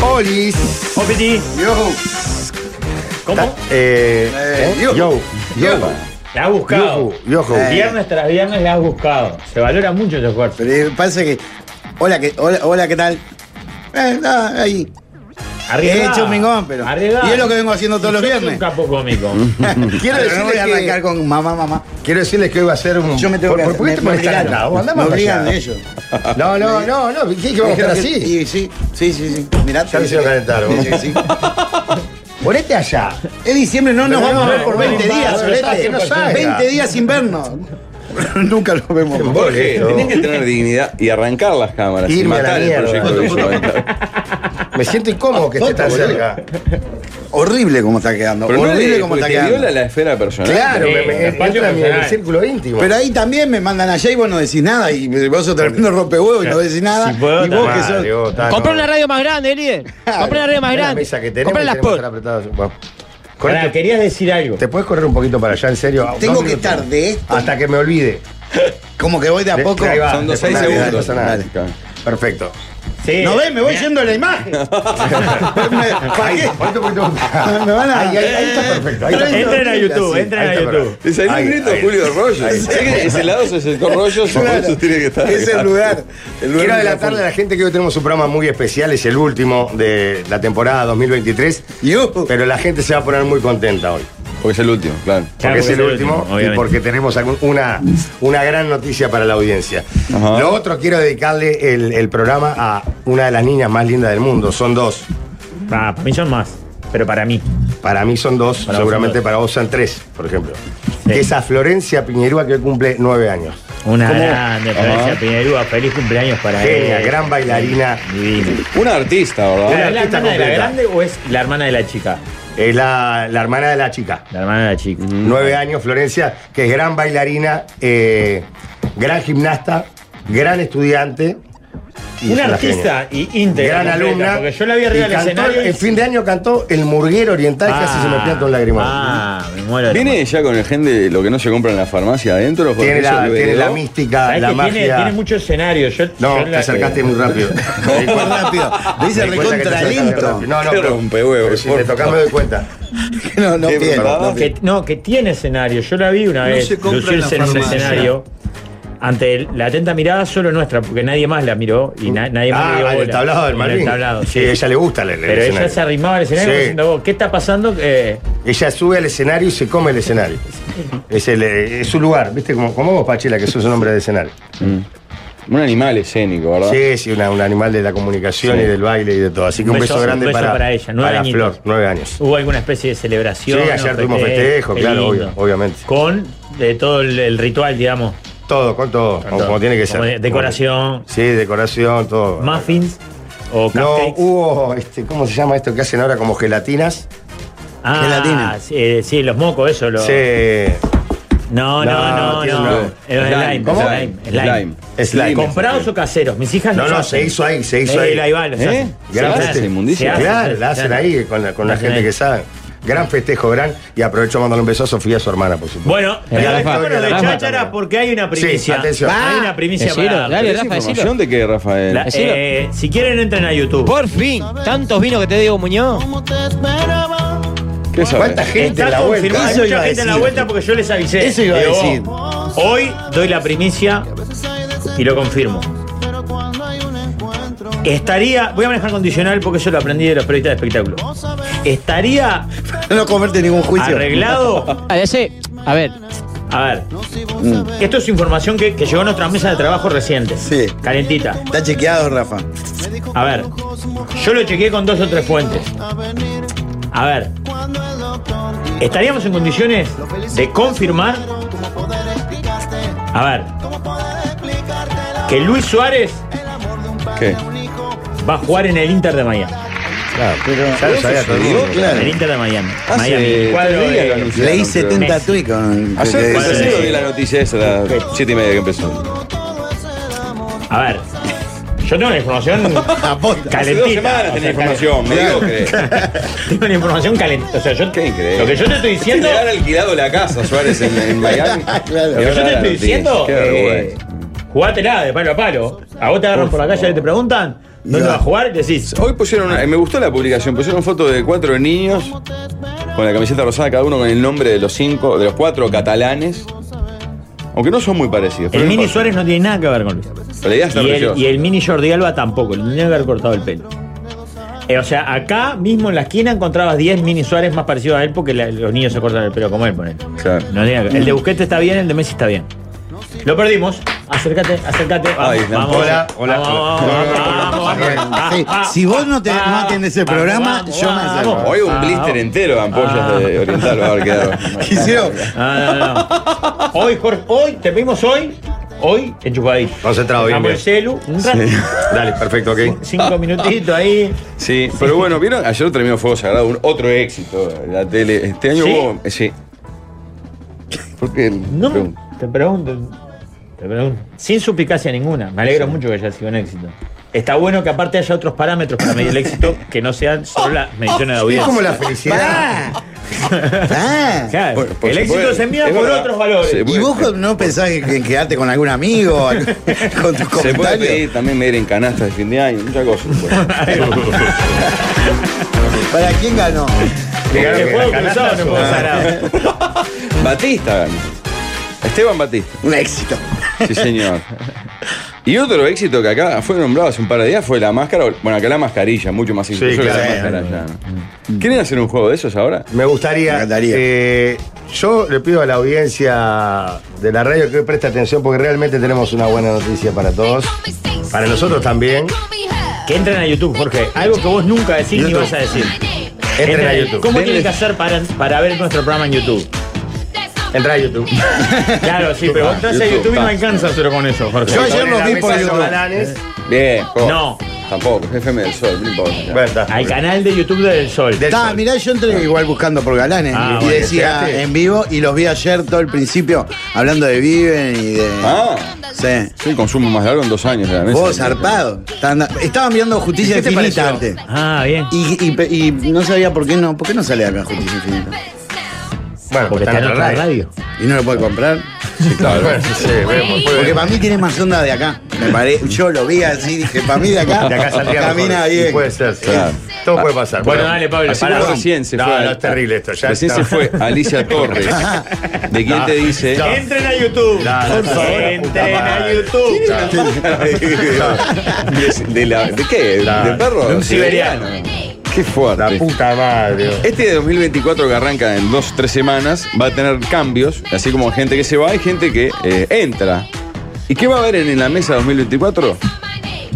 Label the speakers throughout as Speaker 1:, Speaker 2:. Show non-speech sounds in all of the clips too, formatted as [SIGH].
Speaker 1: Polis.
Speaker 2: Opiti.
Speaker 1: Yo.
Speaker 2: ¿Cómo?
Speaker 3: Eh,
Speaker 1: Eh,
Speaker 3: yo, yo,
Speaker 1: yo.
Speaker 3: yo,
Speaker 2: La has buscado.
Speaker 3: yo, yo.
Speaker 1: Eh.
Speaker 2: Viernes tras viernes la has buscado. Se valora mucho tu esfuerzo.
Speaker 1: Pero eh, pasa que. Hola, que, hola, hola, ¿qué tal? Eh, nada, ahí.
Speaker 2: Arriesgá.
Speaker 1: He hecho un mingón, pero.
Speaker 2: Arriesgá.
Speaker 1: Y es lo que vengo haciendo todos los
Speaker 2: Sos
Speaker 1: viernes.
Speaker 2: un capo cómico.
Speaker 3: [LAUGHS] Mm. Quiero
Speaker 1: Pero no voy
Speaker 3: decirles
Speaker 1: a
Speaker 3: que,
Speaker 1: arrancar con mamá, mamá.
Speaker 3: quiero decirles que hoy va a ser un.
Speaker 1: Yo me tengo
Speaker 3: ¿Por,
Speaker 1: que
Speaker 3: ¿por qué te
Speaker 1: me, me
Speaker 3: molestas
Speaker 1: obligaron.
Speaker 3: acá? Vos andá
Speaker 1: Me
Speaker 3: más
Speaker 1: obligan
Speaker 3: allá.
Speaker 1: ellos.
Speaker 3: [LAUGHS] No, no, no, no. ¿Qué, qué vamos a estar
Speaker 1: Dijeron que-
Speaker 3: así?
Speaker 1: y sí, sí, sí, sí. Mirá,
Speaker 3: Ya me hicieron calentar, vos.
Speaker 1: Sí, sí, sí.
Speaker 3: Ponete
Speaker 1: [LAUGHS]
Speaker 3: allá.
Speaker 1: Es diciembre, no nos
Speaker 3: Pero
Speaker 1: vamos a
Speaker 3: no,
Speaker 1: ver por
Speaker 3: no,
Speaker 1: 20
Speaker 3: no,
Speaker 1: días,
Speaker 3: no,
Speaker 1: Solete.
Speaker 3: no salga.
Speaker 1: 20 días sin vernos. Nunca los vemos.
Speaker 4: Jorge,
Speaker 3: Pero-
Speaker 4: tenés que tener dignidad y arrancar las cámaras y
Speaker 3: Irme a la
Speaker 4: matar el
Speaker 3: mierda.
Speaker 4: proyecto visual.
Speaker 3: [LAUGHS] Me siento incómodo que esté tan
Speaker 1: Tonto,
Speaker 3: [LAUGHS]
Speaker 1: boludo.
Speaker 3: cerca.
Speaker 1: Horrible como está quedando.
Speaker 4: Pero no
Speaker 1: horrible
Speaker 4: le,
Speaker 1: como
Speaker 4: porque
Speaker 1: está
Speaker 4: te viola
Speaker 1: quedando.
Speaker 4: la esfera personal.
Speaker 3: Claro,
Speaker 2: Sí,
Speaker 3: me, me-
Speaker 2: espacio
Speaker 3: entra en mi- en
Speaker 2: personal.
Speaker 3: el círculo íntimo.
Speaker 1: Pero ahí también me mandan allá y vos no decís nada. Y vos sos tremendo rompehuevo y no decís [LAUGHS] nada.
Speaker 2: Si puedo,
Speaker 1: y vos que
Speaker 3: Madre,
Speaker 1: sos.
Speaker 3: vos, está,
Speaker 5: Comprá
Speaker 3: no.
Speaker 5: una radio más grande, líder. Comprá una radio más
Speaker 3: Mirá la
Speaker 5: grande.
Speaker 3: mesa que tenemos,
Speaker 5: Comprá las
Speaker 3: tenemos que
Speaker 5: por.
Speaker 3: estar apretados. Bueno.
Speaker 2: Pará,
Speaker 3: Correcto.
Speaker 2: querías decir algo.
Speaker 3: ¿Te puedes correr un poquito para allá, en serio?
Speaker 1: Tengo
Speaker 3: Dos
Speaker 1: que
Speaker 3: minutos.
Speaker 1: estar de esto.
Speaker 3: Hasta que me olvide.
Speaker 1: Como que voy de a
Speaker 3: De-
Speaker 1: poco.
Speaker 3: ahí va.
Speaker 4: Son dos, seis
Speaker 3: Dale, dale,
Speaker 4: segundos.
Speaker 3: no pasa
Speaker 4: Dale.
Speaker 3: nada. Perfecto.
Speaker 2: Sí.
Speaker 1: No ves, me voy yendo a la
Speaker 2: [LAUGHS]
Speaker 1: imagen. me, ¿para
Speaker 3: Ahí,
Speaker 1: qué?
Speaker 3: ponete un poquito.
Speaker 1: Me van a- Eh.
Speaker 3: Ahí, ahí, ahí está perfecto. Ahí está perfecto.
Speaker 2: Entren a YouTube,
Speaker 1: Así.
Speaker 2: entren a
Speaker 3: Ahí está
Speaker 2: YouTube.
Speaker 4: Dice, ahí
Speaker 3: Ahí,
Speaker 4: un grito
Speaker 3: ahí.
Speaker 4: Julio Rollo.
Speaker 3: Ahí.
Speaker 4: Sé que ese lado se secó Rollo, su
Speaker 1: Claro.
Speaker 4: Rollo tiene que estar.
Speaker 1: Es el
Speaker 4: acá.
Speaker 1: lugar. El lugar
Speaker 3: Quiero
Speaker 1: de la
Speaker 3: adelantarle a
Speaker 1: fuga.
Speaker 3: la gente que hoy tenemos un programa muy especial, es el último de la temporada 2023.
Speaker 1: Yuhu.
Speaker 3: Pero la gente se va a poner muy contenta hoy.
Speaker 4: Porque es el último, claro.
Speaker 2: Claro,
Speaker 3: Porque es el último, y
Speaker 2: obviamente.
Speaker 3: porque tenemos algún- una, una gran noticia para la audiencia.
Speaker 4: Ajá.
Speaker 3: Lo otro, quiero dedicarle el, el programa a una de las niñas más lindas del mundo. Son dos.
Speaker 2: Ah, para mí son más. Pero para mí.
Speaker 3: Para mí son dos,
Speaker 2: Para vos
Speaker 3: seguramente
Speaker 2: son dos.
Speaker 3: para vos son tres, por ejemplo.
Speaker 2: Sí.
Speaker 3: Que es a Florencia Piñerúa, que hoy cumple nueve años.
Speaker 2: Una
Speaker 3: ¿Cómo?
Speaker 2: grande,
Speaker 4: Ajá.
Speaker 2: Florencia Piñerúa. Feliz cumpleaños para
Speaker 3: Genia,
Speaker 2: ella.
Speaker 3: gran bailarina.
Speaker 2: Divina.
Speaker 4: Una artista,
Speaker 2: ¿Es
Speaker 4: ¿verdad?
Speaker 2: la
Speaker 3: artista
Speaker 2: hermana de la
Speaker 3: completa.
Speaker 2: grande o es la hermana de la chica?
Speaker 3: Es la, la hermana de la chica.
Speaker 2: La hermana de la chica.
Speaker 3: Nueve años, Florencia, que es gran bailarina, eh, gran gimnasta, gran estudiante. y
Speaker 2: Una
Speaker 3: es
Speaker 2: artista y íntegra.
Speaker 3: Gran
Speaker 2: completa,
Speaker 3: alumna.
Speaker 2: Porque yo la vi arriba
Speaker 3: y
Speaker 2: del
Speaker 3: cantó-
Speaker 2: escenario. y-
Speaker 3: En fin de año cantó El Murguero Oriental,
Speaker 2: Ah,
Speaker 3: casi se me planta un lagrimal.
Speaker 2: Ah, me muero. de la
Speaker 4: ¿Viene ella con el gen de lo que no se compra en la farmacia adentro? Jorge?
Speaker 3: tiene
Speaker 4: ¿Eso
Speaker 3: la,
Speaker 4: lo
Speaker 3: tiene
Speaker 4: heredó?
Speaker 3: la mística,
Speaker 2: ¿Sabés
Speaker 3: la
Speaker 2: que
Speaker 3: magia.
Speaker 2: Tiene, tiene mucho escenario. Yo,
Speaker 3: No,
Speaker 2: yo
Speaker 3: te
Speaker 2: la-
Speaker 3: acercaste muy
Speaker 2: [LAUGHS]
Speaker 3: rápido. Me di cuenta-
Speaker 1: rápido. Le
Speaker 3: me
Speaker 1: dice
Speaker 3: di cuenta que te
Speaker 1: recontra
Speaker 3: acercaste
Speaker 1: lento.
Speaker 3: rápido. No, no,
Speaker 4: Qué
Speaker 3: pero-
Speaker 4: rompehuevos,
Speaker 3: pero Si
Speaker 4: por
Speaker 3: te tocas me doy cuenta.
Speaker 1: [LAUGHS] No, no
Speaker 4: Qué
Speaker 1: pierdo,
Speaker 4: bárbaro.
Speaker 1: no pierdo.
Speaker 2: Que, no, que tiene escenario. Yo la vi una
Speaker 6: No
Speaker 2: vez
Speaker 6: se compra en la
Speaker 2: lucirse en, un
Speaker 6: farmacia.
Speaker 2: escenario. Ante el- la atenta mirada solo nuestra, porque nadie más la miró y na- nadie más le dio
Speaker 3: Ah, en el
Speaker 2: bola.
Speaker 3: tablado del
Speaker 2: En el
Speaker 3: Malvin.
Speaker 2: tablado, sí.
Speaker 3: Sí, a ella le gusta el el
Speaker 2: Pero ella
Speaker 3: escenario.
Speaker 2: se arrimaba al escenario
Speaker 3: Sí.
Speaker 2: diciendo, vos, ¿qué está pasando? Eh,
Speaker 3: Ella sube al escenario y se come el escenario. Es, el, eh, es su lugar, ¿viste? Como, como vos, Pachela, que sos un hombre de escenario.
Speaker 4: Un animal escénico, ¿verdad?
Speaker 3: Sí, sí, una- un animal de la comunicación
Speaker 4: Sí.
Speaker 3: y del baile y de todo. Así que un
Speaker 2: Un
Speaker 3: beso,
Speaker 2: beso-
Speaker 3: grande
Speaker 2: un beso
Speaker 3: para,
Speaker 2: para ella, nueve
Speaker 3: para
Speaker 2: añitos.
Speaker 3: Flor, nueve años.
Speaker 2: hubo alguna especie de
Speaker 3: Sí,
Speaker 2: celebración.
Speaker 3: ayer
Speaker 2: ¿no?
Speaker 3: tuvimos festejo,
Speaker 2: qué
Speaker 3: claro,
Speaker 2: lindo.
Speaker 3: obvio, obviamente.
Speaker 2: Con eh, todo el, el ritual, digamos.
Speaker 3: Todo, con todo, como, como tiene que ser.
Speaker 2: Como de- decoración,
Speaker 3: Sí, decoración, todo.
Speaker 2: muffins o
Speaker 3: No,
Speaker 2: cupcakes.
Speaker 3: hubo, este, ¿cómo se llama esto que hacen ahora como gelatinas?
Speaker 2: ah,
Speaker 1: gelatina.
Speaker 2: Sí, eh, sí, los mocos, eso. Lo...
Speaker 3: Se-
Speaker 2: No,
Speaker 3: No,
Speaker 2: no, no,
Speaker 3: tiene
Speaker 2: no.
Speaker 3: un-
Speaker 2: Es slime,
Speaker 4: ¿Cómo?
Speaker 2: slime, slime.
Speaker 4: Slime.
Speaker 3: Slime.
Speaker 2: ¿Comprados o caseros? Mis hijas
Speaker 3: No,
Speaker 2: los
Speaker 3: no,
Speaker 2: hacen.
Speaker 3: se hizo ahí, se hizo
Speaker 2: Ah, Eh,
Speaker 3: ahí.
Speaker 2: ahí va, los
Speaker 4: ¿Eh?
Speaker 2: hacen.
Speaker 4: ¿Se
Speaker 3: Gran
Speaker 4: hace
Speaker 3: festejo.
Speaker 4: esa inmundicia?
Speaker 2: Se hace,
Speaker 3: Claro,
Speaker 2: se
Speaker 3: la hacen
Speaker 2: hace.
Speaker 3: ahí con la, con la
Speaker 2: La hacen
Speaker 3: gente
Speaker 2: ahí.
Speaker 3: que sabe. Gran festejo, gran. Y aprovecho mandarle un beso a Sofía, su hermana, por supuesto.
Speaker 2: Bueno,
Speaker 3: Y a
Speaker 2: pero
Speaker 3: la
Speaker 2: dejémonos
Speaker 3: Victoria,
Speaker 2: de
Speaker 3: la Rafa
Speaker 2: cháchara
Speaker 3: también.
Speaker 2: porque hay una primicia.
Speaker 3: Sí, atención.
Speaker 2: Hay una primicia
Speaker 5: Decilo,
Speaker 2: para dar.
Speaker 5: dale.
Speaker 4: ¿Esa
Speaker 5: Rafa,
Speaker 4: información de qué, Rafael?
Speaker 2: La-
Speaker 5: Decilo.
Speaker 2: eh, si quieren, entren a YouTube.
Speaker 5: Por fin, tantos vinos que te digo, Muñoz.
Speaker 4: ¿Qué sabes?
Speaker 3: ¿Cuánta gente en
Speaker 2: Está
Speaker 3: la
Speaker 2: confirmado,
Speaker 3: vuelta?
Speaker 1: Eso
Speaker 2: Hay
Speaker 1: iba
Speaker 2: mucha
Speaker 1: a
Speaker 2: gente en la
Speaker 1: decir.
Speaker 2: vuelta porque yo les avisé.
Speaker 1: Eso iba a
Speaker 2: Digo,
Speaker 1: decir.
Speaker 2: Hoy doy la primicia y lo confirmo. Estaría, voy a manejar condicional porque eso lo aprendí de los periodistas de espectáculo. Estaría
Speaker 1: [LAUGHS] No comerte ningún juicio. [LAUGHS]
Speaker 2: arreglado.
Speaker 5: A ese, a ver,
Speaker 2: A ver,
Speaker 1: Mm.
Speaker 2: esto es información que, que llegó a nuestra mesa de trabajo reciente.
Speaker 1: Sí.
Speaker 2: Calentita.
Speaker 1: Está chequeado, Rafa.
Speaker 2: A ver, yo lo chequeé con dos o tres fuentes. A ver, ¿estaríamos en condiciones de confirmar? A ver, que Luis Suárez
Speaker 4: ¿Qué?
Speaker 2: va a jugar en el Inter de Miami.
Speaker 3: Claro, ya lo sabía todo el mundo.
Speaker 2: En el Inter de Miami. Miami.
Speaker 4: Hace
Speaker 2: Cuadro
Speaker 4: tres días
Speaker 2: de-
Speaker 4: lo anunciaron,
Speaker 1: Leí
Speaker 4: creo.
Speaker 1: 70
Speaker 2: Messi.
Speaker 1: tuits con.
Speaker 4: Ayer,
Speaker 1: que-
Speaker 2: cuadro
Speaker 4: ayer
Speaker 2: de-
Speaker 4: vi la noticia esa, a las siete y media que empezó.
Speaker 2: A ver, yo tengo la información
Speaker 1: Aposta.
Speaker 4: Hace dos
Speaker 2: calentita.
Speaker 4: semanas
Speaker 2: O sea,
Speaker 4: tenía información, mediocre.
Speaker 2: [LAUGHS] Tengo la información calentita. O sea, yo,
Speaker 4: Qué increíble.
Speaker 2: lo que yo te estoy
Speaker 4: Se
Speaker 2: diciendo.
Speaker 4: le han alquilado la casa a Suárez en, en Miami.
Speaker 1: Claro.
Speaker 4: Y
Speaker 2: Lo que
Speaker 4: ahora
Speaker 2: yo te
Speaker 4: la
Speaker 2: estoy
Speaker 4: noticia.
Speaker 2: diciendo,
Speaker 4: Qué
Speaker 2: eh,
Speaker 4: vergüenza.
Speaker 2: jugátela de palo a palo. A vos te agarran por la calle y te preguntan, ¿Dónde va a jugar? Decís.
Speaker 4: Hoy pusieron, una- eh, me gustó la publicación, pusieron foto de cuatro niños con la camiseta rosada, cada uno con el nombre de los cinco, de los cuatro catalanes. Aunque no son muy parecidos. pero
Speaker 2: El
Speaker 4: no
Speaker 2: Mini
Speaker 4: importa.
Speaker 2: Suárez no tiene nada que ver con Luis.
Speaker 4: Pero la idea está
Speaker 2: Y el,
Speaker 4: religiosa.
Speaker 2: y el Mini Jordi Alba tampoco, le tendrían que haber cortado el pelo. Eh, o sea, acá mismo en la esquina encontrabas 10 Mini Suárez más parecidos a él porque la- los niños se cortan el pelo como él, ponele.
Speaker 4: Claro.
Speaker 2: No tenía que- El de Busquete está bien, el de Messi está bien. Lo perdimos. Acércate, acércate. Vamos,
Speaker 4: Ahí está.
Speaker 2: vamos.
Speaker 3: Hola, hola.
Speaker 2: Vamos,
Speaker 1: [LAUGHS]
Speaker 2: vamos, vamos, vamos.
Speaker 1: Sí,
Speaker 2: Ah,
Speaker 1: si vos no te- no atiendes el
Speaker 2: vamos,
Speaker 1: programa,
Speaker 2: vamos,
Speaker 1: yo me
Speaker 2: vamos.
Speaker 1: acerco.
Speaker 4: Hoy un
Speaker 2: Ah,
Speaker 4: blister entero de ampollas
Speaker 2: Ah.
Speaker 4: de Oriental va a haber
Speaker 2: [LAUGHS]
Speaker 4: quedado.
Speaker 1: Quisieron.
Speaker 2: No, no, no. Hoy, Jorge, hoy, te vimos hoy. Hoy, enchufadito.
Speaker 3: Concentrado, bien,
Speaker 2: Dejamos
Speaker 3: bien.
Speaker 2: el celu, un rato.
Speaker 4: [LAUGHS]
Speaker 3: Dale, perfecto, ok.
Speaker 2: Cinco minutitos ahí.
Speaker 4: Sí, pero bueno, ¿vieron? Ayer terminó Fuego Sagrado, un otro éxito. La tele. Este año
Speaker 2: ¿Sí?
Speaker 4: hubo. eh, Sí. Porque.
Speaker 2: No, te pregunto. Te pregunto. Sin suplicacia ninguna. Me alegro mucho que haya sido un éxito. Está bueno que aparte haya otros parámetros para medir el éxito que no sean solo las mediciones de
Speaker 3: Es como
Speaker 2: audiencia.
Speaker 3: la felicidad.
Speaker 1: Pará. Pará.
Speaker 2: Claro,
Speaker 4: Por- por
Speaker 2: el éxito
Speaker 4: supuesto.
Speaker 2: se mide
Speaker 4: Es
Speaker 2: por
Speaker 4: verdad.
Speaker 2: otros valores.
Speaker 4: Se-
Speaker 1: Ah. ¿Y vos no pensás en en quedarte con algún amigo? [LAUGHS] ¿Con
Speaker 4: Se
Speaker 1: tus
Speaker 4: puede
Speaker 1: comentarios?
Speaker 4: pedir también medir en canastas de fin de año, muchas cosas.
Speaker 1: [LAUGHS]
Speaker 4: pues.
Speaker 1: ¿Para quién ganó?
Speaker 3: Llegaron
Speaker 2: El
Speaker 3: que
Speaker 2: juego
Speaker 3: la
Speaker 2: cruzado
Speaker 3: canasta
Speaker 2: no puede
Speaker 3: son-
Speaker 2: ser nada.
Speaker 4: [LAUGHS] Batista ganó. Esteban Batista,
Speaker 1: Un éxito.
Speaker 4: sí señor. Y otro éxito que acá fue nombrado hace un par de días fue la máscara. Bueno, acá la mascarilla, mucho más incluso que
Speaker 3: claro.
Speaker 4: la máscara ya. ¿no? ¿Quieren hacer un juego de esos ahora?
Speaker 3: Me gustaría.
Speaker 1: Me encantaría.
Speaker 3: eh, yo le pido a la audiencia de la radio que preste atención porque realmente tenemos una buena noticia para todos. Para nosotros también.
Speaker 2: Que entren a YouTube, Jorge. Algo que vos nunca decís ni
Speaker 3: YouTube.
Speaker 2: vas a decir.
Speaker 3: Entren
Speaker 2: Entren
Speaker 3: a
Speaker 2: ahí.
Speaker 3: YouTube.
Speaker 2: ¿Cómo
Speaker 4: Denle-
Speaker 2: tienen que hacer para, para ver nuestro programa en YouTube?
Speaker 3: Entra a YouTube.
Speaker 2: Claro, sí, pero vos entras a
Speaker 4: YouTube,
Speaker 2: YouTube y no
Speaker 4: pa.
Speaker 2: alcanzas solo con eso, Jorge.
Speaker 1: Yo ayer los
Speaker 3: Ponen a
Speaker 1: vi
Speaker 3: mesa
Speaker 1: por
Speaker 3: esos
Speaker 1: YouTube.
Speaker 3: bananes.
Speaker 4: Bien, juego.
Speaker 2: No.
Speaker 4: Tampoco, FM del Sol, no importa.
Speaker 3: Bueno, está.
Speaker 2: Al canal de YouTube del Sol.
Speaker 3: Del-
Speaker 1: Ah, mirá, yo entré igual buscando por galanes
Speaker 2: Ah,
Speaker 1: y
Speaker 2: bueno,
Speaker 1: decía
Speaker 3: espérate.
Speaker 1: en vivo y los vi ayer todo el principio hablando de Viven y de.
Speaker 4: Ah,
Speaker 1: Sí.
Speaker 4: soy el consumo más largo en dos años. la mesa.
Speaker 1: Vos, zarpado. Estaban- Estaban mirando Justicia
Speaker 3: ¿Y qué te
Speaker 1: Infinita
Speaker 3: pareció?
Speaker 1: antes.
Speaker 2: Ah, bien.
Speaker 1: Y, y pe- y no sabía por qué no. ¿Por qué no sale acá Justicia Infinita?
Speaker 3: Bueno,
Speaker 2: Porque está en otra radio.
Speaker 1: ¿Y no lo puede comprar?
Speaker 4: Sí, claro.
Speaker 3: Ah, Bueno, sí, vemos, puede
Speaker 1: Porque
Speaker 3: ver.
Speaker 1: para mí tiene más onda de acá. Me pare- Yo lo vi así, dije, para mí de acá,
Speaker 3: De acá saldría
Speaker 1: camina
Speaker 3: mejor.
Speaker 1: bien.
Speaker 3: Y Puede ser, sí.
Speaker 4: Claro.
Speaker 3: Todo puede pasar.
Speaker 2: Bueno, dale, Pablo,
Speaker 4: Así
Speaker 2: pará.
Speaker 4: como recién se
Speaker 3: No,
Speaker 4: fue.
Speaker 3: no, es terrible esto, ya
Speaker 4: recién
Speaker 3: está.
Speaker 4: se fue
Speaker 3: [LAUGHS]
Speaker 4: Alicia Torres. ¿De quién te dice?
Speaker 3: No.
Speaker 2: Entren a YouTube.
Speaker 3: No, no,
Speaker 2: Por
Speaker 3: no,
Speaker 2: favor,
Speaker 3: no,
Speaker 2: entren
Speaker 3: puta
Speaker 2: a
Speaker 3: madre.
Speaker 2: YouTube.
Speaker 4: [LAUGHS] De, de la- ¿de qué?
Speaker 3: Claro.
Speaker 4: ¿De perro?
Speaker 2: De un siberiano.
Speaker 4: Qué
Speaker 3: La
Speaker 4: fuerte.
Speaker 3: puta madre.
Speaker 4: Este de 2024 que arranca en dos, tres semanas va a tener cambios, así como gente que se va y gente que eh, entra. ¿Y qué va a haber en, en la mesa 2024?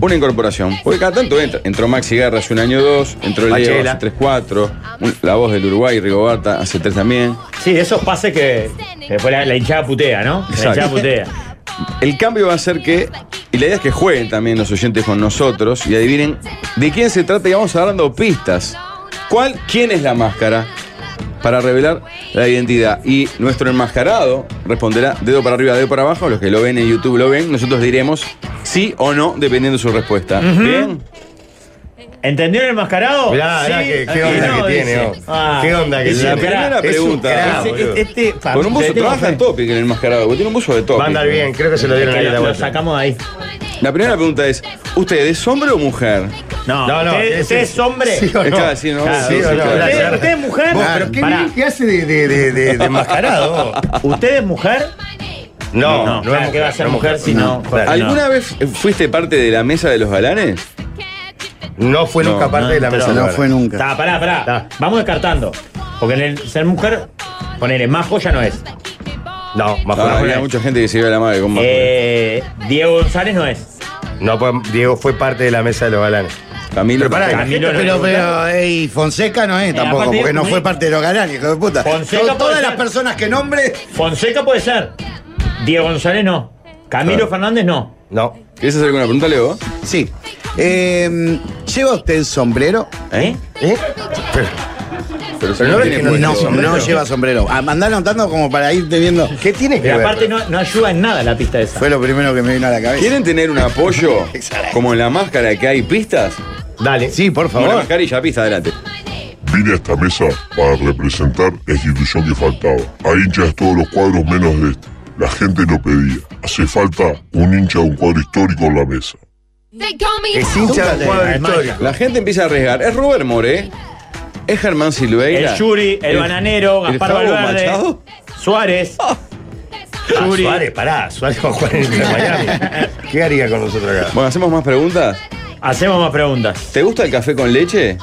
Speaker 4: Una incorporación. Porque cada tanto entra. Entró Maxi Guerra hace un año dos, entró Leo
Speaker 3: Pachela.
Speaker 4: hace tres, cuatro, un- la voz del Uruguay, Rigoberta, hace tres también.
Speaker 2: Sí, esos pases que, que después la, la hinchada putea, ¿no? La
Speaker 4: Exacto.
Speaker 2: hinchada putea.
Speaker 4: El cambio va a ser que, y la idea es que jueguen también los oyentes con nosotros y adivinen de quién se trata y vamos a dando pistas. ¿Cuál, quién es la máscara? Para revelar la identidad. Y nuestro enmascarado responderá dedo para arriba, dedo para abajo. Los que lo ven en YouTube lo ven. Nosotros diremos sí o no, dependiendo de su respuesta. ¿Bien?
Speaker 2: ¿Entendieron el mascarado?
Speaker 3: Mirá, mirá qué, qué
Speaker 2: y
Speaker 3: onda
Speaker 2: no,
Speaker 3: que tiene,
Speaker 2: dice.
Speaker 3: vos.
Speaker 2: Ah.
Speaker 3: Qué onda que
Speaker 2: Dice,
Speaker 3: tiene.
Speaker 2: esperá,
Speaker 4: primera
Speaker 3: Es un
Speaker 4: pregunta.
Speaker 3: crack,
Speaker 2: dice,
Speaker 3: boludo.
Speaker 2: este-
Speaker 4: Con un buzo
Speaker 2: le tengo
Speaker 4: trabaja
Speaker 2: fe.
Speaker 4: en Topic el enmascarado. porque Tiene un buzo de Topic.
Speaker 3: Va a andar bien, creo que se lo
Speaker 2: Que
Speaker 3: dieron ahí
Speaker 2: lo-
Speaker 3: la
Speaker 2: lo
Speaker 3: vuelta.
Speaker 2: sacamos de ahí.
Speaker 4: La primera pregunta es, ¿usted es hombre o mujer?
Speaker 2: No,
Speaker 3: No, no,
Speaker 2: ¿usted,
Speaker 3: es-
Speaker 2: usted es hombre?
Speaker 3: Sí o no.
Speaker 4: Estaba así, ¿no?
Speaker 2: Claro,
Speaker 3: Sí o
Speaker 4: sí,
Speaker 3: no,
Speaker 4: claro.
Speaker 3: claro.
Speaker 2: ¿Usted, usted es mujer?
Speaker 3: Vos, pero qué
Speaker 2: Pará.
Speaker 3: bien que hace de, de, de, de, de enmascarado.
Speaker 2: ¿Usted es mujer?
Speaker 3: [LAUGHS] No,
Speaker 2: No, claro, que va a ser mujer si no.
Speaker 3: Claro,
Speaker 4: ¿Alguna vez fuiste parte de la mesa de los galanes?
Speaker 3: No fue
Speaker 4: No,
Speaker 3: nunca parte
Speaker 2: no,
Speaker 3: de la
Speaker 2: pero-
Speaker 3: mesa.
Speaker 1: No
Speaker 3: Laura.
Speaker 1: fue nunca.
Speaker 2: Está, pará, pará.
Speaker 3: Ta.
Speaker 2: Vamos descartando. Porque en el ser mujer, ponele, más joya no es.
Speaker 3: No, más
Speaker 4: Ah,
Speaker 3: fue
Speaker 4: había
Speaker 3: una-
Speaker 4: mucha gente que se iba a la madre con Macri.
Speaker 2: Eh, Diego González no es.
Speaker 3: No, pues, Diego fue parte de la mesa de los galanes.
Speaker 4: Camilo.
Speaker 3: Pero pará,
Speaker 2: Camilo no
Speaker 1: Pero,
Speaker 2: es.
Speaker 1: pero, ey, Fonseca no es
Speaker 2: Eh,
Speaker 1: tampoco,
Speaker 2: aparte,
Speaker 1: porque no
Speaker 2: muy-
Speaker 1: fue parte de los galanes, hijo de puta.
Speaker 2: Fonseca
Speaker 1: Son
Speaker 2: puede
Speaker 1: todas las
Speaker 2: ser.
Speaker 1: personas que nombre.
Speaker 2: Fonseca puede ser. Diego González no. Camilo Fernández no.
Speaker 3: No.
Speaker 4: ¿Quieres hacer alguna pregunta, Leo?
Speaker 1: Sí. Eh, ¿Lleva usted sombrero?
Speaker 2: ¿Eh?
Speaker 3: ¿Eh? Pero-
Speaker 4: Pero,
Speaker 3: Pero no ves que no-
Speaker 1: No,
Speaker 3: sombrero.
Speaker 1: no lleva sombrero. Ah, Andá anotando como para irte viendo.
Speaker 3: ¿Qué tiene que
Speaker 2: Pero
Speaker 3: ver?
Speaker 2: aparte no, no ayuda en nada la pista esa.
Speaker 1: Fue lo primero que me vino a la cabeza.
Speaker 4: ¿Quieren tener un
Speaker 3: [LAUGHS]
Speaker 4: apoyo como en la máscara que hay pistas?
Speaker 3: Dale.
Speaker 1: Sí, por
Speaker 4: Como la
Speaker 1: favor.
Speaker 4: mascarilla, pista, adelante.
Speaker 6: Vine a esta mesa para representar la institución que faltaba. Hay hinchas de todos los cuadros menos de este. La gente lo pedía. Hace falta un hincha de un cuadro histórico en la mesa.
Speaker 3: Es hincha del cuadro
Speaker 2: Además,
Speaker 3: histórico.
Speaker 4: La gente empieza a arriesgar. Es Robert Moré. Es Germán Silveira.
Speaker 2: El Yuri, el, bananero,
Speaker 4: el
Speaker 2: Gaspar
Speaker 4: Javo
Speaker 2: Valverde,
Speaker 4: Machado.
Speaker 1: eh.
Speaker 2: Suárez.
Speaker 1: Oh.
Speaker 3: Ah,
Speaker 2: Yuri.
Speaker 3: Suárez, pará, Suárez va a jugar en Inter Miami. ¿Qué haría con nosotros acá?
Speaker 4: Bueno, hacemos más preguntas.
Speaker 2: Hacemos más preguntas.
Speaker 4: ¿Te gusta el café con leche?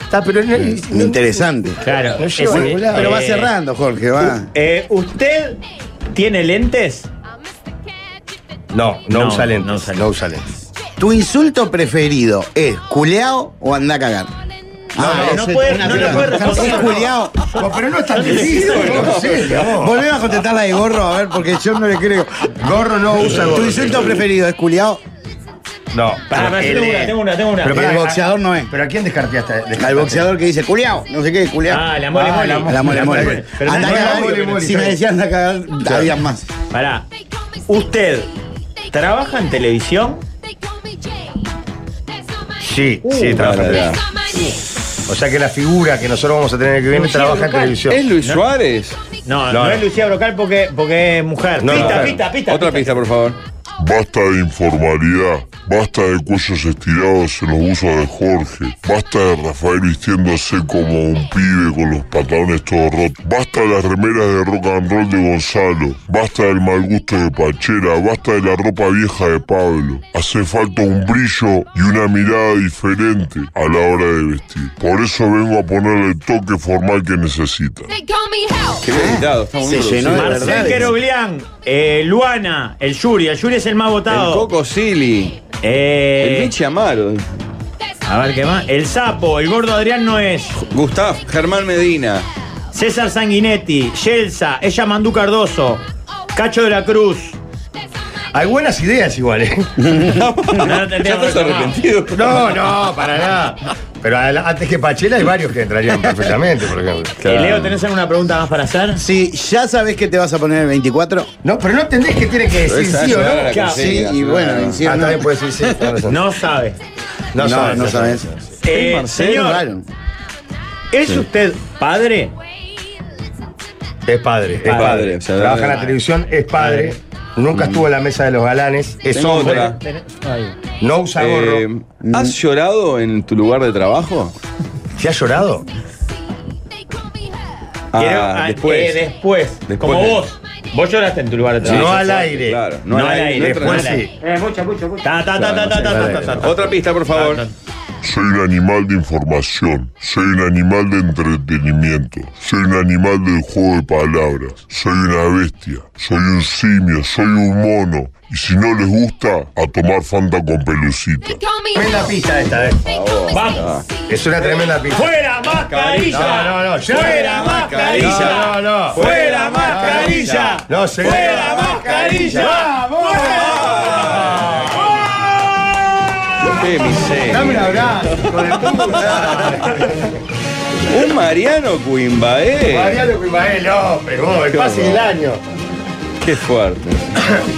Speaker 3: Está, pero no- no-
Speaker 1: Interesante.
Speaker 2: Claro.
Speaker 3: No lleva
Speaker 2: es-
Speaker 3: a ningún lado.
Speaker 1: Pero va
Speaker 2: eh,
Speaker 1: cerrando, Jorge, va.
Speaker 2: eh, ¿Usted tiene lentes?
Speaker 3: No, no,
Speaker 2: No,
Speaker 3: usa lentes.
Speaker 2: no
Speaker 3: No
Speaker 2: usa
Speaker 3: usa,
Speaker 2: lentes.
Speaker 3: lentes.
Speaker 1: ¿Tu insulto preferido es culeao o andá a cagar?
Speaker 2: no, no
Speaker 1: ese-
Speaker 2: puede-
Speaker 1: una
Speaker 2: no le
Speaker 1: pregunta.
Speaker 2: puede responder,
Speaker 1: Es
Speaker 2: no.
Speaker 1: culeao.
Speaker 3: No, pero no es tan difícil, no sé, no.
Speaker 1: Volvemos a contestar la de gorro, a ver, porque yo no le creo.
Speaker 3: Gorro no usa gorro.
Speaker 1: ¿Tu insulto preferido es culeao?
Speaker 3: No.
Speaker 2: Pará, pará,
Speaker 3: el,
Speaker 2: tengo
Speaker 3: eh,
Speaker 2: una, tengo una, tengo una.
Speaker 3: pero pará,
Speaker 1: El boxeador no es.
Speaker 3: ¿Pero a quién descartaste?
Speaker 1: Al
Speaker 3: descartaste?
Speaker 1: boxeador que dice culeao, no sé qué, culeao.
Speaker 2: Ah, la mole
Speaker 3: Ah,
Speaker 2: mole.
Speaker 3: la
Speaker 1: A la mole mole.
Speaker 2: Pero
Speaker 1: Andá a
Speaker 2: no, no,
Speaker 1: cagar.
Speaker 2: mole,
Speaker 3: mole,
Speaker 1: Si
Speaker 3: está
Speaker 1: me
Speaker 3: bien.
Speaker 1: decía andá a cagar, había más.
Speaker 2: Pará. ¿Usted trabaja en televisión?
Speaker 3: Sí, sí, trabaja en
Speaker 4: para.
Speaker 3: televisión. O sea que la figura que nosotros vamos a tener que viene
Speaker 2: Lucía
Speaker 3: trabaja en
Speaker 2: Brocal.
Speaker 3: televisión.
Speaker 4: ¿Es Luis Suárez?
Speaker 2: No, no,
Speaker 3: No, no.
Speaker 2: es Lucía Brocal porque, porque es mujer.
Speaker 3: No,
Speaker 2: pista,
Speaker 3: no, no.
Speaker 2: pista, pista.
Speaker 4: Otra pista, por favor.
Speaker 6: Basta de informalidad, basta de cuellos estirados en los buzos de Jorge, basta de Rafael vistiéndose como un pibe con los pantalones todos rotos, basta de las remeras de rock and roll de Gonzalo, basta del mal gusto de Pachera, basta de la ropa vieja de Pablo. Hace falta un brillo y una mirada diferente a la hora de vestir. Por eso vengo a ponerle el toque formal que necesita.
Speaker 4: Qué bien editado. Está muy
Speaker 1: Ah, Se
Speaker 4: producido.
Speaker 1: llenó de
Speaker 2: Marcel
Speaker 1: verdad.
Speaker 2: Queroblián, eh, Luana, el Yuri. El Yuri es el más
Speaker 4: El
Speaker 2: votado.
Speaker 4: Coco Silly.
Speaker 2: Eh,
Speaker 4: El Michi Amaro.
Speaker 2: a ver qué más. El Sapo, el Gordo Adrián no es.
Speaker 4: Gustav, Germán Medina.
Speaker 2: César Sanguinetti, Yelsa, ella Mandú Cardoso, Cacho de la Cruz.
Speaker 3: Hay buenas ideas igual, ¿eh?
Speaker 4: [LAUGHS]
Speaker 2: No,
Speaker 4: ¿Ya estás arrepentido?
Speaker 3: No, no, para nada. Pero a la- antes que Pachela hay varios que entrarían perfectamente, por ejemplo.
Speaker 2: Eh, Leo, ¿tenés alguna pregunta más para hacer?
Speaker 1: Si ya sabés que te vas a poner el 24,
Speaker 3: No, pero no entendés que tiene que decir
Speaker 4: Esa
Speaker 3: sí o
Speaker 4: es
Speaker 3: no.
Speaker 4: la
Speaker 2: Claro,
Speaker 1: sí,
Speaker 4: consigna,
Speaker 1: y
Speaker 4: claro.
Speaker 1: bueno, y si
Speaker 3: Ah,
Speaker 1: no,
Speaker 3: también puede decir [LAUGHS] sí. tenés razón.
Speaker 2: No sabe.
Speaker 1: no,
Speaker 3: sabes,
Speaker 1: no
Speaker 3: no
Speaker 1: sabes.
Speaker 2: Eh,
Speaker 4: Marcelo,
Speaker 2: señor,
Speaker 1: Claro.
Speaker 2: ¿es usted padre?
Speaker 3: Es padre. Es
Speaker 4: padre, o sea,
Speaker 3: Trabaja en
Speaker 4: padre.
Speaker 3: la televisión, es padre. Nunca estuvo en la mesa de los galanes. Es
Speaker 4: Tengo
Speaker 3: hombre.
Speaker 4: otra.
Speaker 3: No usa
Speaker 4: Eh,
Speaker 3: gorro.
Speaker 4: ¿Has llorado en tu lugar de trabajo?
Speaker 3: ¿Se ha llorado?
Speaker 4: Ah,
Speaker 2: Quiero- ah,
Speaker 4: después.
Speaker 2: eh, después.
Speaker 4: Después
Speaker 2: Como
Speaker 4: de-
Speaker 2: vos. Vos lloraste en tu lugar de
Speaker 3: Sí,
Speaker 2: trabajo.
Speaker 3: no al aire.
Speaker 4: Claro,
Speaker 2: No al aire,
Speaker 4: no
Speaker 2: después
Speaker 4: al
Speaker 2: sí.
Speaker 4: aire.
Speaker 2: Ta, ta, ta, ta, ta, ta, ta, ta, ta.
Speaker 4: Otra pista, por favor.
Speaker 6: Soy un animal de información, soy un animal de entretenimiento, soy un animal del juego de palabras, soy una bestia, soy un simio, soy un mono, y si no les gusta, a tomar Fanta con pelucita.
Speaker 3: Tremenda pista esta, ¿eh?
Speaker 2: Vamos.
Speaker 3: Es una tremenda pista.
Speaker 2: Fuera mascarilla.
Speaker 3: No, no, no, ya.
Speaker 2: Fuera mascarilla.
Speaker 3: No, no, no.
Speaker 2: Fuera
Speaker 3: No, no,
Speaker 2: mascarilla.
Speaker 3: No sé.
Speaker 2: Fuera mascarilla.
Speaker 4: Qué miseria.
Speaker 3: Dame un abrazo. hijo de puta.
Speaker 4: Un Mariano Coimbaé.
Speaker 3: Mariano Pimael López, vos, el pase del año.
Speaker 4: Qué fuerte.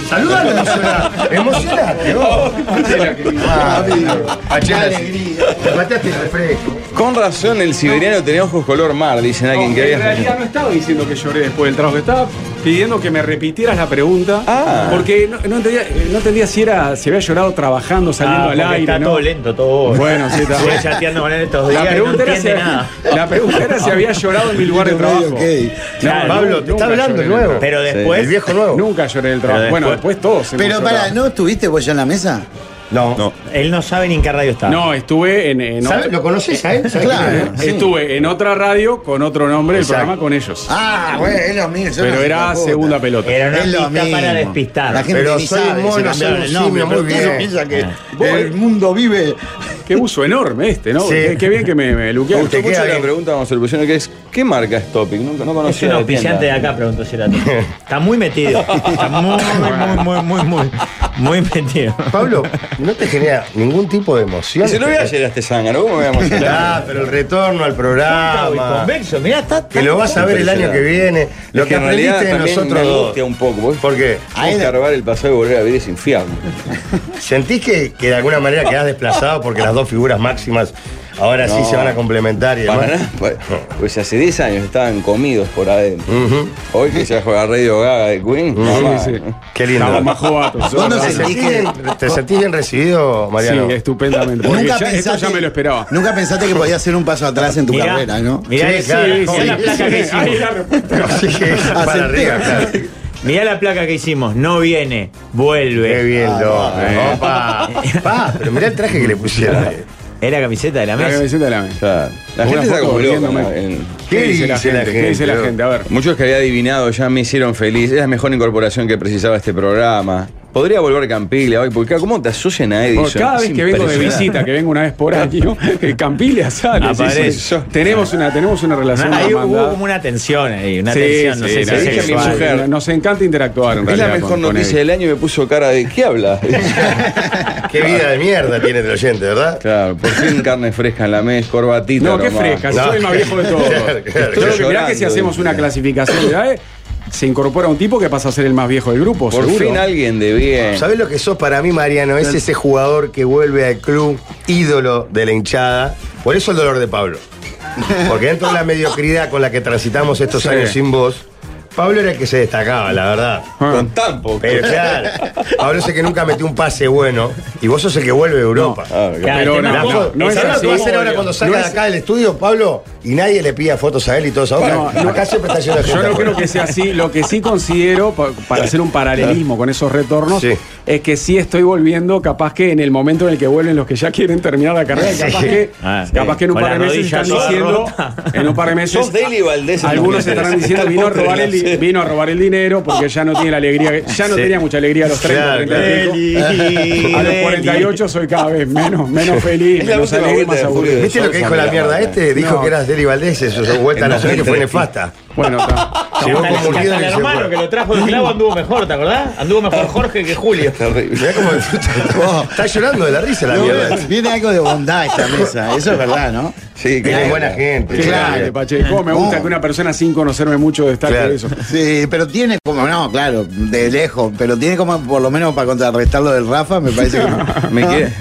Speaker 3: Saludalo,
Speaker 4: [LAUGHS]
Speaker 3: emocionate. Emocionate, vos.
Speaker 4: Oh,
Speaker 3: Qué alegría. Te mataste el refresco.
Speaker 4: Con razón el siberiano tenía ojos color mar, dicen alguien que
Speaker 7: Aunque en realidad
Speaker 4: había.
Speaker 7: no estaba diciendo que lloré después del trabajo, estaba pidiendo que me repitieras la pregunta
Speaker 4: Ah.
Speaker 7: porque no, no entendía, eh, no entendía si era si había llorado trabajando,
Speaker 2: Ah,
Speaker 7: saliendo al
Speaker 2: porque está
Speaker 7: aire. ¿no?
Speaker 2: todo lento,
Speaker 7: [LAUGHS]
Speaker 2: todo.
Speaker 7: Bueno, sí, está.
Speaker 2: Estuve chateando con él estos días.
Speaker 7: La
Speaker 2: y
Speaker 7: pregunta,
Speaker 2: no
Speaker 7: era si,
Speaker 2: entiende nada.
Speaker 7: [LAUGHS] la pregunta era si había llorado en mi lugar de trabajo.
Speaker 2: Claro,
Speaker 3: Pablo, te
Speaker 7: nunca
Speaker 3: está hablando
Speaker 7: lloré.
Speaker 3: el nuevo.
Speaker 2: Pero después.
Speaker 3: El viejo nuevo.
Speaker 7: Nunca lloré del trabajo.
Speaker 2: Pero
Speaker 7: bueno,
Speaker 2: después-
Speaker 7: después todos. hemos
Speaker 1: Pero para,
Speaker 7: llorado.
Speaker 1: ¿no estuviste vos ya en la mesa?
Speaker 3: No.
Speaker 4: No.
Speaker 2: Él no sabe ni en qué radio está.
Speaker 7: No, estuve en, en
Speaker 3: ¿Sabes?
Speaker 7: otra,
Speaker 3: ¿Lo conoces a él? ¿Sabés
Speaker 1: Claro.
Speaker 3: quién es?
Speaker 1: Sí.
Speaker 7: estuve en otra radio con otro nombre del
Speaker 3: Exacto.
Speaker 7: programa con ellos.
Speaker 1: Ah, bueno, es lo mismo. yo no
Speaker 7: pero
Speaker 1: sé
Speaker 7: era
Speaker 1: tampoco.
Speaker 7: segunda pelota.
Speaker 2: Era una
Speaker 1: Es lo
Speaker 2: pista
Speaker 1: mismo.
Speaker 2: para despistar.
Speaker 1: La gente
Speaker 3: Pero
Speaker 1: ni
Speaker 3: soy
Speaker 1: sabe,
Speaker 3: un
Speaker 1: se
Speaker 3: mono, soy
Speaker 1: cambiaron
Speaker 3: un
Speaker 1: el nombre.
Speaker 3: simio, muy
Speaker 1: pero ustedes
Speaker 3: bien.
Speaker 1: piensan que
Speaker 2: Ah.
Speaker 1: [LAUGHS]
Speaker 3: Vos-
Speaker 4: Eh,
Speaker 1: el mundo vive.
Speaker 7: Qué uso enorme este, ¿no?
Speaker 3: Sí.
Speaker 7: Qué, qué bien que me, me
Speaker 4: Me
Speaker 7: luqueaste.
Speaker 4: gustó
Speaker 3: Te
Speaker 4: mucho
Speaker 3: queda
Speaker 4: la
Speaker 3: bien.
Speaker 4: pregunta vamos a solucionar que es ¿qué marca es Topic? Nunca no
Speaker 2: Es
Speaker 4: conocía
Speaker 2: un
Speaker 4: la
Speaker 2: auspiciante de
Speaker 4: tienda.
Speaker 2: acá, preguntó Cerato. Está muy [LAUGHS] metido. Está muy, muy, muy, muy, muy, muy metido.
Speaker 3: Pablo, no te genera ningún tipo de emoción.
Speaker 4: Dice, no voy a llegar a este zángano, ¿cómo me voy a emocionar?
Speaker 3: Ah, pero el retorno al
Speaker 2: Y
Speaker 3: programa.
Speaker 2: convexo, mirá, está.
Speaker 3: Que lo vas a ver el año que viene. Lo
Speaker 4: Es
Speaker 3: que
Speaker 4: en realidad
Speaker 3: aprendiste de
Speaker 4: también
Speaker 3: nosotros
Speaker 4: me
Speaker 3: dos.
Speaker 4: angustia un poco. Vos
Speaker 3: ¿Por qué?
Speaker 4: vos cargar el pasado y volver a vivir es infierno.
Speaker 3: ¿Sentís que, que de alguna manera quedás desplazado porque las dos figuras máximas Ahora sí
Speaker 4: No.
Speaker 3: se van a complementar y
Speaker 4: Para
Speaker 3: demás.
Speaker 4: nada, pues, pues hace 10 años estaban comidos por adentro.
Speaker 3: Ujú.
Speaker 4: Hoy que ya juega Radio Gaga de Queen. mamá.
Speaker 7: sí.
Speaker 3: Qué
Speaker 7: Estamos
Speaker 3: lindo.
Speaker 7: más
Speaker 3: [LAUGHS]
Speaker 7: jovatos.
Speaker 1: Vos no
Speaker 3: Ah, ¿Te
Speaker 1: sentís
Speaker 3: sentís,
Speaker 1: que-
Speaker 3: bien, te sentís bien recibido, Mariano?
Speaker 7: Sí, estupendamente. Porque ya- esto ya me lo esperaba.
Speaker 1: Nunca pensaste que podías hacer un paso atrás en tu
Speaker 2: Mirá,
Speaker 1: carrera, ¿no?
Speaker 2: mirá,
Speaker 3: Sí,
Speaker 2: que-
Speaker 3: claro.
Speaker 2: mirá
Speaker 3: Sí,
Speaker 2: la placa que hicimos.
Speaker 7: Ahí la respuesta.
Speaker 3: Así que
Speaker 2: [LAUGHS]
Speaker 3: para arriba, claro.
Speaker 2: Mirá la placa que hicimos. No viene,
Speaker 3: Qué
Speaker 2: vuelve. Ah,
Speaker 3: bien, loco.
Speaker 4: eh.
Speaker 2: [LAUGHS]
Speaker 3: Opa. Pa, pero mirá el traje que le pusieron. eh.
Speaker 2: Es la camiseta de la
Speaker 7: La
Speaker 2: mesa.
Speaker 7: camiseta de la mesa.
Speaker 4: Claro. La
Speaker 7: Una
Speaker 4: gente está
Speaker 7: foto
Speaker 4: como loca.
Speaker 7: viéndome.
Speaker 4: ¿no? En-
Speaker 3: ¿Qué dice la gente?
Speaker 7: ¿Qué dice la gente? A ver.
Speaker 4: Muchos que había adivinado ya me hicieron feliz. Es la mejor incorporación que precisaba este programa. Podría volver Campiglia hoy, porque ¿cómo te asocian a Edison?
Speaker 7: Por cada
Speaker 4: Es
Speaker 7: vez que vengo de
Speaker 4: impresionante.
Speaker 7: visita, que vengo una vez por año, eh, Campiglia sale. sí,
Speaker 2: Aparece.
Speaker 7: sí. Tenemos una, tenemos una relación
Speaker 2: Ahí
Speaker 7: una
Speaker 2: hubo
Speaker 7: hermandad.
Speaker 2: como una tensión ahí, una
Speaker 7: Sí,
Speaker 2: tensión, no
Speaker 7: sí,
Speaker 2: sé
Speaker 7: la
Speaker 2: si
Speaker 4: dije
Speaker 7: verdad
Speaker 4: a mi
Speaker 2: sexual.
Speaker 7: que
Speaker 4: mujer.
Speaker 7: sí. Nos encanta interactuar. en
Speaker 4: Es la
Speaker 7: realidad
Speaker 4: mejor
Speaker 7: con- con
Speaker 4: noticia
Speaker 7: él.
Speaker 4: del año y me puso cara de ¿qué
Speaker 7: [LAUGHS]
Speaker 4: habla?
Speaker 3: Qué vida de mierda tiene el oyente, ¿verdad?
Speaker 4: claro, por fin carne fresca en la mesa, corbatita.
Speaker 7: No, qué
Speaker 4: nomás.
Speaker 7: fresca, si
Speaker 3: No.
Speaker 7: soy el más
Speaker 4: [LAUGHS]
Speaker 7: viejo de todos.
Speaker 3: Claro, claro.
Speaker 7: Yo creo que mirá
Speaker 4: Llorando,
Speaker 7: que si hacemos
Speaker 4: dice.
Speaker 7: una clasificación de AE, se incorpora un tipo que pasa a ser el más viejo del grupo,
Speaker 4: Por
Speaker 7: seguro.
Speaker 4: fin alguien de bien.
Speaker 3: ¿Sabés lo que sos para mí, Mariano? Es ese jugador que vuelve al club ídolo de la hinchada. Por eso el dolor de Pablo. Porque dentro de la mediocridad con la que transitamos estos
Speaker 7: Sí.
Speaker 3: años sin voz, Pablo era el que se destacaba, la verdad.
Speaker 7: Ah.
Speaker 4: Con tan poco.
Speaker 3: Pero claro, Pablo es el que nunca metió un pase bueno y vos sos el que vuelve a Europa.
Speaker 4: Ah, claro.
Speaker 2: Claro,
Speaker 7: Pero
Speaker 2: el tema
Speaker 7: no,
Speaker 2: es
Speaker 7: no,
Speaker 2: cómo-
Speaker 7: no es
Speaker 2: ¿Sabés
Speaker 3: ¿Sabes lo
Speaker 7: así.
Speaker 3: que va a hacer ahora cuando salga
Speaker 7: No
Speaker 3: de
Speaker 7: es-
Speaker 3: acá del estudio, Pablo? Y nadie le pida fotos a él y todo eso.
Speaker 7: No, no.
Speaker 3: acá siempre está lleno de
Speaker 7: Yo
Speaker 3: gente.
Speaker 7: no creo que sea así. Lo que sí considero, pa- para hacer un paralelismo con esos retornos,
Speaker 3: Sí.
Speaker 7: es que sí estoy volviendo, capaz que en el momento en el que vuelven los que ya quieren terminar la carrera, capaz, que,
Speaker 2: Ah, sí.
Speaker 7: capaz que en un
Speaker 2: Con
Speaker 7: par de
Speaker 2: la
Speaker 7: meses
Speaker 2: rodilla
Speaker 7: están
Speaker 2: toda
Speaker 7: diciendo,
Speaker 2: rota.
Speaker 7: en un par de meses,
Speaker 4: Sos Deli Valdés en
Speaker 7: algunos
Speaker 4: tu
Speaker 7: estarán
Speaker 4: mente.
Speaker 7: diciendo,
Speaker 4: Está
Speaker 7: vino a,
Speaker 4: pobre
Speaker 7: robar el, di-
Speaker 4: la-
Speaker 7: vino a robar el dinero pues, porque ya no tiene la alegría, que- ya no
Speaker 3: Sí.
Speaker 7: tenía mucha alegría a los 30,
Speaker 3: Claro.
Speaker 7: 35. A los 48 soy cada vez menos, menos
Speaker 4: [LAUGHS]
Speaker 7: feliz,
Speaker 4: Es la
Speaker 7: menos
Speaker 4: última
Speaker 7: alegre,
Speaker 4: vuelta
Speaker 7: más
Speaker 4: de
Speaker 7: aburrido.
Speaker 4: Julio.
Speaker 3: ¿Viste lo que dijo la mierda este? Dijo
Speaker 7: No.
Speaker 3: que eras Deli Valdés, eso es vuelta
Speaker 4: En
Speaker 3: nacional que
Speaker 4: 2003.
Speaker 3: fue [LAUGHS] nefasta.
Speaker 7: Bueno, está.
Speaker 3: Llegó como
Speaker 2: Hasta el-
Speaker 3: líder
Speaker 2: hasta el
Speaker 3: y se
Speaker 2: hermano
Speaker 3: fue.
Speaker 2: que lo trajo de clavo anduvo mejor, ¿te acordás? Anduvo mejor Jorge que Julio.
Speaker 3: Mirá cómo
Speaker 1: [LAUGHS]
Speaker 3: está llorando de la risa la
Speaker 1: No,
Speaker 3: mierda.
Speaker 1: Viene algo de bondad esta mesa, eso es verdad, ¿no?
Speaker 4: Sí,
Speaker 3: Tiene
Speaker 4: claro.
Speaker 3: buena gente.
Speaker 7: Qué
Speaker 3: claro.
Speaker 7: grande, Pacheco. Me gusta
Speaker 1: No.
Speaker 7: que una persona sin conocerme mucho destaque
Speaker 3: Claro.
Speaker 7: eso.
Speaker 1: Sí, pero tiene como, no, claro, de lejos, pero tiene como, por lo menos para contrarrestar lo del Rafa, me parece
Speaker 3: [LAUGHS]
Speaker 1: que.
Speaker 4: Me [LAUGHS]
Speaker 1: ¿no?
Speaker 4: quedé,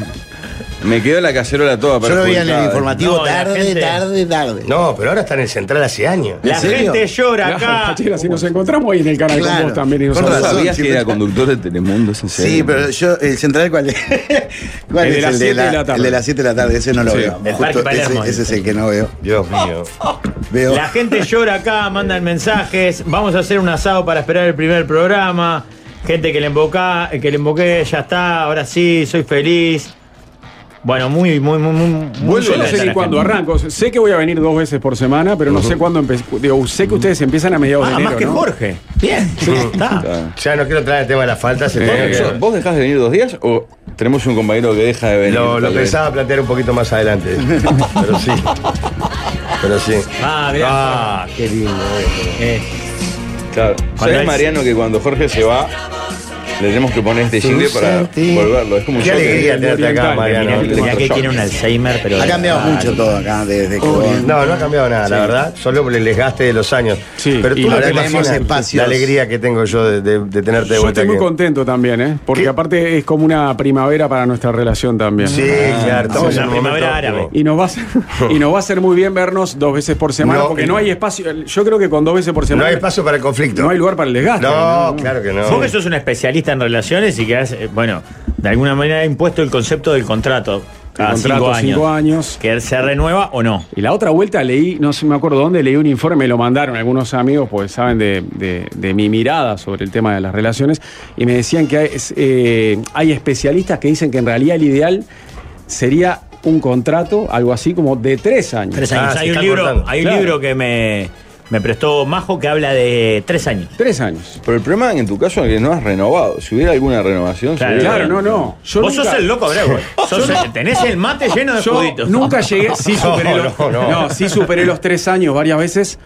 Speaker 4: me quedó la cacerola toda
Speaker 1: Yo lo vi en el
Speaker 4: perjudicada.
Speaker 1: informativo
Speaker 2: No, la
Speaker 1: tarde,
Speaker 2: gente-
Speaker 1: tarde, tarde.
Speaker 3: No, pero ahora está en el central hace años.
Speaker 2: La
Speaker 1: serio?
Speaker 2: gente llora
Speaker 7: Claro,
Speaker 2: acá.
Speaker 7: Pachera, si nos encontramos ahí en el canal
Speaker 1: Claro.
Speaker 7: con vos también y
Speaker 1: Con
Speaker 7: nosotros.
Speaker 4: ¿No
Speaker 1: razón.
Speaker 4: sabías que era conductor de Telemundo? Es en
Speaker 1: Sí,
Speaker 4: serio.
Speaker 1: pero yo, el central, ¿cuál es? [LAUGHS] ¿Cuál
Speaker 7: El de
Speaker 1: es?
Speaker 7: las siete de la tarde.
Speaker 1: El de las 7 de la tarde, ese no lo
Speaker 7: Sí.
Speaker 1: veo.
Speaker 2: Del Parque
Speaker 1: Justo
Speaker 2: Palermo.
Speaker 1: ese, ese es el que no veo.
Speaker 3: Dios mío.
Speaker 1: Veo.
Speaker 2: La gente llora acá, mandan mensajes. Vamos a hacer un asado para esperar el primer programa. Gente que le emboca, que le emboqué, ya está, ahora sí, soy feliz. Bueno, muy, muy, muy, muy. muy
Speaker 7: Yo no
Speaker 2: contenta
Speaker 7: sé ni
Speaker 2: la
Speaker 7: cuándo
Speaker 2: gente.
Speaker 7: arranco. Sé que voy a venir dos veces por semana, pero no sé cuándo empecé. Digo, sé que ustedes empiezan a mediados de
Speaker 2: Ah,
Speaker 7: enero.
Speaker 2: más que
Speaker 7: ¿no?
Speaker 2: Jorge. Bien, está.
Speaker 4: Claro.
Speaker 3: Ya no quiero traer el tema de la falta. Se
Speaker 4: Eh,
Speaker 3: tiene que-
Speaker 4: ¿Vos dejás de venir dos días o tenemos un compañero que deja de venir?
Speaker 3: Lo, lo
Speaker 4: tal vez?
Speaker 3: pensaba plantear un poquito
Speaker 4: [LAUGHS]
Speaker 3: más adelante. Pero sí. Pero sí.
Speaker 2: Ah, mirá.
Speaker 3: Ah, qué lindo. eh.
Speaker 2: Eh,
Speaker 4: Claro.
Speaker 2: Cuando
Speaker 4: ¿Sabés,
Speaker 2: es-
Speaker 4: Mariano, que cuando Jorge se va,
Speaker 2: Eh,
Speaker 4: le tenemos que poner este jingle para volverlo? Es como un
Speaker 3: Qué
Speaker 4: shock.
Speaker 3: alegría tenerte acá,
Speaker 7: Oriental,
Speaker 2: mirá,
Speaker 3: Mariano.
Speaker 2: mirá que tiene un Alzheimer, pero.
Speaker 1: Ha cambiado
Speaker 2: Ah,
Speaker 1: mucho todo acá desde que vos-
Speaker 3: No, no ha cambiado nada, la verdad. Solo por el desgaste de los años.
Speaker 7: Sí,
Speaker 3: Pero
Speaker 7: y
Speaker 3: tú no
Speaker 7: ahora
Speaker 3: te
Speaker 1: tenemos
Speaker 3: imaginas
Speaker 1: espacios.
Speaker 3: la alegría que tengo yo de, de- de tenerte de
Speaker 7: Yo
Speaker 3: vuelta
Speaker 7: estoy muy
Speaker 3: aquí.
Speaker 7: contento también, ¿eh? Porque
Speaker 3: ¿Qué?
Speaker 7: aparte es como una primavera para nuestra relación también. Ah,
Speaker 3: Sí, claro. Estamos
Speaker 2: la
Speaker 3: en un momento
Speaker 2: primavera
Speaker 3: óptimo.
Speaker 2: árabe.
Speaker 7: Y nos, va a ser, [LAUGHS] y nos va a hacer muy bien vernos dos veces por semana,
Speaker 3: No,
Speaker 7: porque
Speaker 3: y-
Speaker 7: no hay espacio. Yo creo que con dos veces por
Speaker 3: No
Speaker 7: semana
Speaker 3: hay espacio para el
Speaker 7: [LAUGHS]
Speaker 3: conflicto.
Speaker 7: no hay lugar para el desgaste.
Speaker 3: No, claro que
Speaker 2: Vos
Speaker 3: no.
Speaker 2: que sos un especialista en relaciones y que has, eh, bueno, de alguna manera impuesto el concepto del contrato cada
Speaker 7: contrato,
Speaker 2: cinco años.
Speaker 7: cinco años.
Speaker 2: Que se renueva o no.
Speaker 7: Y la otra vuelta leí, no sé, me acuerdo dónde, leí un informe, me lo mandaron algunos amigos, pues saben de, de- de mi mirada sobre el tema de las relaciones, y me decían que hay, es, eh, hay especialistas que dicen que en realidad el ideal sería un contrato, algo así como de tres años.
Speaker 2: Tres
Speaker 3: Ah,
Speaker 2: años.
Speaker 3: se
Speaker 2: hay un,
Speaker 3: está
Speaker 2: libro,
Speaker 3: cortando.
Speaker 2: hay un
Speaker 7: Claro.
Speaker 2: libro que me, me prestó Majo que habla de tres años.
Speaker 7: Tres años.
Speaker 4: Pero el problema en tu caso es que no has renovado. Si hubiera alguna renovación,
Speaker 2: Claro.
Speaker 4: sería-
Speaker 7: Claro, no, no. Yo
Speaker 2: Vos
Speaker 7: nunca-
Speaker 2: sos el loco,
Speaker 4: eh.
Speaker 7: [LAUGHS]
Speaker 2: Bravo. Sos el- tenés el mate lleno de
Speaker 7: Yo
Speaker 2: juditos.
Speaker 7: nunca llegué,
Speaker 2: [LAUGHS]
Speaker 7: sí
Speaker 3: No,
Speaker 4: [LAUGHS]
Speaker 7: superé,
Speaker 3: no,
Speaker 7: los,
Speaker 3: no.
Speaker 7: no, sí superé los tres años varias veces.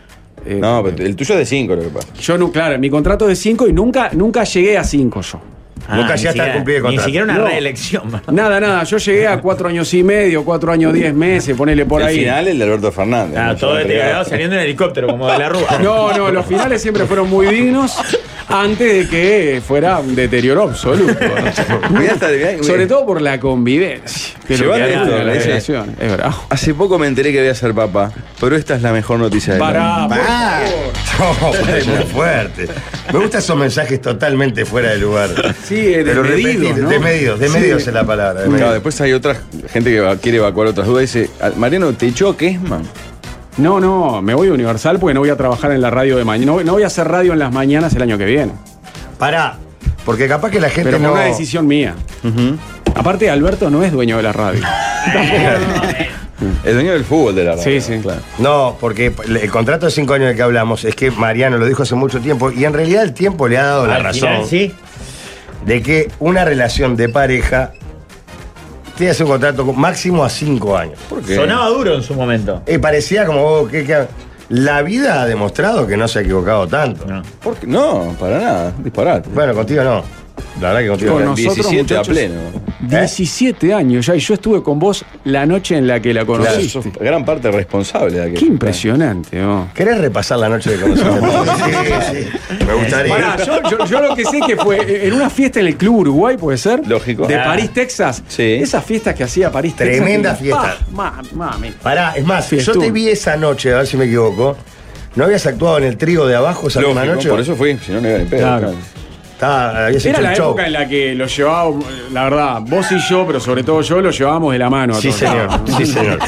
Speaker 7: Eh,
Speaker 4: No, pero el tuyo es de 5 lo que pasa.
Speaker 7: Yo no, claro, mi contrato es de cinco y nunca, nunca llegué a cinco yo.
Speaker 3: nunca
Speaker 2: Ah, ni
Speaker 3: llegaste a
Speaker 2: siquiera-
Speaker 3: cumplir el
Speaker 2: Ni
Speaker 3: contrato.
Speaker 2: siquiera una
Speaker 7: No.
Speaker 2: reelección.
Speaker 7: Nada, nada, yo llegué a cuatro años y medio, cuatro años, diez meses, ponele por
Speaker 4: el
Speaker 7: ahí.
Speaker 4: final, el de Alberto Fernández.
Speaker 2: Ah,
Speaker 4: ¿no?
Speaker 2: todo
Speaker 4: Yo creo.
Speaker 7: [LAUGHS]
Speaker 2: deteriorado saliendo en helicóptero, como de la rúa.
Speaker 7: No, no, los finales siempre fueron muy dignos. antes de que fuera un deterioro absoluto. ¿no?
Speaker 4: Mirá hasta- mirá-
Speaker 7: Sobre todo por la convivencia. que es lo que
Speaker 4: Llevate
Speaker 7: hay
Speaker 4: esto, ¿eh?
Speaker 7: en la
Speaker 4: dice.
Speaker 7: relación. Es bravo.
Speaker 4: Hace poco me enteré que voy a ser papá, pero esta es la mejor noticia del mundo.
Speaker 7: Pará, por-
Speaker 1: Ah,
Speaker 3: No, [LAUGHS] es muy fuerte. Me gustan esos mensajes totalmente fuera de lugar.
Speaker 7: Sí, eh,
Speaker 3: Pero
Speaker 7: desmedidos,
Speaker 3: repetite,
Speaker 7: ¿no?
Speaker 3: desmedidos, desmedidos es la palabra.
Speaker 4: Claro,
Speaker 3: desmedidos.
Speaker 4: después hay otra gente que va- quiere evacuar otras dudas. Dice, "Al- Mariano, ¿te echó Kesman?
Speaker 7: No, no, me voy a Universal porque no voy a trabajar en la radio de mañana. No, no voy a hacer radio en las mañanas el año que viene.
Speaker 3: Pará, porque capaz que la gente
Speaker 7: Pero fue
Speaker 3: no.
Speaker 7: una decisión mía.
Speaker 3: [LAUGHS]
Speaker 7: Aparte, Alberto no es dueño de la radio.
Speaker 4: El dueño del fútbol de la radio.
Speaker 7: Sí, sí.
Speaker 4: Claro.
Speaker 3: No, porque el contrato de cinco años del que hablamos es que Mariano lo dijo hace mucho tiempo y en realidad el tiempo le ha dado la
Speaker 2: Al
Speaker 3: razón
Speaker 2: final, sí.
Speaker 3: de que una relación de pareja tiene que ser un contrato con- máximo a cinco años.
Speaker 4: ¿Por qué?
Speaker 2: Sonaba duro en su momento.
Speaker 3: Y parecía como oh, que, que- la vida ha demostrado que no se ha equivocado tanto.
Speaker 2: No.
Speaker 4: ¿Por qué? No, para nada. Disparate.
Speaker 3: Bueno, contigo no. La verdad que contigo
Speaker 7: Con
Speaker 3: no.
Speaker 4: Bueno. 17 a pleno.
Speaker 7: 17 años ya, y yo estuve con vos la noche en la que la
Speaker 4: Claro,
Speaker 7: conociste.
Speaker 4: sos gran parte responsable de aquello.
Speaker 7: Qué impresionante, ¿no?
Speaker 3: ¿Querés repasar la noche de conocimiento? sí, sí. Me gustaría.
Speaker 7: Pará,
Speaker 4: ¿eh?
Speaker 7: yo, yo- yo lo que sé que fue eh, en una fiesta en el Club Uruguay, ¿puede ser?
Speaker 4: Lógico.
Speaker 7: De
Speaker 4: Ah.
Speaker 7: París, Texas.
Speaker 4: Sí.
Speaker 7: Esas fiestas que hacía París,
Speaker 3: Tremenda
Speaker 7: Texas. que-
Speaker 3: fiesta.
Speaker 7: Pa, ma- mami.
Speaker 3: Pará, es más, yo
Speaker 7: Fiestón.
Speaker 3: te vi esa noche, a ver si me equivoco. ¿No habías actuado en el trigo de abajo esa misma
Speaker 4: Lógico,
Speaker 3: noche?
Speaker 4: por eso fui, si no, no iba ni pedo.
Speaker 7: Claro.
Speaker 4: claro.
Speaker 3: Estaba, habías
Speaker 7: Era
Speaker 3: hecho
Speaker 7: la
Speaker 3: un show.
Speaker 7: época en la que lo llevábamos, la verdad, vos y yo, pero sobre todo yo, lo llevábamos de la mano. A
Speaker 3: Sí,
Speaker 7: todos.
Speaker 3: señor. Sí, señor.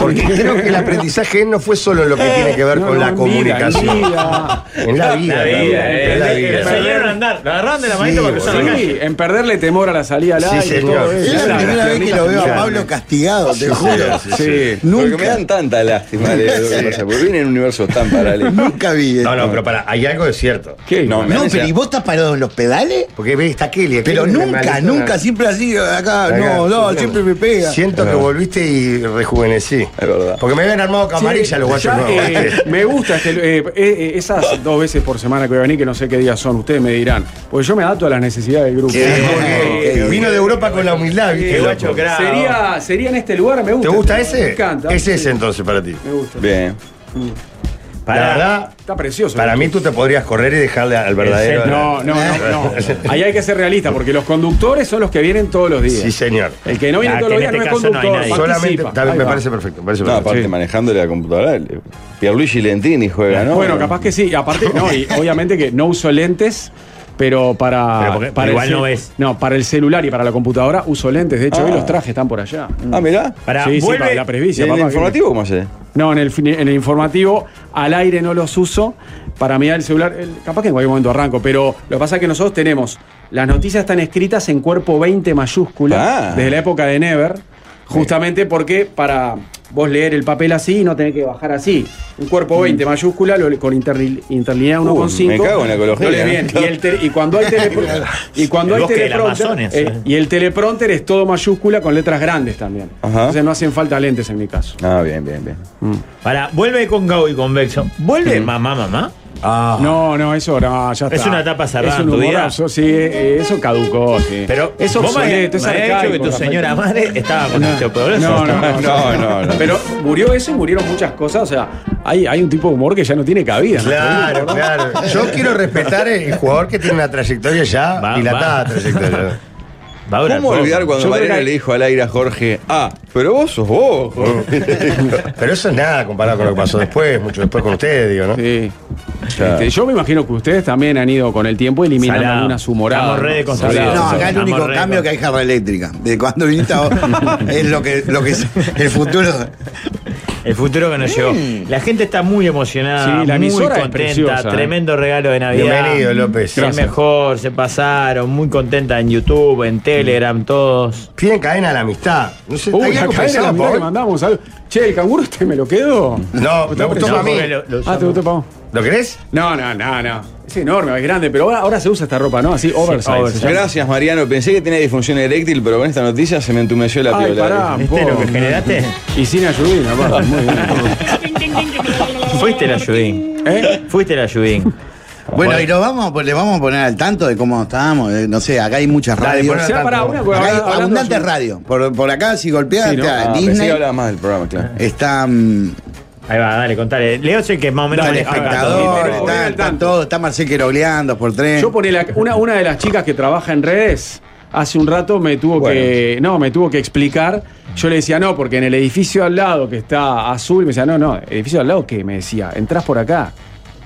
Speaker 3: Porque creo que el aprendizaje no fue solo en lo que tiene que ver
Speaker 7: Eh, No,
Speaker 3: con
Speaker 7: no,
Speaker 3: la
Speaker 7: en
Speaker 3: comunicación.
Speaker 7: vida,
Speaker 3: En la vida.
Speaker 2: La
Speaker 3: cabrón,
Speaker 2: vida,
Speaker 3: en la
Speaker 2: eh, eh,
Speaker 3: vida.
Speaker 2: salieron a andar. Lo agarraron de la manito para cruzar
Speaker 7: en
Speaker 2: la
Speaker 7: vida.
Speaker 2: calle.
Speaker 7: Sí, en perderle temor a la salida al
Speaker 3: Sí,
Speaker 7: aire.
Speaker 3: señor.
Speaker 7: todo eso.
Speaker 1: es la
Speaker 3: Claro,
Speaker 1: primera vez que lo veo a
Speaker 3: claro.
Speaker 1: Pablo castigado, te juro.
Speaker 3: Juro.
Speaker 7: Sí.
Speaker 4: Porque me dan tanta lástima de lo que pasa, porque vienen universos tan paralelos.
Speaker 1: Nunca vi
Speaker 3: No,
Speaker 1: esto.
Speaker 3: no, pero pará, hay algo de cierto.
Speaker 7: ¿Qué?
Speaker 4: No, me-
Speaker 1: No, pero ¿y vos estás parado en los pedales?
Speaker 3: Porque ve, está Kelly.
Speaker 1: Pero
Speaker 3: Kelly me
Speaker 1: nunca,
Speaker 3: maldijo
Speaker 1: nunca,
Speaker 3: una-
Speaker 1: siempre así, acá,
Speaker 3: Acá,
Speaker 1: no, no,
Speaker 3: sí,
Speaker 1: siempre
Speaker 3: claro.
Speaker 1: me pega.
Speaker 3: Siento que volviste y rejuvenecí.
Speaker 4: Es verdad.
Speaker 3: Porque me habían armado camarilla los guachos
Speaker 7: Ya,
Speaker 3: nuevos. [LAUGHS]
Speaker 7: eh, me gusta este- eh, eh, esas dos veces por semana que voy a venir, que no sé qué días son, ustedes me dirán. Porque yo me adapto a las necesidades del grupo.
Speaker 3: Porque
Speaker 1: qué
Speaker 3: vino de Europa con la humildad,
Speaker 2: Qué
Speaker 3: ¿viste?
Speaker 2: guacho
Speaker 3: loco?
Speaker 2: cravo.
Speaker 7: Sería, sería en este lugar, me gusta.
Speaker 3: ¿Te gusta ese?
Speaker 7: Me encanta.
Speaker 3: Es ese
Speaker 7: Sí,
Speaker 3: entonces para ti.
Speaker 7: Me gusta. Mm.
Speaker 4: Bien.
Speaker 3: La
Speaker 2: Pará.
Speaker 3: verdad,
Speaker 7: Está precioso.
Speaker 3: para mí tú te podrías correr y dejarle al verdadero.
Speaker 7: No, no,
Speaker 3: [LAUGHS]
Speaker 7: no, no. Ahí hay que ser realista, porque los conductores son los que vienen todos los días.
Speaker 3: Sí, señor.
Speaker 7: El que no viene
Speaker 2: Ah,
Speaker 7: todos
Speaker 2: que
Speaker 7: los
Speaker 2: en
Speaker 7: días no
Speaker 2: este caso
Speaker 7: es
Speaker 2: no hay
Speaker 7: conductor.
Speaker 2: nadie.
Speaker 7: participa.
Speaker 3: Solamente, está bien,
Speaker 7: Ahí
Speaker 3: me
Speaker 7: va.
Speaker 3: parece perfecto. Me parece
Speaker 4: No,
Speaker 3: perfecto.
Speaker 4: aparte
Speaker 7: Sí.
Speaker 4: manejándole la computadora. le- Pierluigi Lentini juega, ¿no?
Speaker 7: Bueno, capaz que sí. Aparte,
Speaker 4: [LAUGHS]
Speaker 7: no, y obviamente que no uso lentes, pero para.
Speaker 2: Pero porque-
Speaker 7: para
Speaker 2: igual
Speaker 7: el cel-
Speaker 2: no ves.
Speaker 7: No, para el celular y para la computadora uso lentes. De hecho,
Speaker 4: Ah.
Speaker 7: hoy los trajes están por allá.
Speaker 4: Ah, mirá.
Speaker 2: Pará,
Speaker 7: sí, sí,
Speaker 2: vuelve-
Speaker 7: para la
Speaker 4: ¿Y
Speaker 7: presbicia,
Speaker 4: en el
Speaker 7: papá, que-
Speaker 4: informativo cómo hace?
Speaker 7: No, en el, fin- en el informativo al aire no los uso. Para mirar el celular, el- capaz que en cualquier momento arranco, pero lo que pasa es que nosotros tenemos, las noticias están escritas en cuerpo 20 mayúscula,
Speaker 4: Ah.
Speaker 7: desde la época de Never, justamente porque para vos leer el papel así y no tener que bajar así. Un cuerpo 20 mayúscula lo- con interli- interlineada
Speaker 4: Mm. Uh,
Speaker 7: 1,5.
Speaker 4: me cago en la ecología,
Speaker 7: No lees
Speaker 4: ¿no?
Speaker 7: bien. Y, el tele- y
Speaker 4: [LAUGHS]
Speaker 7: cuando hay telepronter. y cuando
Speaker 2: El
Speaker 7: hay
Speaker 2: bosque del
Speaker 7: teleprompter.
Speaker 2: Amazonas,
Speaker 7: eh,
Speaker 2: eh.
Speaker 7: y el teleprompter es todo mayúscula con letras grandes también.
Speaker 4: Ajá.
Speaker 7: Entonces no hacen falta lentes en mi caso. Mm.
Speaker 4: Ah, bien, bien, bien.
Speaker 2: Pará, vuelve con Gau y convexo. Vuelve mamá, mamá.
Speaker 3: Ah.
Speaker 7: No, no, eso no, ya está.
Speaker 2: Es una etapa cerrada
Speaker 7: Es un
Speaker 2: en tu
Speaker 7: humor
Speaker 2: vida.
Speaker 7: absurdo, sí, eh, eso caducó, sí.
Speaker 3: Pero
Speaker 7: es
Speaker 2: Vos me-
Speaker 7: obsoleto, es
Speaker 2: me habías dicho
Speaker 7: arcaico,
Speaker 2: que tu
Speaker 7: Rafael.
Speaker 2: señora madre estaba con este progreso.
Speaker 7: No, no, no,
Speaker 4: No, no, no.
Speaker 7: Pero murió eso y murieron muchas cosas, o sea, hay, hay un tipo de humor que ya no tiene cabida. ¿no?
Speaker 3: Claro, claro. Yo quiero respetar el jugador que tiene una trayectoria ya
Speaker 2: Va,
Speaker 3: dilatada
Speaker 2: va.
Speaker 3: trayectoria.
Speaker 2: [LAUGHS] Va a durar
Speaker 4: ¿Cómo
Speaker 2: poco.
Speaker 4: olvidar cuando
Speaker 7: Yo creo
Speaker 4: Mariano
Speaker 7: que-
Speaker 4: le dijo al aire a Jorge, ah, pero vos sos vos? Jorge"?
Speaker 3: Pero eso es nada comparado con lo que pasó después, mucho después con ustedes, digo, ¿no?
Speaker 7: Sí.
Speaker 4: Claro.
Speaker 7: Este, yo me imagino que ustedes también han ido con el tiempo eliminando
Speaker 2: Salado.
Speaker 7: algunas
Speaker 2: Estamos
Speaker 7: humoradas.
Speaker 2: re
Speaker 7: ¿no?
Speaker 2: deconstruidos.
Speaker 7: Salado.
Speaker 1: No, acá el
Speaker 2: Estamos
Speaker 1: único
Speaker 2: re
Speaker 1: cambio
Speaker 2: con-
Speaker 1: que hay jarra eléctrica. De cuando viniste
Speaker 2: [LAUGHS]
Speaker 1: a vos, es lo que, lo que es el futuro. Mm.
Speaker 2: El futuro que nos llegó. La gente está muy emocionada,
Speaker 7: Sí, la
Speaker 2: muy
Speaker 7: emisora es
Speaker 2: contenta.
Speaker 7: preciosa, ¿eh?
Speaker 2: Tremendo regalo de Navidad.
Speaker 3: Bienvenido, López.
Speaker 2: Es
Speaker 7: Gracias.
Speaker 2: mejor, se pasaron, muy contenta en YouTube, en Telegram, todos.
Speaker 3: Piden cadena a la amistad. No sé,
Speaker 7: Uy,
Speaker 3: ¿hay
Speaker 7: la
Speaker 3: algo
Speaker 7: cadena
Speaker 3: pensado,
Speaker 7: la mirá
Speaker 3: Paul?
Speaker 7: que mandamos. algo. Che, el canguro este me lo quedo.
Speaker 3: No, me gustó
Speaker 2: No,
Speaker 3: para mí.
Speaker 2: porque lo- lo
Speaker 7: Ah, te
Speaker 2: llamo.
Speaker 7: gustó, Pau.
Speaker 3: ¿Lo querés?
Speaker 7: No, no, no, no. Es enorme, es grande, pero ahora, ahora se usa esta ropa, ¿no? Así, oversize.
Speaker 2: oversize.
Speaker 7: se llama.
Speaker 4: Gracias, Mariano. Pensé que tenía disfunción eréctil, pero con esta noticia se me entumeció la
Speaker 7: Ay,
Speaker 4: piola.
Speaker 7: pará.
Speaker 2: ¿Viste
Speaker 7: Vos,
Speaker 2: ¿Este lo que generaste? Ah,
Speaker 7: Y sin ayudina, aparte, muy
Speaker 2: [LAUGHS]
Speaker 7: bien.
Speaker 2: Fuiste el ayudín.
Speaker 7: ¿Eh?
Speaker 2: Fuiste el ayudín.
Speaker 1: Bueno, y lo vamos, a- le vamos a poner al tanto de cómo estábamos. eh, No sé, acá hay muchas
Speaker 3: Dale,
Speaker 1: radios.
Speaker 3: ponelo
Speaker 7: O sea, pará, una porque
Speaker 1: Acá hay
Speaker 7: hablando-
Speaker 1: abundante radio. Por, por acá, si golpeas
Speaker 7: Sí, ¿no?
Speaker 1: está
Speaker 4: Ah, pensé
Speaker 1: Disney,
Speaker 4: que hablabas más del programa, claro.
Speaker 1: está mm,
Speaker 2: Ahí va, dale, contale. Leo sé que es más o menos
Speaker 1: Está el
Speaker 2: maneja acá
Speaker 7: espectador,
Speaker 1: espectador,
Speaker 7: pero voy
Speaker 1: está,
Speaker 7: al
Speaker 1: está
Speaker 7: tanto.
Speaker 1: todo, está Marcel Querogleando por tren.
Speaker 7: Yo ponele ac- una, una de las chicas que trabaja en redes, hace un rato me tuvo
Speaker 4: Bueno.
Speaker 7: que. No, me tuvo que explicar. Yo le decía, no, porque en el edificio al lado que está azul, me decía, no, no, edificio al lado qué? Me decía, entrás por acá.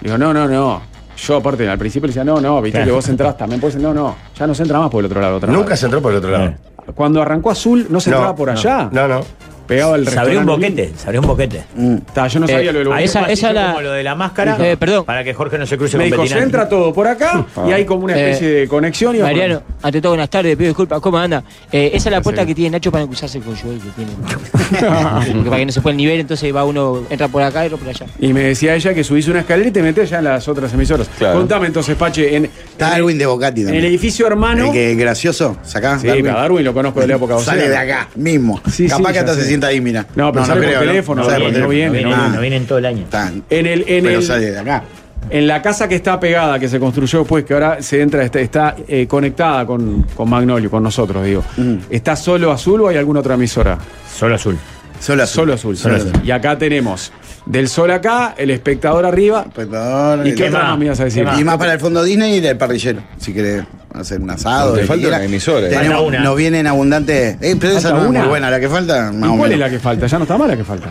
Speaker 7: Digo, no, no, no. Yo aparte al principio le decía, no, no, viste
Speaker 2: Claro.
Speaker 7: que vos entrás también, pues no, no, ya no se entra más por el otro lado. otra
Speaker 3: Nunca
Speaker 7: vez". Eh.
Speaker 3: se entró por el otro lado.
Speaker 2: No.
Speaker 7: Cuando arrancó azul, no se
Speaker 3: No,
Speaker 7: entraba por
Speaker 3: no,
Speaker 7: allá.
Speaker 3: No, no.
Speaker 7: Pegaba el
Speaker 2: Se abrió un
Speaker 7: restaurante.
Speaker 2: boquete, se abrió un boquete.
Speaker 1: Mm.
Speaker 7: Ta, yo no sabía
Speaker 5: Eh,
Speaker 7: lo del
Speaker 2: A
Speaker 7: boquete.
Speaker 5: esa-
Speaker 2: esa,
Speaker 5: esa la-
Speaker 2: como lo de la máscara.
Speaker 5: Eh, perdón.
Speaker 2: Para que Jorge no se cruce
Speaker 7: me
Speaker 2: con
Speaker 7: dijo, se
Speaker 2: Betinán.
Speaker 7: entra todo por acá y hay como una especie
Speaker 5: Eh,
Speaker 7: de conexión. Y
Speaker 5: Mariano, ante todo, buenas tardes, pido disculpas, ¿cómo anda? Eh, esa es la puerta
Speaker 7: Sí.
Speaker 5: que tiene Nacho para cruzarse con Joel, que tiene.
Speaker 7: [LAUGHS]
Speaker 5: Porque para que no se pueda el nivel, entonces va uno, entra por acá y otro por allá.
Speaker 7: Y me decía ella que subís una escalera y te metés ya en las otras emisoras.
Speaker 4: Claro.
Speaker 7: Contame entonces, Pache, en,
Speaker 1: Está Darwin de Bocati
Speaker 7: en el
Speaker 1: también.
Speaker 7: edificio hermano.
Speaker 1: El que es gracioso, sacá.
Speaker 7: Sí,
Speaker 1: Darwin.
Speaker 7: pero a Darwin lo conozco de la época
Speaker 1: Sale
Speaker 7: docera.
Speaker 1: de acá mismo.
Speaker 7: Sí,
Speaker 1: Capaz
Speaker 7: sí,
Speaker 1: que
Speaker 7: ya
Speaker 1: hasta
Speaker 7: sé.
Speaker 1: se sienta ahí, mira.
Speaker 7: No, pero sale por teléfono,
Speaker 2: No,
Speaker 7: Sale
Speaker 1: por
Speaker 2: viene,
Speaker 1: teléfono.
Speaker 2: no
Speaker 7: no viene,
Speaker 2: viene,
Speaker 1: Ah,
Speaker 2: no viene en todo el año.
Speaker 1: está.
Speaker 7: En, el, en,
Speaker 1: Pero
Speaker 7: el-
Speaker 1: sale de acá.
Speaker 7: en la casa que está pegada, que se construyó después, que ahora se entra, está, está, eh, conectada con, con Magnolio, con nosotros, digo.
Speaker 1: Mm.
Speaker 7: ¿Está solo azul o hay alguna otra emisora?
Speaker 2: Solo azul.
Speaker 1: Solo azul.
Speaker 7: Solo azul.
Speaker 1: Solo azul.
Speaker 7: Y acá tenemos del sol acá, el espectador arriba.
Speaker 1: Espectador,
Speaker 7: ¿Y qué
Speaker 1: y-
Speaker 7: otra
Speaker 2: más?
Speaker 7: más me ibas a decir?
Speaker 2: ¿Qué más?
Speaker 1: Y más para el fondo Disney y del parrillero, si querés hacer un asado.
Speaker 4: No, te
Speaker 1: lo que
Speaker 4: falta
Speaker 1: quieras.
Speaker 4: una emisora, eh.
Speaker 1: Tenemos-
Speaker 2: Falta una.
Speaker 1: Nos vienen abundantes. Eh, pero esa
Speaker 7: Falta
Speaker 1: no es muy
Speaker 7: una.
Speaker 1: buena, la que falta,
Speaker 7: ¿Y
Speaker 1: más o
Speaker 7: cuál es
Speaker 1: menos.
Speaker 7: la que falta? Ya no está mala que falta.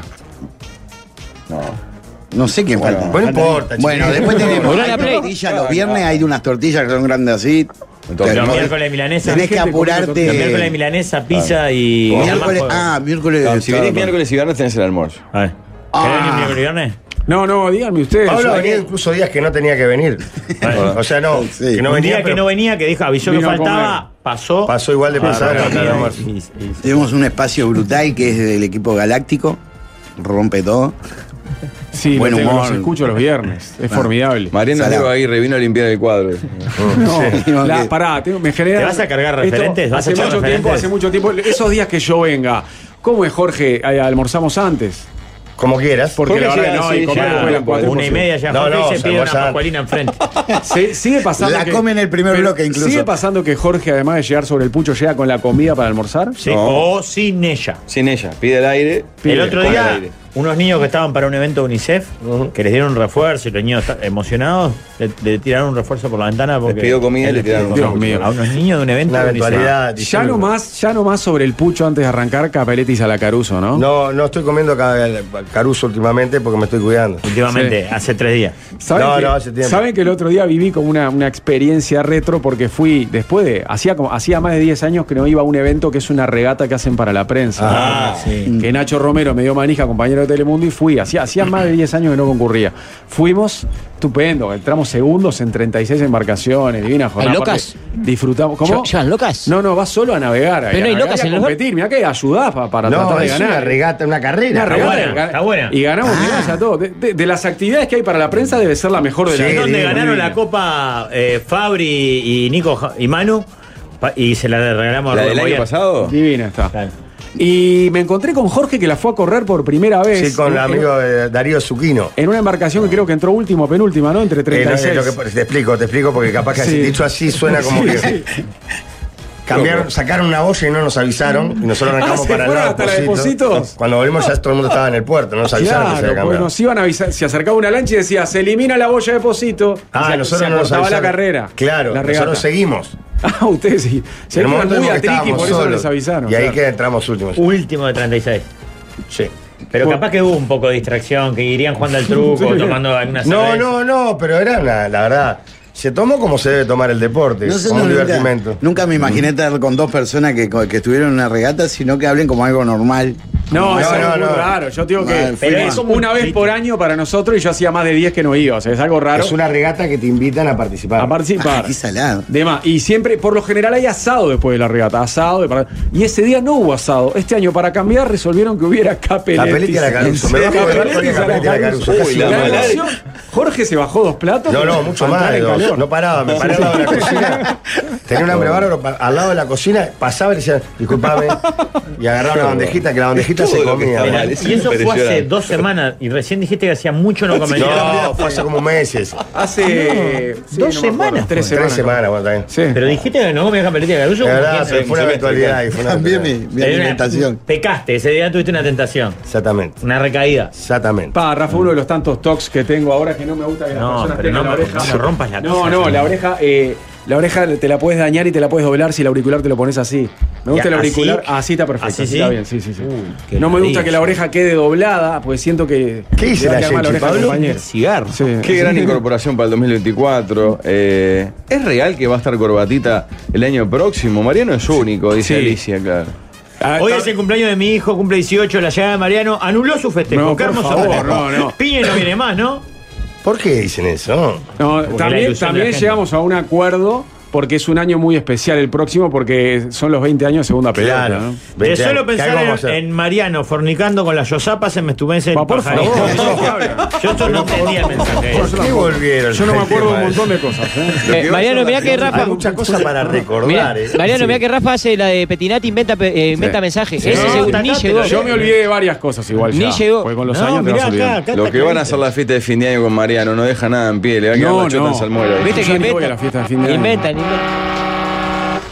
Speaker 1: No sé quién falta.
Speaker 3: Bueno, no importa,
Speaker 1: Bueno,
Speaker 3: chiquillos.
Speaker 1: después tenemos
Speaker 5: Hola,
Speaker 1: hay
Speaker 5: la Play.
Speaker 1: tortillas los viernes, hay unas tortillas que son grandes así.
Speaker 4: Entonces,
Speaker 1: Te-
Speaker 2: Los
Speaker 4: no,
Speaker 2: miércoles milanesa.
Speaker 1: Tenés que
Speaker 7: Gente comiendo
Speaker 1: apurarte.
Speaker 2: Los miércoles de milanesa, pizza y.
Speaker 1: Miércoles-
Speaker 2: Ah,
Speaker 1: ah, miércoles.
Speaker 4: No, si
Speaker 1: claro.
Speaker 4: venís miércoles y viernes tenés el almuerzo.
Speaker 2: A ver.
Speaker 1: Ah.
Speaker 2: ¿Querés venir miércoles y viernes?
Speaker 7: No, no, díganme ustedes.
Speaker 3: Pablo ha
Speaker 7: Hay-
Speaker 3: venido incluso días que no tenía que venir.
Speaker 2: Bueno.
Speaker 3: o sea, no,
Speaker 1: Sí.
Speaker 3: que no
Speaker 2: Un
Speaker 3: venía,
Speaker 2: día que
Speaker 3: pero
Speaker 2: no venía, que dijo, avisó que
Speaker 7: Vino a
Speaker 2: faltaba, pasó.
Speaker 3: pasó igual de
Speaker 2: Ah,
Speaker 3: pesado.
Speaker 2: pero
Speaker 3: acá,
Speaker 2: mira,
Speaker 3: nomás.
Speaker 2: y- y- y-
Speaker 1: Tenemos un espacio brutal que es del equipo galáctico. Rompe todo.
Speaker 7: Sí,
Speaker 1: Buen
Speaker 7: lo tengo,
Speaker 1: humor. Ah.
Speaker 7: los escucho los viernes. Es formidable.
Speaker 4: Mariano
Speaker 1: Salado.
Speaker 4: Leo Aguirre vino a limpiar el cuadro. [LAUGHS]
Speaker 7: No, la-
Speaker 1: Ok.
Speaker 7: pará, tengo- me genera.
Speaker 2: ¿Te vas a cargar referentes? ¿Vas a
Speaker 7: hace
Speaker 2: echar
Speaker 7: mucho tiempo,
Speaker 2: referentes?
Speaker 7: hace mucho tiempo. Esos días que yo venga, ¿cómo es Jorge? Ay, almorzamos antes.
Speaker 3: Como quieras.
Speaker 7: Porque
Speaker 4: Jorge
Speaker 7: la verdad
Speaker 4: llega,
Speaker 7: no, y
Speaker 4: sí,
Speaker 7: comer
Speaker 2: Ya,
Speaker 7: después de las cuatro
Speaker 2: una y media ya
Speaker 3: No,
Speaker 2: Jorge
Speaker 3: no,
Speaker 2: se
Speaker 3: se
Speaker 2: pide una
Speaker 3: almorzan.
Speaker 2: pascualina
Speaker 7: [LAUGHS]
Speaker 2: enfrente.
Speaker 7: Se- sigue pasando.
Speaker 1: La
Speaker 7: que-
Speaker 1: come en el primer
Speaker 7: pero
Speaker 1: bloque incluso.
Speaker 7: ¿Sigue pasando que Jorge, además de llegar sobre el pucho, llega con la comida para almorzar?
Speaker 2: Sí, Oh,
Speaker 4: No.
Speaker 2: O sin ella.
Speaker 4: Sin ella, pide el aire.
Speaker 2: el
Speaker 4: pide,
Speaker 2: otro
Speaker 4: come al
Speaker 2: día,
Speaker 4: aire.
Speaker 2: unos niños que estaban para un evento de UNICEF, que les dieron un refuerzo y los niños ta- emocionados, le, le tiraron un refuerzo por la ventana. Porque
Speaker 4: pidió comida y le tiraron un
Speaker 7: Dios mío.
Speaker 2: A unos niños de un evento
Speaker 3: Una
Speaker 2: de UNICEF.
Speaker 3: eventualidad.
Speaker 7: Ya no más, ya no más sobre el pucho antes de arrancar capeletis a la Caruso, ¿no?
Speaker 3: No, no estoy comiendo ca- caruso últimamente porque me estoy cuidando.
Speaker 2: Últimamente, hace tres días.
Speaker 7: ¿Saben,
Speaker 3: No,
Speaker 7: que,
Speaker 3: no, hace tiempo.
Speaker 7: saben que el otro día viví como una, una experiencia retro porque fui, después de, hacía, como, hacía más de 10 años que no iba a un evento que es una regata que hacen para la prensa.
Speaker 2: Ah, sí.
Speaker 7: Que Nacho Romero me dio manija, compañero de Telemundo, y fui. Hacía, hacía más de 10 años que no concurría. Fuimos, estupendo, entramos segundos en 36 embarcaciones, divina jornada.
Speaker 5: ¿Hay locas?
Speaker 7: Aparte, Disfrutamos. ¿Cómo?
Speaker 5: ¿Lle- ¿Llevan locas?
Speaker 7: No, no, vas solo a navegar. ahí,
Speaker 5: Pero no
Speaker 7: a
Speaker 5: hay
Speaker 7: navegar
Speaker 5: locas
Speaker 7: y a
Speaker 5: en el
Speaker 7: competir. Mira que ayudás pa- para
Speaker 3: No,
Speaker 7: tratar de
Speaker 3: es una
Speaker 7: ganar.
Speaker 3: regata, una
Speaker 7: Una
Speaker 3: carrera.
Speaker 2: regata.
Speaker 7: regata,
Speaker 2: buena,
Speaker 7: gan-
Speaker 2: está buena.
Speaker 7: Y ganamos
Speaker 4: Ah.
Speaker 7: medallas a todos. De, de- de las actividades que hay para la prensa debe ser la mejor de
Speaker 3: Sí,
Speaker 7: la
Speaker 2: Es donde
Speaker 3: divino,
Speaker 2: ganaron la copa eh, Fabri y Nico Ja- y Manu pa- y se la regalamos a
Speaker 4: ¿La
Speaker 2: Rubén
Speaker 4: del año
Speaker 2: Moya.
Speaker 4: pasado?
Speaker 7: Divina está.
Speaker 2: Claro.
Speaker 7: Y me encontré con Jorge que la fue a correr por primera vez.
Speaker 3: Sí, con
Speaker 7: En-
Speaker 3: el
Speaker 7: en-
Speaker 3: amigo de Darío Zuquino.
Speaker 7: En una embarcación que creo que entró último, penúltima, ¿no? Entre
Speaker 3: Eh, no,
Speaker 7: 36.
Speaker 3: es lo que- te explico, te explico, porque capaz que así-
Speaker 7: Sí.
Speaker 3: dicho así suena como que. Cambiaron, sacaron una olla y no nos avisaron. Y nosotros arrancamos
Speaker 7: Ah, ¿se
Speaker 3: para el
Speaker 7: fueron
Speaker 3: lado. pues
Speaker 7: hasta la de Positos?
Speaker 3: Cuando volvimos ya todo el mundo estaba en el puerto, no nos avisaron que se había
Speaker 7: Claro, pues
Speaker 3: cambiado.
Speaker 7: nos iban a avisar. Se acercaba una lancha y decía, se elimina la boya de Posito.
Speaker 3: Ah,
Speaker 7: se,
Speaker 3: nosotros
Speaker 7: se
Speaker 3: no nos
Speaker 7: acortaba
Speaker 3: avisaron.
Speaker 7: la carrera.
Speaker 3: Claro,
Speaker 7: la regata.
Speaker 3: nosotros seguimos.
Speaker 7: [LAUGHS] Ah, ustedes sí. Se
Speaker 3: En un
Speaker 7: iban
Speaker 3: momento
Speaker 7: muy
Speaker 3: vimos que
Speaker 7: atriqui,
Speaker 3: estábamos
Speaker 7: por eso no
Speaker 3: solos.
Speaker 7: les avisaron.
Speaker 3: Y ahí
Speaker 7: claro. Uh,
Speaker 3: que entramos últimos.
Speaker 2: Último de 36.
Speaker 3: Sí.
Speaker 2: Pero capaz que hubo un poco de distracción, que irían jugando
Speaker 3: [LAUGHS]
Speaker 2: al truco, tomando alguna
Speaker 3: No,
Speaker 2: cerveza.
Speaker 3: no, no, pero era una, la verdad. Se tomó como se debe tomar el deporte,
Speaker 1: No sé,
Speaker 3: como
Speaker 1: no,
Speaker 3: un
Speaker 1: nunca,
Speaker 3: divertimento.
Speaker 1: nunca me imaginé estar con dos personas que, que estuvieron en una regata, sino que hablen como algo normal.
Speaker 7: No,
Speaker 3: No,
Speaker 7: es algo
Speaker 3: no, no.
Speaker 7: muy raro. Yo digo
Speaker 1: Mal,
Speaker 7: que
Speaker 1: Pero
Speaker 7: es
Speaker 2: es como
Speaker 7: una
Speaker 2: un
Speaker 7: vez
Speaker 2: chiste.
Speaker 7: por año para nosotros y yo hacía más de 10 que no iba. O sea, es algo raro.
Speaker 3: Es una regata que te invitan a participar.
Speaker 7: A participar.
Speaker 1: Ah, qué salado.
Speaker 7: De más. Y siempre, por lo general, hay asado después de la regata. Asado. de para- Y ese día no hubo asado. Este año, para cambiar, resolvieron que hubiera capeletis.
Speaker 3: Capeletti a la Caruso.
Speaker 7: ¿En
Speaker 3: Me
Speaker 7: serio?
Speaker 3: bajo del barco y
Speaker 7: Capeletis
Speaker 3: capeletti a la Caruso.
Speaker 4: Uy, la
Speaker 7: La
Speaker 4: mala.
Speaker 7: relación- Jorge se bajó dos platos.
Speaker 3: No,
Speaker 7: porque
Speaker 3: no, mucho
Speaker 7: faltaba
Speaker 3: más de
Speaker 7: el
Speaker 3: dos.
Speaker 7: calor.
Speaker 3: No paraba, me paraba al
Speaker 7: [LAUGHS]
Speaker 3: lado de la cocina. Tenía
Speaker 2: [LAUGHS]
Speaker 3: un hambre bárbaro pa- al lado de la cocina, pasaba y le decía, disculpame. Y agarraba una bandejita, que la bandejita Rosita se
Speaker 4: todo lo que está
Speaker 3: comía. ¿no?
Speaker 2: Mira,
Speaker 4: mal, es
Speaker 2: y eso fue hace
Speaker 4: impresionante.
Speaker 2: dos semanas y recién dijiste que hacía
Speaker 3: [LAUGHS]
Speaker 2: mucho no comer.
Speaker 3: No, fue hace como meses.
Speaker 7: Hace.
Speaker 2: dos
Speaker 7: sí, no me acuerdo,
Speaker 2: semanas,
Speaker 7: Tres
Speaker 3: Tres
Speaker 7: semanas.
Speaker 3: semanas, bueno, también.
Speaker 7: Sí.
Speaker 2: Pero dijiste que no comías gambelita de Caruso.
Speaker 3: La
Speaker 2: como
Speaker 3: verdad, pero
Speaker 2: quien-
Speaker 3: fue una
Speaker 4: semestre,
Speaker 3: eventualidad. y fue una
Speaker 1: También mi,
Speaker 3: eventualidad.
Speaker 1: mi
Speaker 2: Era una-
Speaker 1: alimentación.
Speaker 2: Pecaste, ese día tuviste una tentación,
Speaker 3: Exactamente.
Speaker 2: una recaída.
Speaker 3: Exactamente.
Speaker 7: Pa, Rafa, uno de los tantos tocs que tengo ahora que no me gusta que las
Speaker 2: No,
Speaker 7: personas
Speaker 2: pero
Speaker 7: tengan
Speaker 2: no
Speaker 7: la
Speaker 2: me-
Speaker 7: oreja.
Speaker 2: no me rompas la
Speaker 7: No,
Speaker 2: cosa,
Speaker 7: no, la
Speaker 2: señor.
Speaker 7: oreja, eh, la oreja te la puedes dañar y te la puedes doblar si el auricular te lo pones así. Me gusta
Speaker 2: Ya,
Speaker 7: el auricular,
Speaker 2: así.
Speaker 7: así, está perfecto.
Speaker 2: Así,
Speaker 7: así
Speaker 2: ¿Ah, sí.
Speaker 7: está bien, sí, sí, sí.
Speaker 2: qué
Speaker 7: no me gusta
Speaker 2: maravilla.
Speaker 7: que la oreja quede doblada, porque siento que.
Speaker 3: ¿Qué dice
Speaker 7: le va a
Speaker 3: la
Speaker 7: quedar mal
Speaker 3: Jenchi,
Speaker 7: al
Speaker 3: Pablo?
Speaker 7: compañero.
Speaker 8: Cigarro.
Speaker 7: Sí.
Speaker 4: Qué gran incorporación para el 2024. Eh, ¿Es real que va a estar Corbatita el año próximo? Mariano es único, dice
Speaker 7: Sí.
Speaker 4: Alicia, claro.
Speaker 7: Ah,
Speaker 2: Hoy
Speaker 7: está-
Speaker 2: es el cumpleaños de mi hijo, cumple 18, la llegada de Mariano anuló su festejo.
Speaker 7: No,
Speaker 2: Qué
Speaker 7: por
Speaker 2: hermoso
Speaker 7: favor,
Speaker 2: festejo.
Speaker 7: no, no.
Speaker 2: Piñe no viene más, ¿no?
Speaker 3: ¿Por qué dicen eso?
Speaker 7: No,
Speaker 2: Porque la
Speaker 7: también,
Speaker 2: ilusión
Speaker 7: también
Speaker 2: de la gente.
Speaker 7: llegamos a un acuerdo porque es un año muy especial el próximo porque son los 20 años de segunda pelota. ¿no?
Speaker 2: De
Speaker 3: Veinte
Speaker 2: solo
Speaker 3: años. ¿Qué algo
Speaker 2: pensar
Speaker 3: vamos a
Speaker 2: en,
Speaker 3: hacer?
Speaker 2: en Mariano fornicando con las yosapas se me estumeece el
Speaker 7: Pa, por
Speaker 2: pajarito. [LAUGHS]
Speaker 7: favor,
Speaker 2: Yo-
Speaker 7: Pablo.
Speaker 2: Yo esto no entendía el mensaje.
Speaker 3: ¿Por qué volvieron?
Speaker 7: Yo no me
Speaker 3: al
Speaker 7: acuerdo
Speaker 3: tema
Speaker 7: un montón
Speaker 3: ese?
Speaker 7: de cosas. ¿eh?
Speaker 5: Eh, Mariano, mirá que Rafa.
Speaker 3: Hay muchas cosas para recordar.
Speaker 5: Mirá,
Speaker 3: ¿eh?
Speaker 5: Mariano,
Speaker 3: Sí.
Speaker 5: mirá que Rafa hace la de Petinati, inventa, pe- eh, inventa
Speaker 7: Sí.
Speaker 5: mensaje.
Speaker 2: Sí.
Speaker 5: Ese
Speaker 2: No,
Speaker 5: seguro, ni
Speaker 2: tacate,
Speaker 5: llegó.
Speaker 2: lo-
Speaker 7: Yo me olvidé de varias cosas igual.
Speaker 5: Ni
Speaker 7: ya,
Speaker 5: llegó.
Speaker 7: Porque con los
Speaker 2: No,
Speaker 7: años te
Speaker 2: mirá
Speaker 7: vas olvidando.
Speaker 2: acá, acá
Speaker 4: Lo
Speaker 2: está
Speaker 4: que van
Speaker 2: clarito.
Speaker 4: a hacer la fiesta de fin de año con Mariano no deja nada en pie, le va a quedar
Speaker 7: No,
Speaker 4: la chota
Speaker 7: no.
Speaker 4: en salmuera.
Speaker 5: ¿Viste
Speaker 7: Yo
Speaker 5: que
Speaker 7: ni
Speaker 5: inventa?
Speaker 7: voy a la fiesta de fin de año.
Speaker 5: Inventan, inventan.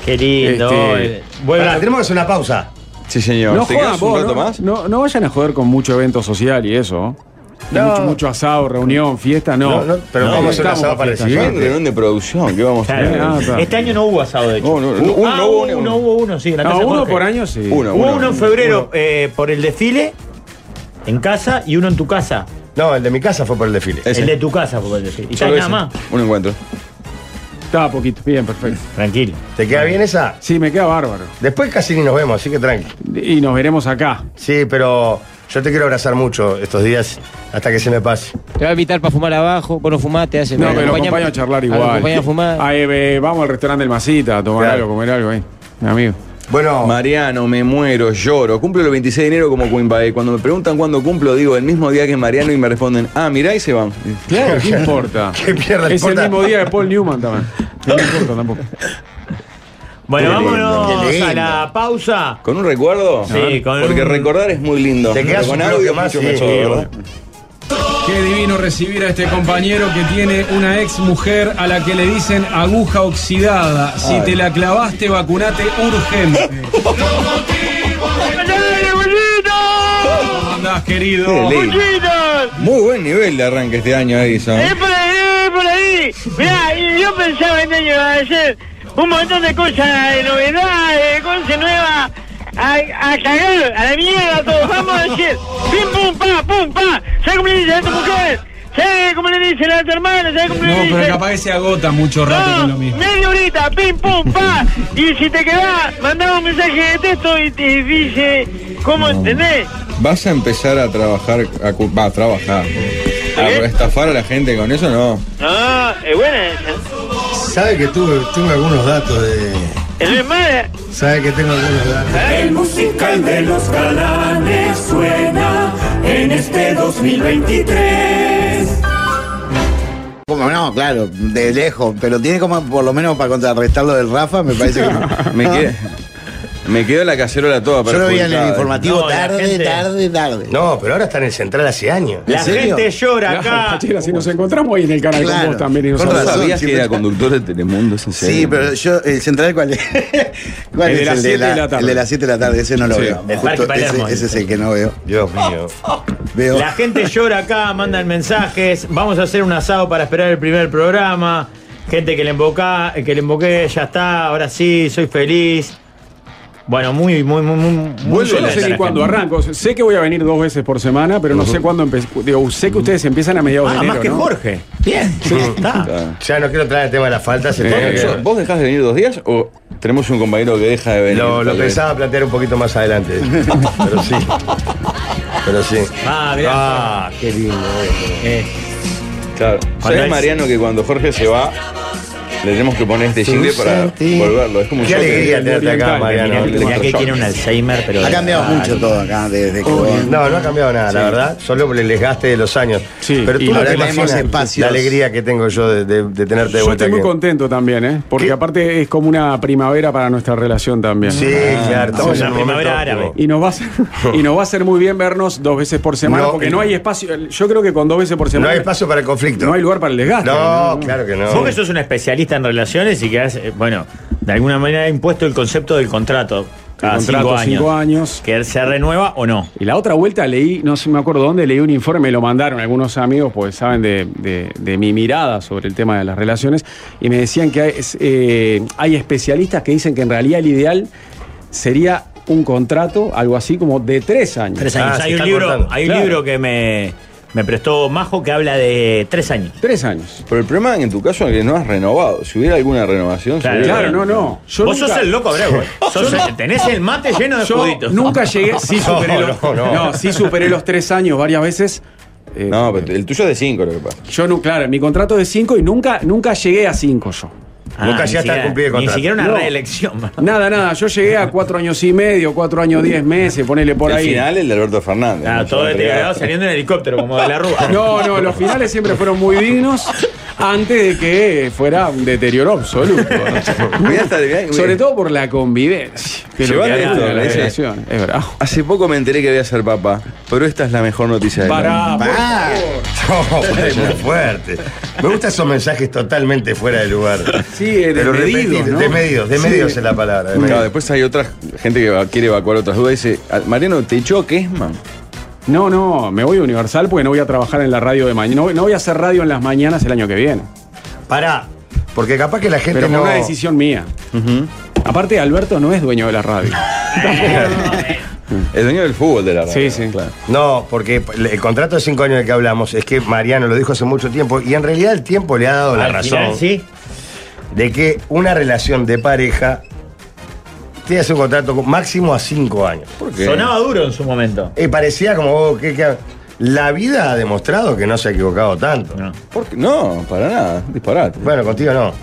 Speaker 2: Qué lindo.
Speaker 7: Este-
Speaker 2: eh. Vuelve
Speaker 3: Pará,
Speaker 2: a-
Speaker 3: tenemos que hacer una pausa.
Speaker 4: Sí, señor.
Speaker 7: No
Speaker 4: ¿Te
Speaker 7: jodan,
Speaker 4: quedas
Speaker 7: vos,
Speaker 4: un rato
Speaker 7: no,
Speaker 4: más?
Speaker 7: No, no vayan a joder con mucho evento social y eso. Y Mucho, mucho asado, reunión, fiesta, no.
Speaker 3: No, no, pero
Speaker 7: No,
Speaker 3: vamos a hacer un
Speaker 7: estamos
Speaker 3: asado para el
Speaker 7: fiesta,
Speaker 4: Sí,
Speaker 3: siguiente.
Speaker 4: un reunión de producción, ¿qué vamos a
Speaker 2: Claro.
Speaker 4: hacer?
Speaker 7: Ah, está.
Speaker 2: Este año no hubo asado, de hecho.
Speaker 4: No, no, no, uno,
Speaker 2: Ah,
Speaker 4: no
Speaker 2: hubo
Speaker 4: hubo
Speaker 2: uno,
Speaker 4: uno.
Speaker 2: hubo uno, sí. en la
Speaker 7: No,
Speaker 2: casa de
Speaker 7: uno
Speaker 2: Jorge.
Speaker 7: por año sí.
Speaker 4: Uno.
Speaker 2: Hubo uno en febrero eh, por el desfile en casa y uno en tu casa.
Speaker 3: No, el de mi casa fue por el desfile.
Speaker 4: Ese.
Speaker 2: El de tu casa fue por el desfile. Y ya
Speaker 4: Solo
Speaker 2: nada
Speaker 4: ese.
Speaker 2: más.
Speaker 4: Un encuentro.
Speaker 7: Estaba poquito, bien, perfecto.
Speaker 2: Tranquilo.
Speaker 3: ¿Te queda bien esa?
Speaker 7: Sí, me queda bárbaro.
Speaker 3: Después casi ni nos vemos, así que tranqui.
Speaker 7: Y nos veremos acá.
Speaker 3: Sí, pero yo te quiero abrazar mucho estos días hasta que se me pase.
Speaker 5: Te va a invitar para fumar abajo, vos no fumás, te hace.
Speaker 7: No,
Speaker 5: te
Speaker 7: pero lo
Speaker 5: acompaña-
Speaker 7: acompaño a charlar
Speaker 5: lo
Speaker 7: igual.
Speaker 5: acompaña a fumar.
Speaker 7: Ahí, ve, vamos al restaurante del Masita a tomar
Speaker 3: Claro.
Speaker 7: algo, comer algo ahí. Mi amigo.
Speaker 3: Bueno,
Speaker 4: Mariano, me muero, lloro. Cumplo el 26 de enero como Coimbae. Cuando me preguntan cuándo cumplo, digo el mismo día que Mariano y me responden, ah, mirá y se van.
Speaker 7: Claro, ¿qué importa?
Speaker 3: [LAUGHS] ¿Qué mierda
Speaker 7: es
Speaker 3: importa?
Speaker 7: el mismo
Speaker 3: [LAUGHS]
Speaker 7: día de Paul Newman también. No me importa tampoco.
Speaker 2: Bueno,
Speaker 3: Qué
Speaker 2: vámonos
Speaker 3: lindo, qué lindo.
Speaker 2: a la pausa.
Speaker 4: ¿Con un recuerdo?
Speaker 2: Sí, con
Speaker 4: Porque
Speaker 2: un-
Speaker 4: recordar es muy lindo.
Speaker 3: Te quedas
Speaker 4: Pero con
Speaker 3: un bloque
Speaker 4: audio
Speaker 3: más,
Speaker 4: mucho
Speaker 3: sí.
Speaker 4: mejor, ¿verdad?
Speaker 9: Qué divino recibir a este compañero que tiene una ex mujer a la que le dicen aguja oxidada. Si te la clavaste, vacunate urgente. ¿Cómo andás, querido?
Speaker 4: Qué lindo. Muy buen nivel de arranque este año, Edison.
Speaker 10: Es por ahí, es por ahí. Mirá, y yo pensaba este año iba a hacer un montón de cosas, de novedades, de cosas nuevas. A, a cagar, a la mierda, todo. Vamos a decir, pim, pum, pa, pum, pa. ¿Sabes cómo le dice a tu mujer? ¿Sabes cómo le dice a tu hermana? ¿Sabes cómo le
Speaker 9: No,
Speaker 10: dice?
Speaker 9: pero capaz que se agota mucho rato con lo
Speaker 10: No,
Speaker 9: mismo.
Speaker 10: media horita, pim, pum, pa. Y si te quedás, mandaba un mensaje de texto y te dice, ¿cómo entendés?
Speaker 4: ¿Vas a empezar a trabajar, a, cu- va, a trabajar, a estafar a la gente con eso? No.
Speaker 10: No, es buena esa.
Speaker 6: Sabe que tuve, tuve algunos datos de.
Speaker 10: Es re mala.
Speaker 6: Sabe que tengo algunos datos.
Speaker 11: El musical de los galanes suena en este 2023.
Speaker 2: Ah,
Speaker 1: Como no, claro, de lejos, pero tiene como por lo menos para contrarrestar lo del Rafa, me parece que.
Speaker 7: [LAUGHS]
Speaker 4: Me, qued- me quedó la cacerola toda
Speaker 1: Yo lo vi en el
Speaker 4: perjudicada.
Speaker 1: informativo
Speaker 2: No, la
Speaker 1: tarde,
Speaker 2: gente-
Speaker 1: tarde, tarde.
Speaker 3: no, pero ahora está en el central hace años.
Speaker 2: La
Speaker 1: ¿En serio?
Speaker 2: gente llora
Speaker 7: Claro,
Speaker 2: acá.
Speaker 7: Pachela, si nos encontramos ahí en el canal
Speaker 1: Claro.
Speaker 7: con vos también y nos
Speaker 1: Con
Speaker 4: ¿No
Speaker 1: razón,
Speaker 7: abrazamos.
Speaker 4: sabías que
Speaker 1: siempre-
Speaker 4: era conductor de Telemundo? ¿Es en serio?
Speaker 1: Sí, pero yo, el central, ¿cuál es? [LAUGHS] ¿Cuál
Speaker 7: El de
Speaker 1: es?
Speaker 7: las siete de la tarde.
Speaker 1: El de las 7 de la tarde, ese no lo
Speaker 7: Sí.
Speaker 1: veo.
Speaker 2: El
Speaker 1: Justo
Speaker 2: Parque Palermo,
Speaker 1: ese, ese es el que no veo.
Speaker 3: Dios mío.
Speaker 1: Veo.
Speaker 2: La gente llora acá, mandan mensajes. Vamos a hacer un asado para esperar el primer programa. Gente que le emboca, que le emboqué, ya está, ahora sí, soy feliz. Bueno, muy, muy, muy, muy. muy
Speaker 7: Yo no
Speaker 2: contenta
Speaker 7: sé
Speaker 2: la
Speaker 7: ni cuándo
Speaker 2: gente.
Speaker 7: arranco. Sé que voy a venir dos veces por semana, pero no sé cuándo empecé. Digo, sé que ustedes empiezan a mediados
Speaker 2: Ah,
Speaker 7: de enero.
Speaker 2: más que
Speaker 7: ¿no?
Speaker 2: Jorge. Bien, está.
Speaker 4: Ah.
Speaker 3: Ya no quiero traer el tema de la falta, se
Speaker 7: Eh,
Speaker 3: tenía que-
Speaker 4: Yo- ¿Vos dejás de venir dos días o tenemos un compañero que deja de venir?
Speaker 3: Lo, lo
Speaker 4: Tal vez.
Speaker 3: pensaba plantear un poquito
Speaker 4: [LAUGHS]
Speaker 3: más adelante. Pero sí. Pero sí.
Speaker 2: Ah, mirá.
Speaker 3: Ah, qué lindo.
Speaker 2: Eh,
Speaker 4: Claro.
Speaker 2: Cuando
Speaker 4: ¿Sabés,
Speaker 2: es-
Speaker 4: Mariano, que cuando Jorge se va, Le tenemos que poner este jingle para volverlo. Es como un
Speaker 3: Qué
Speaker 4: shopping.
Speaker 3: alegría tenerte acá, Mariano.
Speaker 2: Mirá que tiene un Alzheimer, pero.
Speaker 1: Ha cambiado
Speaker 2: Ah,
Speaker 1: mucho todo acá desde que vos-
Speaker 3: Oh, No, no ha cambiado nada, la verdad. Solo por el desgaste de los años.
Speaker 7: Sí,
Speaker 3: Pero
Speaker 7: y
Speaker 3: tú no
Speaker 7: ahora
Speaker 3: te
Speaker 1: tenemos
Speaker 3: imaginas
Speaker 1: espacios.
Speaker 3: la alegría que tengo yo de, de- de tenerte de
Speaker 7: Yo
Speaker 3: vuelta
Speaker 7: estoy muy
Speaker 3: aquí.
Speaker 7: contento también, ¿eh? Porque
Speaker 3: ¿Qué?
Speaker 7: aparte es como una primavera para nuestra relación también. Ah,
Speaker 3: Sí, claro, estamos
Speaker 2: una
Speaker 3: en un momento
Speaker 2: primavera árabe.
Speaker 3: óptimo.
Speaker 7: Y nos, va
Speaker 3: [LAUGHS]
Speaker 7: a ser, y nos va a hacer muy bien vernos dos veces por semana,
Speaker 3: No,
Speaker 7: porque
Speaker 3: eh,
Speaker 7: no hay espacio. Yo creo que con dos veces por
Speaker 3: No
Speaker 7: semana
Speaker 3: hay espacio para el conflicto.
Speaker 7: no hay lugar para el desgaste.
Speaker 3: No, claro que no.
Speaker 2: Vos que sos un especialista en relaciones y que has, eh, bueno, de alguna manera ha impuesto el concepto del contrato cada
Speaker 7: contrato,
Speaker 2: cinco, años,
Speaker 7: cinco años.
Speaker 2: Que se renueva o no.
Speaker 7: Y la otra vuelta leí, no sé, me acuerdo dónde, leí un informe, lo mandaron algunos amigos, pues saben de, de- de mi mirada sobre el tema de las relaciones, y me decían que hay, es, eh, hay especialistas que dicen que en realidad el ideal sería un contrato, algo así como de tres años.
Speaker 2: Tres
Speaker 3: Ah,
Speaker 2: años.
Speaker 3: se
Speaker 2: hay un,
Speaker 3: está
Speaker 2: libro,
Speaker 3: cortando.
Speaker 2: hay un
Speaker 7: Claro.
Speaker 2: libro que me, me prestó Majo que habla de tres años.
Speaker 7: Tres años.
Speaker 4: Pero el problema en tu caso es que no has renovado. Si hubiera alguna renovación,
Speaker 2: Claro.
Speaker 4: se hubiera-
Speaker 7: Claro, no, no. Yo
Speaker 2: Vos
Speaker 7: nunca-
Speaker 2: sos el loco, Bravo. Sos- Tenés el mate lleno de
Speaker 7: Yo
Speaker 2: juditos.
Speaker 7: nunca llegué,
Speaker 2: [LAUGHS]
Speaker 7: sí
Speaker 3: No,
Speaker 7: superé, los,
Speaker 3: no, no.
Speaker 7: no, sí superé los tres años varias veces. Eh,
Speaker 4: No, pero el tuyo es de 5 lo que pasa.
Speaker 7: Yo no, claro, mi contrato es de cinco y nunca, nunca llegué a cinco yo.
Speaker 3: Nunca
Speaker 2: Ah, ni
Speaker 3: llegaste a
Speaker 2: siquiera-
Speaker 3: cumplir el
Speaker 2: Ni
Speaker 3: contrato.
Speaker 2: siquiera una
Speaker 7: No.
Speaker 2: reelección. man.
Speaker 7: Nada, nada, yo llegué a cuatro años y medio, cuatro años diez meses, ponele por
Speaker 4: el
Speaker 7: ahí.
Speaker 4: final, el de Alberto Fernández.
Speaker 2: Ah,
Speaker 4: ¿no?
Speaker 2: todo
Speaker 4: Yo
Speaker 2: deteriorado
Speaker 4: entregué-
Speaker 2: saliendo en helicóptero, como de la rúa.
Speaker 7: [LAUGHS] No, no, los finales siempre fueron muy dignos antes de que fuera un deterioro absoluto. ¿no?
Speaker 4: Mirá hasta- mirá-
Speaker 7: Sobre todo por la convivencia. Que es lo que
Speaker 4: Llevale
Speaker 7: habla
Speaker 4: esto,
Speaker 7: de la
Speaker 4: le dice.
Speaker 7: relación. Es bravo.
Speaker 4: Hace poco me enteré que voy a ser papá, pero esta es la mejor noticia del mundo.
Speaker 7: Para,
Speaker 1: Ah,
Speaker 3: No, es muy fuerte. Me gustan esos mensajes totalmente fuera de lugar.
Speaker 7: Sí, eh,
Speaker 3: Pero
Speaker 7: desmedidos,
Speaker 3: repetidos,
Speaker 7: ¿no?
Speaker 3: Desmedidos, desmedidos es la palabra.
Speaker 4: Claro,
Speaker 3: desmedidos.
Speaker 4: después hay otra gente que va- quiere evacuar otras dudas. Dice, "Al- Mariano, ¿te echó Kesman?
Speaker 7: No, no, me voy a Universal porque no voy a trabajar en la radio de mañana. No, no voy a hacer radio en las mañanas el año que viene.
Speaker 3: Pará, porque capaz que la gente
Speaker 7: Pero fue
Speaker 3: no...
Speaker 7: una decisión mía. Aparte, Alberto no es dueño de
Speaker 3: [LAUGHS]
Speaker 7: la radio.
Speaker 4: El dueño del fútbol de la radio.
Speaker 7: Sí, sí.
Speaker 4: Claro.
Speaker 3: No, porque el contrato de cinco años del que hablamos es que Mariano lo dijo hace mucho tiempo y en realidad el tiempo le ha dado la
Speaker 2: Al
Speaker 3: razón
Speaker 2: final, sí.
Speaker 3: de que una relación de pareja tiene un contrato con- máximo a cinco años.
Speaker 4: ¿Por qué?
Speaker 2: Sonaba duro en su momento.
Speaker 3: Y parecía como oh, que, que- la vida ha demostrado que no se ha equivocado tanto.
Speaker 2: No.
Speaker 4: ¿Por qué? No, para nada. Disparate.
Speaker 3: Bueno, contigo no.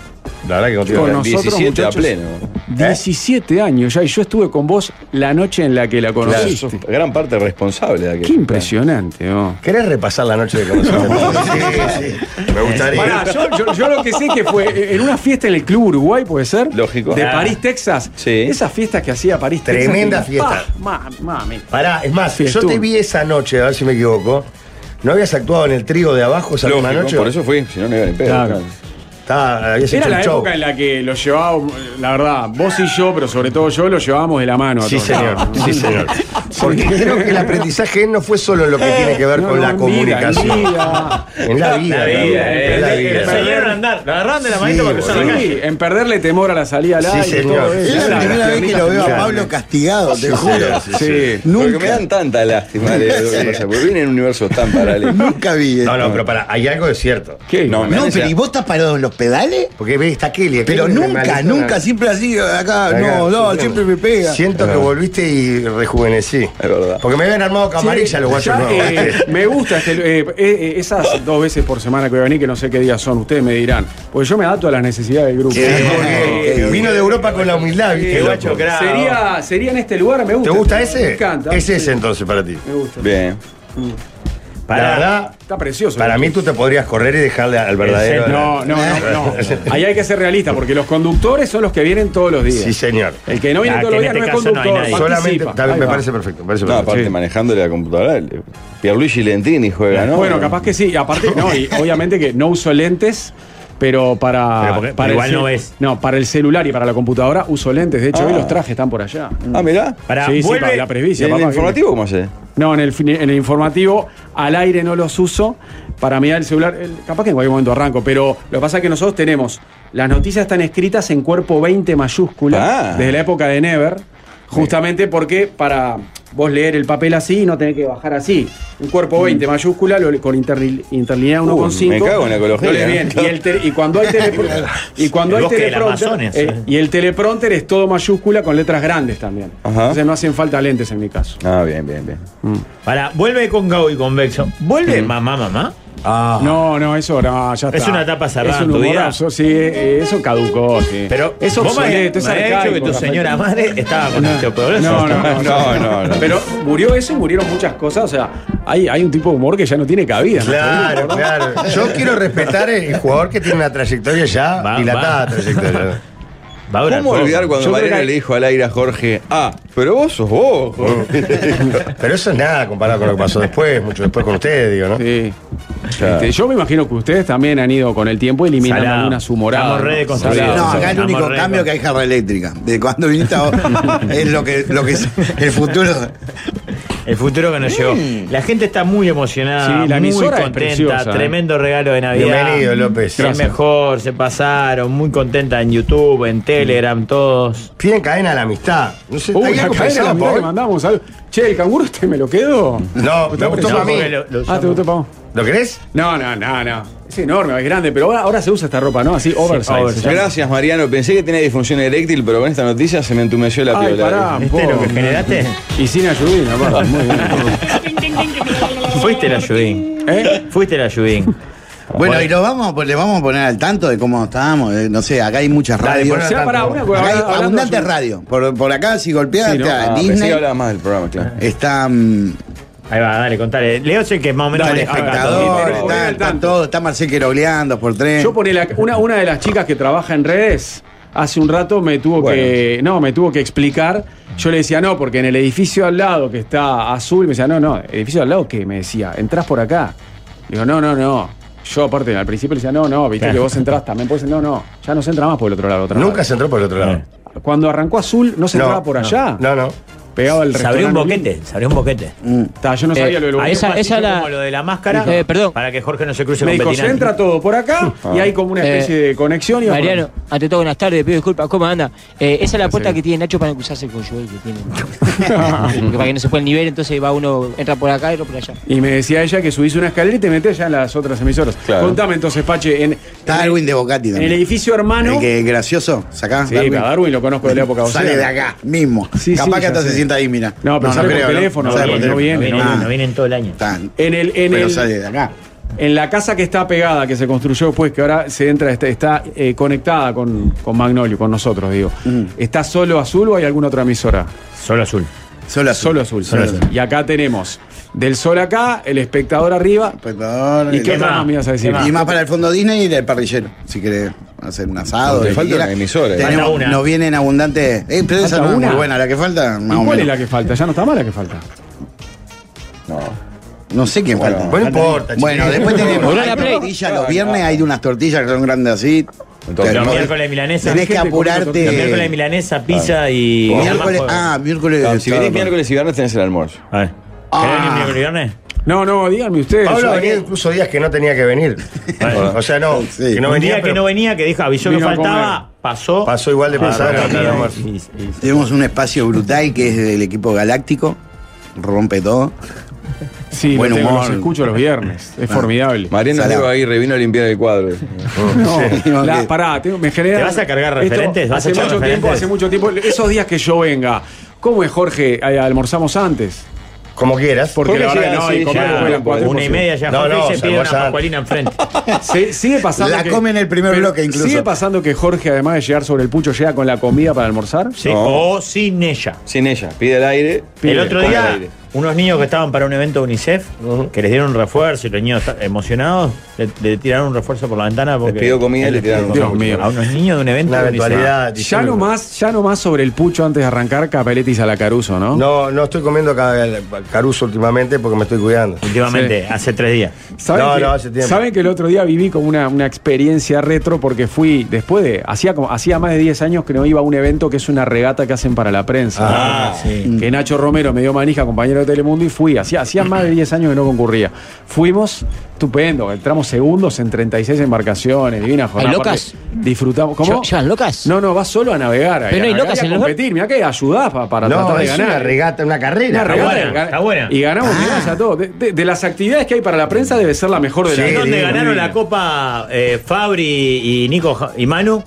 Speaker 3: La verdad que contigo
Speaker 7: Con
Speaker 3: no.
Speaker 4: Bueno, 17 a
Speaker 7: muchachos,
Speaker 4: pleno.
Speaker 3: Eh.
Speaker 7: 17 años ya, y yo estuve con vos la noche en la que la
Speaker 4: Claro,
Speaker 7: conociste.
Speaker 4: sos gran parte responsable de aquello.
Speaker 7: Qué impresionante, ¿no?
Speaker 3: ¿Querés repasar la noche de conocimiento? sí, sí. Me gustaría.
Speaker 7: Pará, yo, yo- yo lo que sé que fue eh, en una fiesta en el Club Uruguay, puede ser.
Speaker 4: Lógico.
Speaker 7: De
Speaker 4: Ah.
Speaker 7: París, Texas.
Speaker 4: Sí.
Speaker 7: Esas fiestas que hacía París,
Speaker 3: Tremenda
Speaker 7: Texas. que-
Speaker 3: fiesta.
Speaker 7: Pa, ma- mami.
Speaker 3: Pará, es más, yo
Speaker 7: Fiestón.
Speaker 3: te vi esa noche, a ver si me equivoco. ¿No habías actuado en el trigo de abajo esa misma
Speaker 4: Lógico,
Speaker 3: noche?
Speaker 4: por eso fui, si no, no iba ni pedo.
Speaker 7: Claro.
Speaker 3: Estaba- habías Ah, hecho
Speaker 7: Era
Speaker 3: un
Speaker 7: la
Speaker 3: show.
Speaker 7: época en la que lo llevábamos, la verdad, vos y yo, pero sobre todo yo, lo llevábamos de la mano. a
Speaker 3: Sí,
Speaker 7: todos.
Speaker 3: señor. Sí, señor. Porque creo que el aprendizaje no fue solo en
Speaker 7: Eh,
Speaker 3: lo que tiene que ver
Speaker 7: No,
Speaker 3: con
Speaker 7: no,
Speaker 3: la
Speaker 7: en
Speaker 3: comunicación.
Speaker 7: vida,
Speaker 3: En la vida. cabrón,
Speaker 2: La vida,
Speaker 3: en la
Speaker 2: eh. Lo
Speaker 3: vida.
Speaker 2: salieron a andar. Lo agarraron de la manito para cruzar
Speaker 7: en
Speaker 2: la
Speaker 7: vida.
Speaker 2: calle.
Speaker 7: Sí, en perderle temor a la salida al
Speaker 3: Sí,
Speaker 7: aire.
Speaker 3: señor.
Speaker 7: todo eso.
Speaker 1: es la
Speaker 7: Claro.
Speaker 1: primera vez que lo veo a
Speaker 3: Claro.
Speaker 1: Pablo castigado, te juro.
Speaker 3: Sí,
Speaker 7: Sí.
Speaker 4: Porque me dan tanta lástima de lo que pasa, porque vienen universos tan paralelos.
Speaker 1: Nunca vi
Speaker 3: No,
Speaker 1: esto.
Speaker 3: no, pero para, hay algo de cierto.
Speaker 7: ¿Qué?
Speaker 4: No, me
Speaker 1: No,
Speaker 4: parece-
Speaker 1: pero ¿y vos estás parado en los pedales?
Speaker 3: Porque ve, está Kelly.
Speaker 1: Pero
Speaker 3: Kelly me
Speaker 1: nunca,
Speaker 3: maldita-
Speaker 1: nunca, siempre así, acá,
Speaker 3: Acá,
Speaker 1: no, no,
Speaker 3: sí,
Speaker 1: siempre
Speaker 3: sí.
Speaker 1: me pega.
Speaker 3: Siento que volviste y rejuvenecí.
Speaker 4: Es verdad.
Speaker 3: Porque me habían armado camarilla
Speaker 7: Sí,
Speaker 3: los guachos
Speaker 7: ya,
Speaker 3: nuevos.
Speaker 7: eh,
Speaker 3: [LAUGHS]
Speaker 7: me gusta este, eh, eh, eh, esas dos veces por semana que voy a venir, que no sé qué días son, ustedes me dirán. Porque yo me adapto a las necesidades del grupo.
Speaker 3: Sí, porque
Speaker 7: Eh,
Speaker 3: Vino de Europa con la humildad,
Speaker 7: eh,
Speaker 3: ¿viste?
Speaker 2: guacho
Speaker 3: loco?
Speaker 2: que era.
Speaker 7: sería, sería en este lugar, me gusta.
Speaker 3: ¿Te gusta
Speaker 7: Me
Speaker 3: ese?
Speaker 7: encanta.
Speaker 3: Es ese
Speaker 7: Sí,
Speaker 3: entonces para ti.
Speaker 7: Me gusta.
Speaker 4: Bien.
Speaker 3: La
Speaker 2: Pará.
Speaker 3: verdad,
Speaker 7: Está precioso.
Speaker 3: para mí tú te podrías correr y dejarle al verdadero.
Speaker 7: No, no, no, no. Ahí hay que ser realista, porque los conductores son los que vienen todos los días.
Speaker 3: Sí, señor.
Speaker 7: El que no viene
Speaker 2: Ah,
Speaker 7: todos
Speaker 2: que
Speaker 7: los
Speaker 2: en
Speaker 7: días no
Speaker 2: este
Speaker 7: es
Speaker 2: caso no hay
Speaker 7: conductor.
Speaker 2: nadie.
Speaker 3: Solamente,
Speaker 7: participa.
Speaker 3: está bien, me
Speaker 7: Ahí va.
Speaker 3: parece perfecto. Me parece
Speaker 4: No,
Speaker 3: perfecto.
Speaker 4: aparte
Speaker 7: Sí.
Speaker 4: manejándole la computadora, le- Pierluigi Lentini juega, ¿no?
Speaker 7: Bueno, capaz que sí. Aparte, no, y obviamente que no uso lentes, pero para.
Speaker 2: Pero porque-
Speaker 7: para
Speaker 2: igual
Speaker 7: el, cel-
Speaker 2: no ves.
Speaker 7: No, para el celular y para la computadora uso lentes. De hecho,
Speaker 4: Ah.
Speaker 7: hoy los trajes están por allá.
Speaker 4: Ah, mirá.
Speaker 2: Pará,
Speaker 7: sí, sí,
Speaker 2: vuelve-
Speaker 7: para la
Speaker 4: ¿Y
Speaker 7: presbicia,
Speaker 4: en el
Speaker 7: papá, que-
Speaker 4: informativo cómo hace?
Speaker 7: No, en el, fin- en el informativo, al aire no los uso. Para mirar el celular, el- capaz que en cualquier momento arranco, pero lo que pasa es que nosotros tenemos. Las noticias están escritas en cuerpo 20 mayúscula,
Speaker 4: Ah.
Speaker 7: desde la época de Never, justamente porque para vos leer el papel así y no tener que bajar así. Un cuerpo 20 mayúscula lo- con interli- interlineado
Speaker 4: Uh,
Speaker 7: 1,5.
Speaker 4: Mm. me cago en la ecología,
Speaker 7: No lees
Speaker 4: ¿no?
Speaker 7: bien. Y, el tele- y cuando hay, telepro- y
Speaker 2: El
Speaker 7: cuando hay
Speaker 2: bosque del
Speaker 7: teleprompter.
Speaker 2: Amazonas,
Speaker 7: eh,
Speaker 2: ¿eh?
Speaker 7: y el teleprompter es todo mayúscula con letras grandes también.
Speaker 4: Ajá.
Speaker 7: Entonces no hacen falta lentes en mi caso. Mm.
Speaker 4: Ah, bien, bien, bien.
Speaker 2: Pará, vuelve con Gao y Convexo. ¿Vuelve mamá, mamá?
Speaker 7: Ah. No, no, eso no, ya está.
Speaker 2: Es una etapa cerrada
Speaker 7: Es un
Speaker 2: en tu
Speaker 7: humor
Speaker 2: vida.
Speaker 7: absurdo, sí, eh, eso caducó, sí.
Speaker 3: Pero
Speaker 7: es
Speaker 2: Vos me,
Speaker 7: obsoleto, es
Speaker 2: me habías dicho que
Speaker 7: arcaico,
Speaker 2: tu
Speaker 7: Rafael.
Speaker 2: señora madre estaba con este osteoporosis.
Speaker 7: No, no, no,
Speaker 4: No, no, no.
Speaker 7: Pero murió eso y murieron muchas cosas. O sea, hay, hay un tipo de humor que ya no tiene cabida.
Speaker 3: [LAUGHS]
Speaker 7: ¿no?
Speaker 3: Claro, claro. Yo quiero respetar el jugador que tiene una trayectoria ya
Speaker 2: Va,
Speaker 3: dilatada
Speaker 4: [LAUGHS]
Speaker 2: va.
Speaker 3: trayectoria.
Speaker 2: Va a durar
Speaker 4: ¿Cómo
Speaker 2: poco.
Speaker 4: olvidar cuando
Speaker 7: Yo creo
Speaker 4: Mariana
Speaker 7: que-
Speaker 4: le dijo al aire a Jorge, ah, pero vos sos vos, Jorge?
Speaker 3: [LAUGHS] Pero eso es nada comparado con lo que pasó después, mucho después con ustedes, digo, ¿no?
Speaker 7: Sí. Este, yo me imagino que ustedes también han ido con el tiempo eliminando
Speaker 2: Salado.
Speaker 7: algunas humoradas.
Speaker 2: Estamos re deconstruidos.
Speaker 7: Salado.
Speaker 1: No, acá el
Speaker 2: Estamos
Speaker 1: único
Speaker 2: re
Speaker 1: cambio
Speaker 2: con-
Speaker 1: que hay jarra eléctrica. De cuando viniste a
Speaker 2: [LAUGHS]
Speaker 1: vos, es lo que, lo que es el futuro.
Speaker 2: El futuro que nos llegó. La gente está muy emocionada,
Speaker 7: Mm. Sí, la
Speaker 2: muy
Speaker 7: emisora es
Speaker 2: contenta.
Speaker 7: preciosa, ¿eh?
Speaker 2: Tremendo regalo de Navidad.
Speaker 3: Bienvenido, López.
Speaker 2: El
Speaker 3: Gracias.
Speaker 2: mejor, se pasaron, muy contenta en YouTube, en Telegram, todos.
Speaker 3: Piden cadena a la amistad. No sé,
Speaker 7: Uy,
Speaker 3: ¿está
Speaker 7: la
Speaker 3: bien
Speaker 7: cadena
Speaker 3: compensado,
Speaker 7: la mitad que
Speaker 3: Paul?
Speaker 7: mandamos. algo. Che, el canguro este me lo quedo.
Speaker 3: No, me gustó
Speaker 2: No,
Speaker 3: para mí.
Speaker 2: porque lo- lo
Speaker 7: Ah,
Speaker 2: usamos.
Speaker 7: te gustó, Pau.
Speaker 3: ¿Lo querés?
Speaker 7: No, no, no, no. Es enorme, es grande, pero ahora, ahora se usa esta ropa, ¿no? Así, oversize.
Speaker 2: oversize.
Speaker 7: se llama.
Speaker 4: Gracias, Mariano. Pensé que tenía disfunción eréctil, pero con esta noticia se me entumeció la
Speaker 7: Ay, pará,
Speaker 4: piola. Este Ah,
Speaker 2: ¿Viste
Speaker 7: po.
Speaker 2: ¿Este lo que generaste?
Speaker 7: Y sin ayudín, aparte. Muy bien.
Speaker 2: [LAUGHS] Fuiste el ayudín.
Speaker 7: ¿Eh?
Speaker 2: Fuiste el ayudín.
Speaker 1: Bueno, y lo vamos, a- le vamos a poner al tanto de cómo estábamos. eh, no sé, acá hay muchas
Speaker 3: Dale,
Speaker 1: radios.
Speaker 3: ponelo al
Speaker 7: O sea,
Speaker 3: tanto.
Speaker 7: pará, una cosa,
Speaker 1: Acá hay
Speaker 7: hablando-
Speaker 1: abundantes radios. Por, por acá, si golpeas,
Speaker 7: Sí, ¿no?
Speaker 1: está
Speaker 4: Ah, pensé
Speaker 1: Disney.
Speaker 4: que hablaba más del programa, claro.
Speaker 1: Está mm,
Speaker 2: Ahí va, dale, contale. Leo es el que más o menos
Speaker 1: está el
Speaker 2: maneja acá
Speaker 1: espectador,
Speaker 2: todo.
Speaker 7: ponelo
Speaker 1: está,
Speaker 7: al
Speaker 1: está
Speaker 7: tanto.
Speaker 1: todo, está Marcel Querogleán, dos por tres.
Speaker 7: Yo poné la- una, una de las chicas que trabaja en redes, hace un rato me tuvo
Speaker 4: Bueno.
Speaker 7: que. No, me tuvo que explicar. Yo le decía, no, porque en el edificio al lado que está azul, me decía, no, no, edificio al lado que me decía, entras por acá. Digo, no, no, no. Yo aparte al principio le decía, no, no, viste
Speaker 2: Claro.
Speaker 7: que vos entras también puedes no, no, ya no se entra más por el otro lado. otra
Speaker 3: Nunca
Speaker 7: vez". Eh.
Speaker 3: se entró por el otro lado.
Speaker 7: Cuando arrancó azul, no se
Speaker 3: No,
Speaker 7: entraba por allá.
Speaker 3: No, no.
Speaker 7: Pegaba el
Speaker 2: Se abrió un
Speaker 7: restaurante. Mm.
Speaker 2: boquete, se abrió un boquete.
Speaker 7: Está,
Speaker 2: Ah,
Speaker 7: yo no sabía
Speaker 5: Eh,
Speaker 7: lo del
Speaker 5: a
Speaker 7: boquete.
Speaker 5: esa-
Speaker 2: Así
Speaker 5: esa
Speaker 2: fue
Speaker 5: la-
Speaker 2: como lo de la máscara.
Speaker 5: Eh, perdón.
Speaker 2: Para que Jorge no se cruce
Speaker 7: Me
Speaker 2: con Ah.
Speaker 7: dijo, se
Speaker 2: Betinelli.
Speaker 7: entra todo por acá y hay como una especie
Speaker 5: Ah. Eh,
Speaker 7: de conexión. y
Speaker 5: Mariano, ante todo, buenas tardes, pido disculpas, ¿cómo anda? Eh, esa es la puerta que tiene Nacho para no cruzarse con Joel que tiene. [LAUGHS]
Speaker 3: Ah.
Speaker 5: Porque para que no se pueda el nivel, entonces va uno, entra por acá y otro por allá.
Speaker 7: Y me decía ella que subís una escalera y te metés ya en las otras emisoras.
Speaker 4: Claro.
Speaker 7: Contame entonces, Pache, en,
Speaker 1: está
Speaker 7: en, el-
Speaker 1: Darwin de Bocati
Speaker 7: en el
Speaker 1: también.
Speaker 7: edificio hermano.
Speaker 1: El que es gracioso, sacá.
Speaker 7: sí,
Speaker 1: Darwin.
Speaker 7: a Darwin lo conozco de la época.
Speaker 1: Sale
Speaker 7: océana.
Speaker 1: de acá, mismo.
Speaker 7: Sí,
Speaker 1: Capaz
Speaker 7: sí,
Speaker 1: que
Speaker 7: ya
Speaker 1: hasta
Speaker 7: sé.
Speaker 1: se sienta ahí, mira.
Speaker 7: No, pero sale por teléfono,
Speaker 1: Sale
Speaker 7: no
Speaker 1: por
Speaker 7: viene, no
Speaker 1: teléfono.
Speaker 2: No
Speaker 7: viene,
Speaker 2: viene,
Speaker 1: Ah,
Speaker 2: no viene en todo el año.
Speaker 1: está.
Speaker 7: En, el, en,
Speaker 1: Pero
Speaker 7: el-
Speaker 1: sale de acá.
Speaker 7: en la casa que está pegada, que se construyó después, que ahora se entra, está, está, eh, conectada con, con Magnolio, con nosotros, digo.
Speaker 1: Mm.
Speaker 7: ¿Está solo azul o hay alguna otra emisora?
Speaker 2: Solo azul.
Speaker 1: Solo azul.
Speaker 7: Solo azul.
Speaker 1: Solo azul.
Speaker 7: Y acá tenemos del sol acá, el espectador arriba.
Speaker 1: Espectador,
Speaker 7: ¿Y qué
Speaker 1: el-
Speaker 7: otra
Speaker 2: más?
Speaker 7: más me ibas a
Speaker 2: ¿Qué
Speaker 7: decir?
Speaker 2: más?
Speaker 1: Y más para el fondo Disney y el parrillero, si querés hacer un asado.
Speaker 4: No, te
Speaker 1: lo que
Speaker 4: falta
Speaker 1: quieras.
Speaker 4: una emisora,
Speaker 1: Tenemos-
Speaker 2: Falta una.
Speaker 1: Nos vienen abundantes. Eh, pero esa
Speaker 7: ¿eh? Falta
Speaker 1: no es muy
Speaker 7: una.
Speaker 1: buena, la que falta,
Speaker 7: ¿Y
Speaker 1: más o
Speaker 7: cuál es
Speaker 1: menos.
Speaker 7: la que falta? Ya no está mal la que falta.
Speaker 1: No sé qué falta.
Speaker 3: Bueno, no importa,
Speaker 1: Bueno,
Speaker 3: chiquillos.
Speaker 1: después tenemos
Speaker 5: Hola,
Speaker 1: hay
Speaker 5: Play.
Speaker 1: tortillas los viernes, hay unas tortillas que son grandes así.
Speaker 4: Entonces,
Speaker 1: Pero
Speaker 2: Los
Speaker 1: no-
Speaker 2: miércoles milanesa.
Speaker 1: Tenés que
Speaker 7: Gente comiendo
Speaker 1: apurarte.
Speaker 7: tortillas.
Speaker 2: Los miércoles de milanesa, pizza y.
Speaker 1: Este- Miércoles,
Speaker 2: Jamás
Speaker 1: ah, miércoles.
Speaker 4: No, si
Speaker 1: sábado. Eh,
Speaker 4: venís miércoles y viernes tenés el almuerzo.
Speaker 2: joder. A ver. ¿Querés venir miércoles y viernes?
Speaker 7: No, no, díganme ustedes.
Speaker 3: Pablo
Speaker 7: Yo-
Speaker 3: venía incluso días que no tenía que venir. [LAUGHS] O sea, no,
Speaker 1: Sí.
Speaker 3: que no
Speaker 2: Un
Speaker 3: venía,
Speaker 2: día que
Speaker 3: pero
Speaker 2: no venía, que dijo, avisó que
Speaker 7: Vino a
Speaker 2: faltaba, pasó.
Speaker 3: pasó igual de
Speaker 2: pasó
Speaker 3: pasar.
Speaker 2: rápido.
Speaker 3: Claro,
Speaker 2: Y- y- y-
Speaker 1: Tenemos un espacio brutal que es del equipo galáctico. Rompe todo.
Speaker 7: Sí,
Speaker 1: Buen
Speaker 7: lo tengo,
Speaker 1: humor.
Speaker 7: los escucho los viernes.
Speaker 4: [LAUGHS]
Speaker 7: Es formidable.
Speaker 4: Ah. Mariano
Speaker 1: Salado.
Speaker 4: Diego Aguirre vino a limpiar el cuadro.
Speaker 7: [LAUGHS] No, la- pará, tengo- me genera.
Speaker 2: ¿Te vas a cargar referentes? ¿Vas a
Speaker 7: hace
Speaker 2: echar
Speaker 7: mucho
Speaker 2: referentes?
Speaker 7: tiempo, hace mucho tiempo. Esos días que yo venga, ¿cómo es Jorge? Eh, Almorzamos antes.
Speaker 3: Como quieras.
Speaker 7: Porque
Speaker 4: Jorge
Speaker 7: la verdad
Speaker 4: llega,
Speaker 7: no, y
Speaker 4: sí,
Speaker 7: comer
Speaker 4: llega
Speaker 7: después de las
Speaker 4: un poco,
Speaker 7: cuatro es
Speaker 2: Una y
Speaker 7: imposible.
Speaker 2: media ya
Speaker 3: No,
Speaker 2: Jorge
Speaker 3: no,
Speaker 2: se
Speaker 3: se
Speaker 2: pide una
Speaker 3: almorzan.
Speaker 2: pascualina enfrente.
Speaker 7: Se- sigue pasando.
Speaker 1: La
Speaker 7: que-
Speaker 1: come en el primer
Speaker 7: pero
Speaker 1: bloque incluso.
Speaker 7: Sigue pasando que Jorge, además de llegar sobre el pucho, llega con la comida para almorzar.
Speaker 2: Sí, Oh,
Speaker 4: No.
Speaker 2: O sin ella.
Speaker 4: Sin ella, pide el aire.
Speaker 2: el
Speaker 4: pide,
Speaker 2: otro
Speaker 4: come al
Speaker 2: día,
Speaker 4: aire.
Speaker 2: unos niños que estaban para un evento de UNICEF, que les dieron un refuerzo y los niños ta- emocionados, le, le tiraron un refuerzo por la ventana. Porque
Speaker 4: pidió comida y le tiraron un
Speaker 2: Dios
Speaker 7: refuerzo.
Speaker 2: mío. A unos niños de un evento
Speaker 3: Una
Speaker 2: de UNICEF.
Speaker 3: eventualidad.
Speaker 7: Ya no más, ya no más sobre el pucho antes de arrancar Capeletis a la Caruso, ¿no?
Speaker 3: No, no estoy comiendo ca- caruso últimamente porque me estoy cuidando.
Speaker 2: Últimamente, hace tres días.
Speaker 7: ¿Saben,
Speaker 3: No,
Speaker 7: que,
Speaker 3: no, hace tiempo.
Speaker 7: saben que el otro día viví como una, una experiencia retro porque fui, después de, hacía, como, hacía más de 10 años que no iba a un evento que es una regata que hacen para la prensa.
Speaker 2: Ah, sí.
Speaker 7: Que Nacho Romero me dio manija, compañero de Telemundo, y fui. Hacía, hacía más de 10 años que no concurría. Fuimos, estupendo, entramos segundos en 36 embarcaciones, divina jornada.
Speaker 5: ¿Hay
Speaker 7: Aparte,
Speaker 5: locas?
Speaker 7: Disfrutamos. ¿Cómo?
Speaker 5: ¿Llevan- llevan locas?
Speaker 7: No, no, vas solo a navegar. ahí,
Speaker 5: Pero no
Speaker 7: a
Speaker 5: hay
Speaker 7: navegar
Speaker 5: locas
Speaker 7: y a
Speaker 5: en el lugar.
Speaker 7: competir. Mirá que ayudás pa- para tratar
Speaker 3: No,
Speaker 7: de
Speaker 3: es
Speaker 7: ganar.
Speaker 3: una regata, una
Speaker 7: Una
Speaker 3: carrera.
Speaker 2: Está
Speaker 7: regata
Speaker 2: buena,
Speaker 7: y gan-
Speaker 2: está buena.
Speaker 7: Y ganamos
Speaker 3: Ah.
Speaker 7: gracias a todos. De, de- de las actividades que hay para la prensa debe ser la mejor de
Speaker 3: Sí,
Speaker 7: la
Speaker 2: ¿Dónde
Speaker 3: divino,
Speaker 2: ganaron la copa eh, Fabri y Nico Ja- y Manu?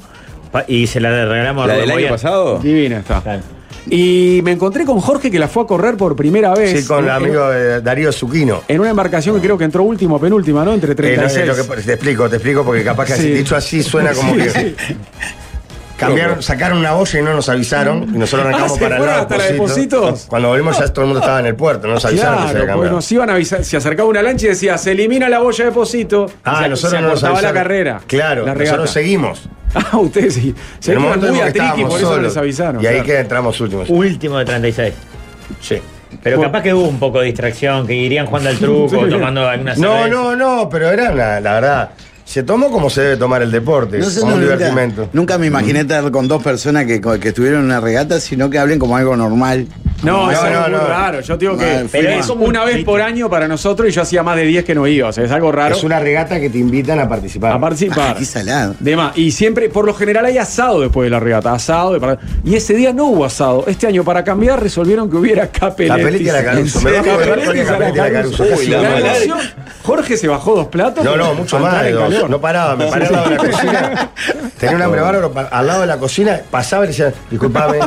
Speaker 2: Pa- Y se la regalamos a
Speaker 4: ¿La
Speaker 2: Rubén
Speaker 4: del año
Speaker 2: Moyano.
Speaker 4: pasado?
Speaker 7: Divina está.
Speaker 2: Claro.
Speaker 7: Y me encontré con Jorge que la fue a correr por primera vez.
Speaker 3: Sí, con el
Speaker 7: En-
Speaker 3: amigo eh, Darío Zuquino.
Speaker 7: En una embarcación que creo que entró última o penúltima, ¿no? Entre
Speaker 3: Eh, no,
Speaker 7: 36.
Speaker 3: eh, lo que- te explico, te explico, porque capaz que
Speaker 7: Sí.
Speaker 3: así, dicho así suena como
Speaker 7: Sí,
Speaker 3: que.
Speaker 7: sí.
Speaker 3: Cambiaron, sacaron una olla y no nos avisaron. Y nosotros
Speaker 7: Ah,
Speaker 3: arrancamos
Speaker 7: ¿se
Speaker 3: para el
Speaker 7: fueron
Speaker 3: lado
Speaker 7: hasta la de
Speaker 3: Pocitos.
Speaker 7: Pocitos?
Speaker 3: Cuando volvimos ya todo el mundo estaba en el puerto, no nos avisaron que se había
Speaker 7: Claro, pues
Speaker 3: cambiado.
Speaker 7: nos iban a avisar, se acercaba una lancha y decía, se elimina la boya de Posito.
Speaker 3: ah,
Speaker 7: se,
Speaker 3: nosotros
Speaker 7: se
Speaker 3: no nos
Speaker 7: acortaba
Speaker 3: avisaron.
Speaker 7: la carrera.
Speaker 3: Claro,
Speaker 7: la regata.
Speaker 3: nosotros seguimos.
Speaker 7: [LAUGHS] Ah, ustedes sí. Se
Speaker 3: En el
Speaker 7: iban
Speaker 3: momento
Speaker 7: muy
Speaker 3: en
Speaker 7: a
Speaker 3: que
Speaker 7: triqui,
Speaker 3: estábamos
Speaker 7: por eso no
Speaker 3: solos.
Speaker 7: les avisaron.
Speaker 3: Y ahí
Speaker 7: claro.
Speaker 3: que entramos últimos.
Speaker 2: Último de 36.
Speaker 3: Sí.
Speaker 2: Pero capaz que hubo un poco de distracción, que irían jugando al
Speaker 4: [LAUGHS]
Speaker 2: truco,
Speaker 7: Sí.
Speaker 2: tomando alguna
Speaker 3: No,
Speaker 2: cerveza.
Speaker 3: no, no, pero era la, la verdad. Se tomó como se debe tomar el deporte,
Speaker 1: No sé,
Speaker 3: como
Speaker 1: no,
Speaker 3: un
Speaker 1: nunca,
Speaker 3: divertimento.
Speaker 1: nunca me imaginé estar con dos personas que, que estuvieron en una regata, sino que hablen como algo normal.
Speaker 7: No,
Speaker 3: No,
Speaker 7: es algo
Speaker 3: no,
Speaker 7: muy
Speaker 3: no.
Speaker 7: raro. Yo te digo
Speaker 1: Ah,
Speaker 7: que
Speaker 1: pero
Speaker 7: es
Speaker 2: es
Speaker 7: como
Speaker 2: como
Speaker 7: una
Speaker 2: un
Speaker 7: vez
Speaker 2: chiste.
Speaker 7: por año para nosotros y yo hacía más de 10 que no iba. O sea, es algo raro.
Speaker 3: Es una regata que te invitan a participar.
Speaker 7: A participar.
Speaker 1: Ah, qué salado.
Speaker 7: De más. Y siempre, por lo general, hay asado después de la regata. Asado. de par- Y ese día no hubo asado. Este año, para cambiar, resolvieron que hubiera capeletis.
Speaker 3: Capeletti a la Caruso. Me
Speaker 7: Sí,
Speaker 3: bajo de barco y
Speaker 7: capeletis a la
Speaker 3: capeletti a la
Speaker 7: Caruso.
Speaker 3: Caruso.
Speaker 7: Uy,
Speaker 3: Casi
Speaker 7: la
Speaker 3: nada.
Speaker 7: relación- Jorge se bajó dos platos.
Speaker 3: No, no,
Speaker 7: porque
Speaker 3: mucho
Speaker 7: faltaba
Speaker 3: más de
Speaker 7: el
Speaker 3: dos.
Speaker 7: calor.
Speaker 3: No paraba, me paraba al lado
Speaker 7: [LAUGHS]
Speaker 3: de la cocina. Tenía un hambre bárbaro pa- al lado de la cocina, pasaba y le decía, disculpame.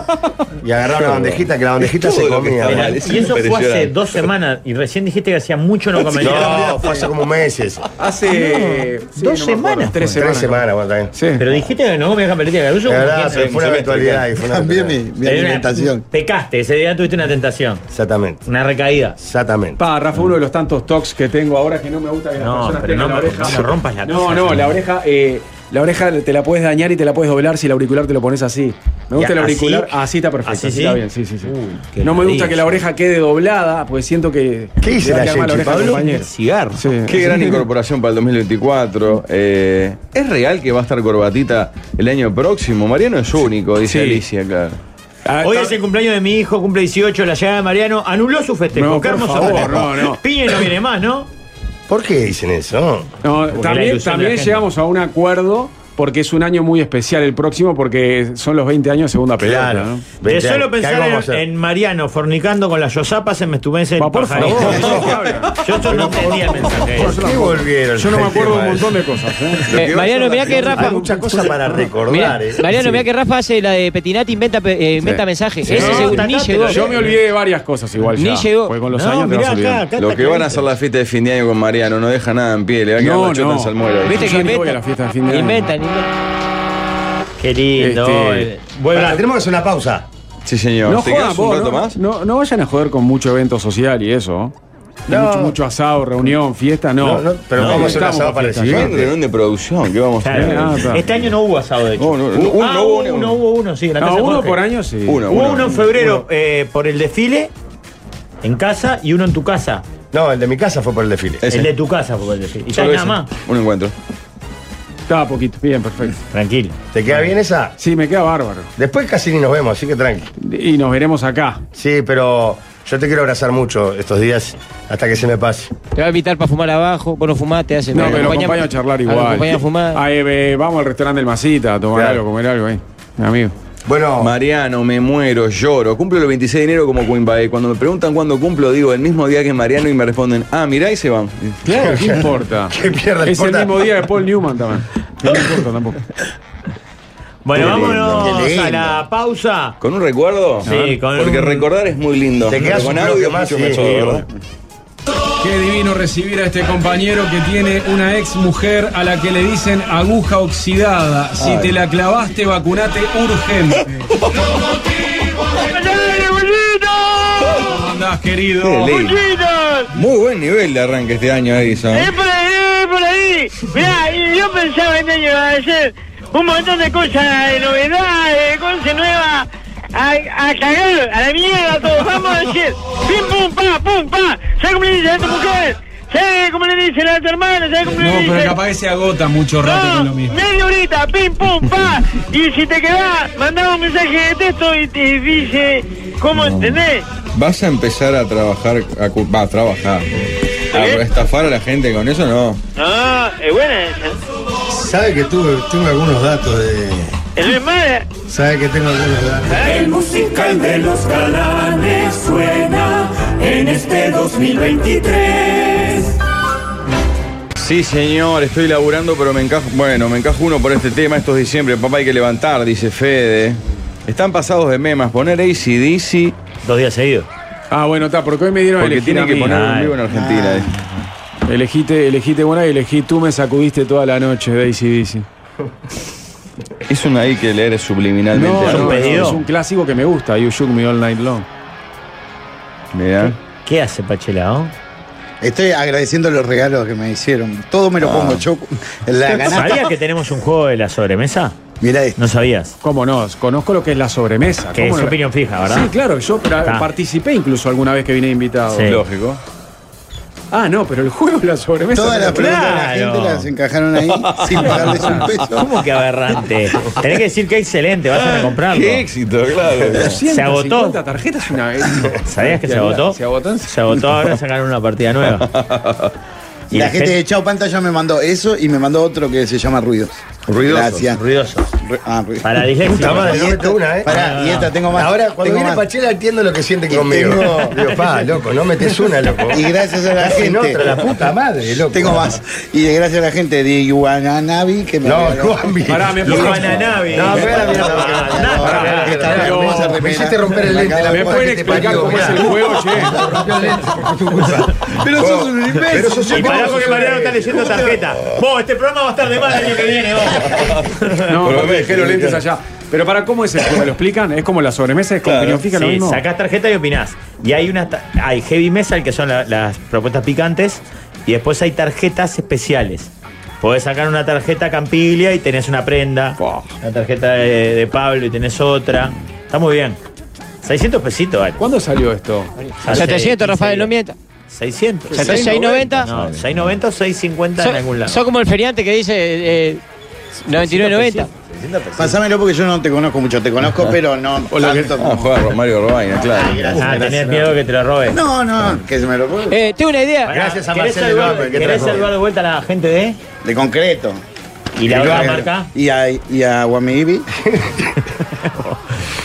Speaker 3: Y agarraba una bandejita, que la bandejita se
Speaker 4: Todo lo que
Speaker 3: comía.
Speaker 4: estaba
Speaker 2: Mirá,
Speaker 3: ¿verdad?
Speaker 4: mal. es
Speaker 2: y eso fue hace
Speaker 4: impresionante.
Speaker 2: dos semanas y recién dijiste que hacía mucho no comía.
Speaker 3: No, fue hace como meses.
Speaker 7: Hace
Speaker 2: dos
Speaker 7: sí, no me acuerdo,
Speaker 2: semanas
Speaker 7: Tres
Speaker 3: Tres
Speaker 7: semanas.
Speaker 3: semanas, bueno, también.
Speaker 7: Sí.
Speaker 2: Pero dijiste que no comía capelete de Caruso.
Speaker 3: La verdad,
Speaker 2: ¿Quién
Speaker 3: pero fue una
Speaker 2: sabe?
Speaker 3: eventualidad y fue una
Speaker 1: Cambié mi,
Speaker 3: eventualidad.
Speaker 1: mi
Speaker 2: Era una-
Speaker 1: alimentación.
Speaker 2: Pecaste, ese día tuviste una tentación,
Speaker 3: Exactamente,
Speaker 2: una recaída.
Speaker 3: exactamente.
Speaker 7: Pa, Rafa, uno de los tantos tocs que tengo ahora es que no me gusta que las
Speaker 2: No,
Speaker 7: personas
Speaker 2: pero
Speaker 7: tengan
Speaker 2: no
Speaker 7: la
Speaker 2: me-
Speaker 7: oreja.
Speaker 2: no me rompas la
Speaker 7: No,
Speaker 2: cosa,
Speaker 7: no,
Speaker 2: sí.
Speaker 7: la oreja, eh, la oreja te la puedes dañar y te la puedes doblar si el auricular te lo pones así. Me gusta
Speaker 2: ¿Y
Speaker 7: el
Speaker 2: así?
Speaker 7: auricular. Así, está perfecto.
Speaker 2: ¿Así
Speaker 7: así
Speaker 2: sí?
Speaker 7: está bien, sí, sí, sí.
Speaker 2: qué
Speaker 7: no me gusta
Speaker 2: maravilla.
Speaker 7: que la oreja quede doblada, porque siento que.
Speaker 3: ¿Qué dice
Speaker 7: le va a
Speaker 3: la
Speaker 7: quedar mal
Speaker 3: Yechi,
Speaker 7: oreja al
Speaker 3: Pablo?
Speaker 7: compañero.
Speaker 2: Cigarro.
Speaker 7: Sí.
Speaker 4: Qué gran incorporación para el 2024. Eh, ¿Es real que va a estar Corbatita el año próximo? Mariano es único, dice
Speaker 7: Sí.
Speaker 4: Alicia, claro.
Speaker 7: Ah,
Speaker 2: Hoy
Speaker 7: está-
Speaker 2: es el cumpleaños de mi hijo, cumple 18, la llegada de Mariano, anuló su festejo.
Speaker 7: No, por
Speaker 2: Qué hermoso
Speaker 7: favor,
Speaker 2: festejo.
Speaker 7: no, no.
Speaker 2: Piñe no viene más, ¿no?
Speaker 3: ¿Por qué dicen eso?
Speaker 7: No,
Speaker 2: Porque la
Speaker 7: también,
Speaker 2: ilusión de
Speaker 7: también
Speaker 2: la gente.
Speaker 7: llegamos a un acuerdo porque es un año muy especial el próximo, porque son los 20 años de segunda pelota.
Speaker 3: Claro.
Speaker 7: ¿no?
Speaker 2: De
Speaker 3: Veinte
Speaker 2: solo
Speaker 3: años. ¿Qué algo vamos
Speaker 2: pensar
Speaker 3: a
Speaker 2: en,
Speaker 3: hacer?
Speaker 2: en Mariano fornicando con las yosapas se me estupece el
Speaker 7: Pa, por
Speaker 2: pajarito.
Speaker 7: favor, no, Pablo.
Speaker 2: Yo esto no entendía el mensaje.
Speaker 3: ¿Por qué volvieron?
Speaker 7: Yo no me
Speaker 3: al
Speaker 7: acuerdo
Speaker 3: tema
Speaker 7: un montón
Speaker 3: ese?
Speaker 7: de cosas. ¿eh?
Speaker 5: Eh, Mariano, mirá que Rafa.
Speaker 3: Hay muchas cosas para
Speaker 5: Mirá,
Speaker 3: recordar. ¿eh?
Speaker 5: Mariano,
Speaker 3: Sí.
Speaker 5: mirá que Rafa hace la de Petinati, inventa, pe- eh, inventa mensajes. Ese
Speaker 2: No,
Speaker 5: seguro, ni
Speaker 2: tatate,
Speaker 5: llegó.
Speaker 2: lo
Speaker 7: Yo me olvidé de varias cosas igual.
Speaker 5: Ni
Speaker 7: ya,
Speaker 5: llegó.
Speaker 7: Porque con los
Speaker 2: No,
Speaker 7: años te vas
Speaker 2: mirá
Speaker 7: olvidando.
Speaker 2: acá, acá
Speaker 4: Lo
Speaker 2: está
Speaker 4: que van a
Speaker 2: clarito.
Speaker 4: hacer la fiesta de fin de año con Mariano no deja nada en pie, le va a quedar
Speaker 7: No,
Speaker 4: la chota
Speaker 7: no.
Speaker 4: en salmuera.
Speaker 5: Viste
Speaker 7: Yo
Speaker 5: que
Speaker 7: ni voy a
Speaker 5: inventan.
Speaker 7: la fiesta de fin de año.
Speaker 5: Inventan, inventan.
Speaker 2: Qué lindo.
Speaker 7: Este,
Speaker 2: eh. Vuelve
Speaker 3: Pará,
Speaker 2: a-
Speaker 3: tenemos que hacer una pausa.
Speaker 4: Sí, señor.
Speaker 7: No
Speaker 4: ¿Te
Speaker 7: jodan
Speaker 4: quedas un
Speaker 7: vos,
Speaker 4: rato
Speaker 7: no,
Speaker 4: más?
Speaker 7: No, no vayan a joder con mucho evento social y eso. Y
Speaker 3: No.
Speaker 7: Mucho, mucho asado, reunión, fiesta, no.
Speaker 3: No, no, pero
Speaker 7: No,
Speaker 3: vamos a hacer un
Speaker 7: estamos
Speaker 3: asado para el
Speaker 7: fiesta,
Speaker 4: Hay
Speaker 3: siguiente.
Speaker 4: una reunión de producción, ¿qué vamos a hacer?
Speaker 2: Claro.
Speaker 7: Ah, está.
Speaker 2: Este año no hubo asado, de hecho.
Speaker 4: No, no, no,
Speaker 2: Hubo-
Speaker 4: uno,
Speaker 2: ah,
Speaker 4: hubo
Speaker 2: hubo
Speaker 4: uno.
Speaker 2: uno, hubo uno, sí. en la
Speaker 7: No,
Speaker 2: casa de
Speaker 7: uno
Speaker 2: Jorge.
Speaker 7: por año sí.
Speaker 4: Uno,
Speaker 2: Hubo uno en febrero
Speaker 7: Uno.
Speaker 2: eh, por el desfile en casa y uno en tu casa.
Speaker 3: No, el de mi casa fue por el desfile.
Speaker 4: Ese.
Speaker 2: El de tu casa fue por el desfile. Y ya
Speaker 4: Solo
Speaker 2: nada
Speaker 4: ese.
Speaker 2: más.
Speaker 4: Un encuentro.
Speaker 7: Estaba poquito. Bien, perfecto.
Speaker 2: Tranquilo.
Speaker 3: ¿Te queda bien esa?
Speaker 7: Sí, me queda bárbaro.
Speaker 3: Después casi ni nos vemos, así que tranqui.
Speaker 7: Y nos veremos acá.
Speaker 3: Sí, pero yo te quiero abrazar mucho estos días hasta que se me pase.
Speaker 5: Te va a invitar para fumar abajo. Vos no fumás, te hacen.
Speaker 7: No,
Speaker 5: me
Speaker 7: pero lo acompaño a charlar igual.
Speaker 5: Me acompaña a fumar.
Speaker 7: Ahí, eh, vamos al restaurante del Masita a tomar
Speaker 3: Claro.
Speaker 7: algo, comer algo ahí. Mi amigo.
Speaker 3: Bueno,
Speaker 4: Mariano, me muero, lloro. Cumplo el 26 de enero como Coimbae. Cuando me preguntan cuándo cumplo, digo el mismo día que Mariano y me responden, ah, mirá y se van.
Speaker 7: Claro, [LAUGHS] ¿qué
Speaker 4: [LAUGHS]
Speaker 7: importa?
Speaker 3: ¿Qué mierda
Speaker 7: es
Speaker 3: importa?
Speaker 7: el mismo día de Paul Newman también. No me importa tampoco.
Speaker 2: Bueno,
Speaker 3: Qué lindo,
Speaker 2: vámonos
Speaker 3: qué lindo.
Speaker 2: a la pausa.
Speaker 4: ¿Con un recuerdo?
Speaker 2: Sí, con
Speaker 4: Porque
Speaker 2: un-
Speaker 4: recordar es muy lindo.
Speaker 3: Te quedas
Speaker 4: Pero con
Speaker 3: un bloque
Speaker 4: audio es
Speaker 3: más,
Speaker 4: mucho
Speaker 3: sí.
Speaker 4: mejor, ¿verdad?
Speaker 9: Qué divino recibir a este compañero que tiene una ex mujer a la que le dicen aguja oxidada. Si te la clavaste, vacunate
Speaker 7: [LAUGHS]
Speaker 9: urgente.
Speaker 10: ¡Dale, bullitos!
Speaker 9: ¿Cómo andás, querido?
Speaker 4: Qué lindo.
Speaker 10: ¡Bullitos!
Speaker 4: Muy buen nivel de arranque este año, Edison.
Speaker 10: Es por ahí, es por ahí. Mirá, y yo pensaba este año iba a hacer un montón de cosas, de novedades, de cosas nuevas. A, a cagar, a la mierda, todo. Vamos a decir, pim, pum, pa, pum, pa. ¿Sabes cómo le dice a tu mujer? ¿Sabes cómo le dice a tu hermana? ¿Sabes cómo le
Speaker 9: No,
Speaker 10: dice?
Speaker 9: pero capaz que se agota mucho rato con lo
Speaker 10: No,
Speaker 9: mismo.
Speaker 10: media horita, pim, pum, pa. Y si te quedás, mandaba un mensaje de texto y te dice, ¿cómo entendés?
Speaker 4: ¿Vas a empezar a trabajar, a, cu- va, a trabajar, a
Speaker 10: ¿Eh?
Speaker 4: estafar a la gente con eso? No.
Speaker 10: No, es buena esa.
Speaker 8: Sabe que tuve, tengo algunos datos de.
Speaker 10: Eso es mala.
Speaker 8: Sabe que tengo algunos datos.
Speaker 11: El musical de los galanes suena en este 2023.
Speaker 4: Sí, señor, estoy laburando, pero me encajo, bueno, me encajo uno por este tema, esto es diciembre, papá hay que levantar, dice Fede. Están pasados de memas. Poner ACDC.
Speaker 2: Dos días seguidos.
Speaker 7: Ah, bueno, está, porque hoy me dieron a
Speaker 4: Porque
Speaker 7: elegir
Speaker 4: tienen
Speaker 7: a
Speaker 4: que
Speaker 7: mí.
Speaker 4: poner un vivo en Argentina. eh.
Speaker 7: Elegiste, elegiste una y elegí tú me sacudiste toda la noche, Daisy Daisy.
Speaker 4: Es una ahí que leer subliminalmente.
Speaker 7: No,
Speaker 4: ¿Es un
Speaker 7: no,
Speaker 4: pedido?
Speaker 7: es un clásico que me gusta, You Shook Me All Night Long.
Speaker 4: Mirá.
Speaker 2: ¿Qué hace oh? Pachelao?
Speaker 1: Estoy agradeciendo los regalos que me hicieron. Todo me lo pongo yo. La ganada.
Speaker 2: ¿Sabías Ah. que tenemos un juego de la sobremesa?
Speaker 1: Mira esto.
Speaker 2: No sabías.
Speaker 7: ¿Cómo no? Conozco lo que es la sobremesa.
Speaker 2: Que
Speaker 7: ¿Cómo
Speaker 2: es
Speaker 7: no?
Speaker 2: opinión fija, ¿verdad?
Speaker 7: Sí, claro, yo pra-
Speaker 2: Está.
Speaker 7: participé incluso alguna vez que vine invitado.
Speaker 2: Sí.
Speaker 4: Lógico.
Speaker 7: Ah, no, pero el juego de la sobremesa.
Speaker 1: Todas las preguntas de la
Speaker 2: Claro.
Speaker 1: gente [LAUGHS] las encajaron [LAUGHS] ahí sin pagarles
Speaker 7: [LAUGHS]
Speaker 1: un peso.
Speaker 2: Ah. ¿Cómo que aberrante? Tenés que decir que excelente, vayan
Speaker 7: Ah,
Speaker 2: a comprarlo.
Speaker 4: Qué éxito, claro.
Speaker 2: ¿Se agotó?
Speaker 7: tarjetas una vez.
Speaker 2: ¿Sabías que se agotó?
Speaker 7: ¿Se agotó?
Speaker 2: Se agotó, ahora sacaron una partida nueva.
Speaker 7: [LAUGHS]
Speaker 2: Y
Speaker 1: la gente de Chao Pantalla me mandó eso y me mandó otro que se llama Ruidos.
Speaker 3: Ruidosos.
Speaker 1: Gracias.
Speaker 2: Ruidoso.
Speaker 1: Ru- Ah, Ruidos. [LAUGHS]
Speaker 2: Para
Speaker 3: Puta
Speaker 2: dislexia.
Speaker 3: madre.
Speaker 1: Y
Speaker 3: no me
Speaker 1: esta,
Speaker 3: tocó una, ¿eh?
Speaker 1: pará, y esta tengo más.
Speaker 3: Ahora, cuando
Speaker 1: Tengo
Speaker 3: viene
Speaker 1: más.
Speaker 3: Pachela, entiendo lo que sienten conmigo.
Speaker 1: tengo-
Speaker 3: Digo,
Speaker 8: [LAUGHS]
Speaker 3: pa, loco, no metes una, loco.
Speaker 1: Y gracias a la
Speaker 3: Hacen
Speaker 1: gente.
Speaker 3: otra, la puta madre, loco.
Speaker 1: Tengo más. Y de gracias a la gente de Iguananavi que me
Speaker 3: No,
Speaker 1: regaló.
Speaker 3: Juanvi.
Speaker 7: Pará, me
Speaker 2: Los
Speaker 7: puedo-
Speaker 2: Guananabi.
Speaker 3: No, espera, mira,
Speaker 2: Ah, nada.
Speaker 1: Ahora, esta
Speaker 3: Pará,
Speaker 1: hermosa
Speaker 3: no,
Speaker 1: remera.
Speaker 3: Me hiciste romper el lente. la este
Speaker 7: ¿Me
Speaker 3: puta
Speaker 7: pueden
Speaker 3: que te
Speaker 7: explicar
Speaker 3: parió,
Speaker 7: cómo es el
Speaker 3: mirá.
Speaker 7: juego, che?
Speaker 3: Rompió el lente por tu culpa.
Speaker 4: Pero sos un imbécil.
Speaker 3: Pero sos un
Speaker 2: Y pará
Speaker 3: vos
Speaker 2: porque
Speaker 3: sos un
Speaker 2: Mariano está
Speaker 3: imbécil.
Speaker 2: leyendo tarjeta. Vos, este programa va a estar de mal el año que viene, vos.
Speaker 7: No,
Speaker 4: Por lo
Speaker 7: porque
Speaker 4: menos,
Speaker 7: dejé los lentes allá. Pero para, ¿cómo es el juego? ¿Me lo explican? ¿Es como la sobremesa? ¿Es con
Speaker 4: Claro.
Speaker 7: opinión fija lo
Speaker 2: Sí, [LAUGHS]
Speaker 7: mismo?
Speaker 2: sacás tarjeta y opinás. Y hay una ta- hay heavy metal, que son la- las propuestas picantes, y después hay tarjetas especiales. Podés sacar una tarjeta Campiglia y tenés una prenda.
Speaker 4: Fua.
Speaker 2: Una tarjeta de, de Pablo y tenés otra. Está muy bien. 600 pesitos, vale.
Speaker 7: ¿Cuándo salió esto?
Speaker 5: O sea, te siento, Rafael, no
Speaker 2: mientas.
Speaker 5: mientas.
Speaker 2: 600.
Speaker 5: O sea, te 690.
Speaker 2: No, 690 o 650 en algún
Speaker 5: Son
Speaker 2: lado.
Speaker 5: son como el feriante que dice eh, 99.90.
Speaker 2: 600 pesitos.
Speaker 1: Pásamelo porque yo no te conozco mucho. Te
Speaker 3: Ah.
Speaker 1: conozco, pero no. tanto.
Speaker 4: Ah, juega Romario Robaina, claro.
Speaker 2: Ah, tenés miedo que te lo roben.
Speaker 1: No, no, que se me lo ponga.
Speaker 5: Eh, tengo una idea.
Speaker 3: Gracias a
Speaker 2: ¿Querés
Speaker 3: Marcelo
Speaker 2: saludar-
Speaker 3: López, que
Speaker 2: ¿Querés
Speaker 3: trajo.
Speaker 2: saludar de vuelta a la gente de?
Speaker 1: De concreto.
Speaker 2: ¿Y la
Speaker 1: De
Speaker 2: otra
Speaker 1: concreto.
Speaker 2: marca?
Speaker 1: Y a, y a Guamibi.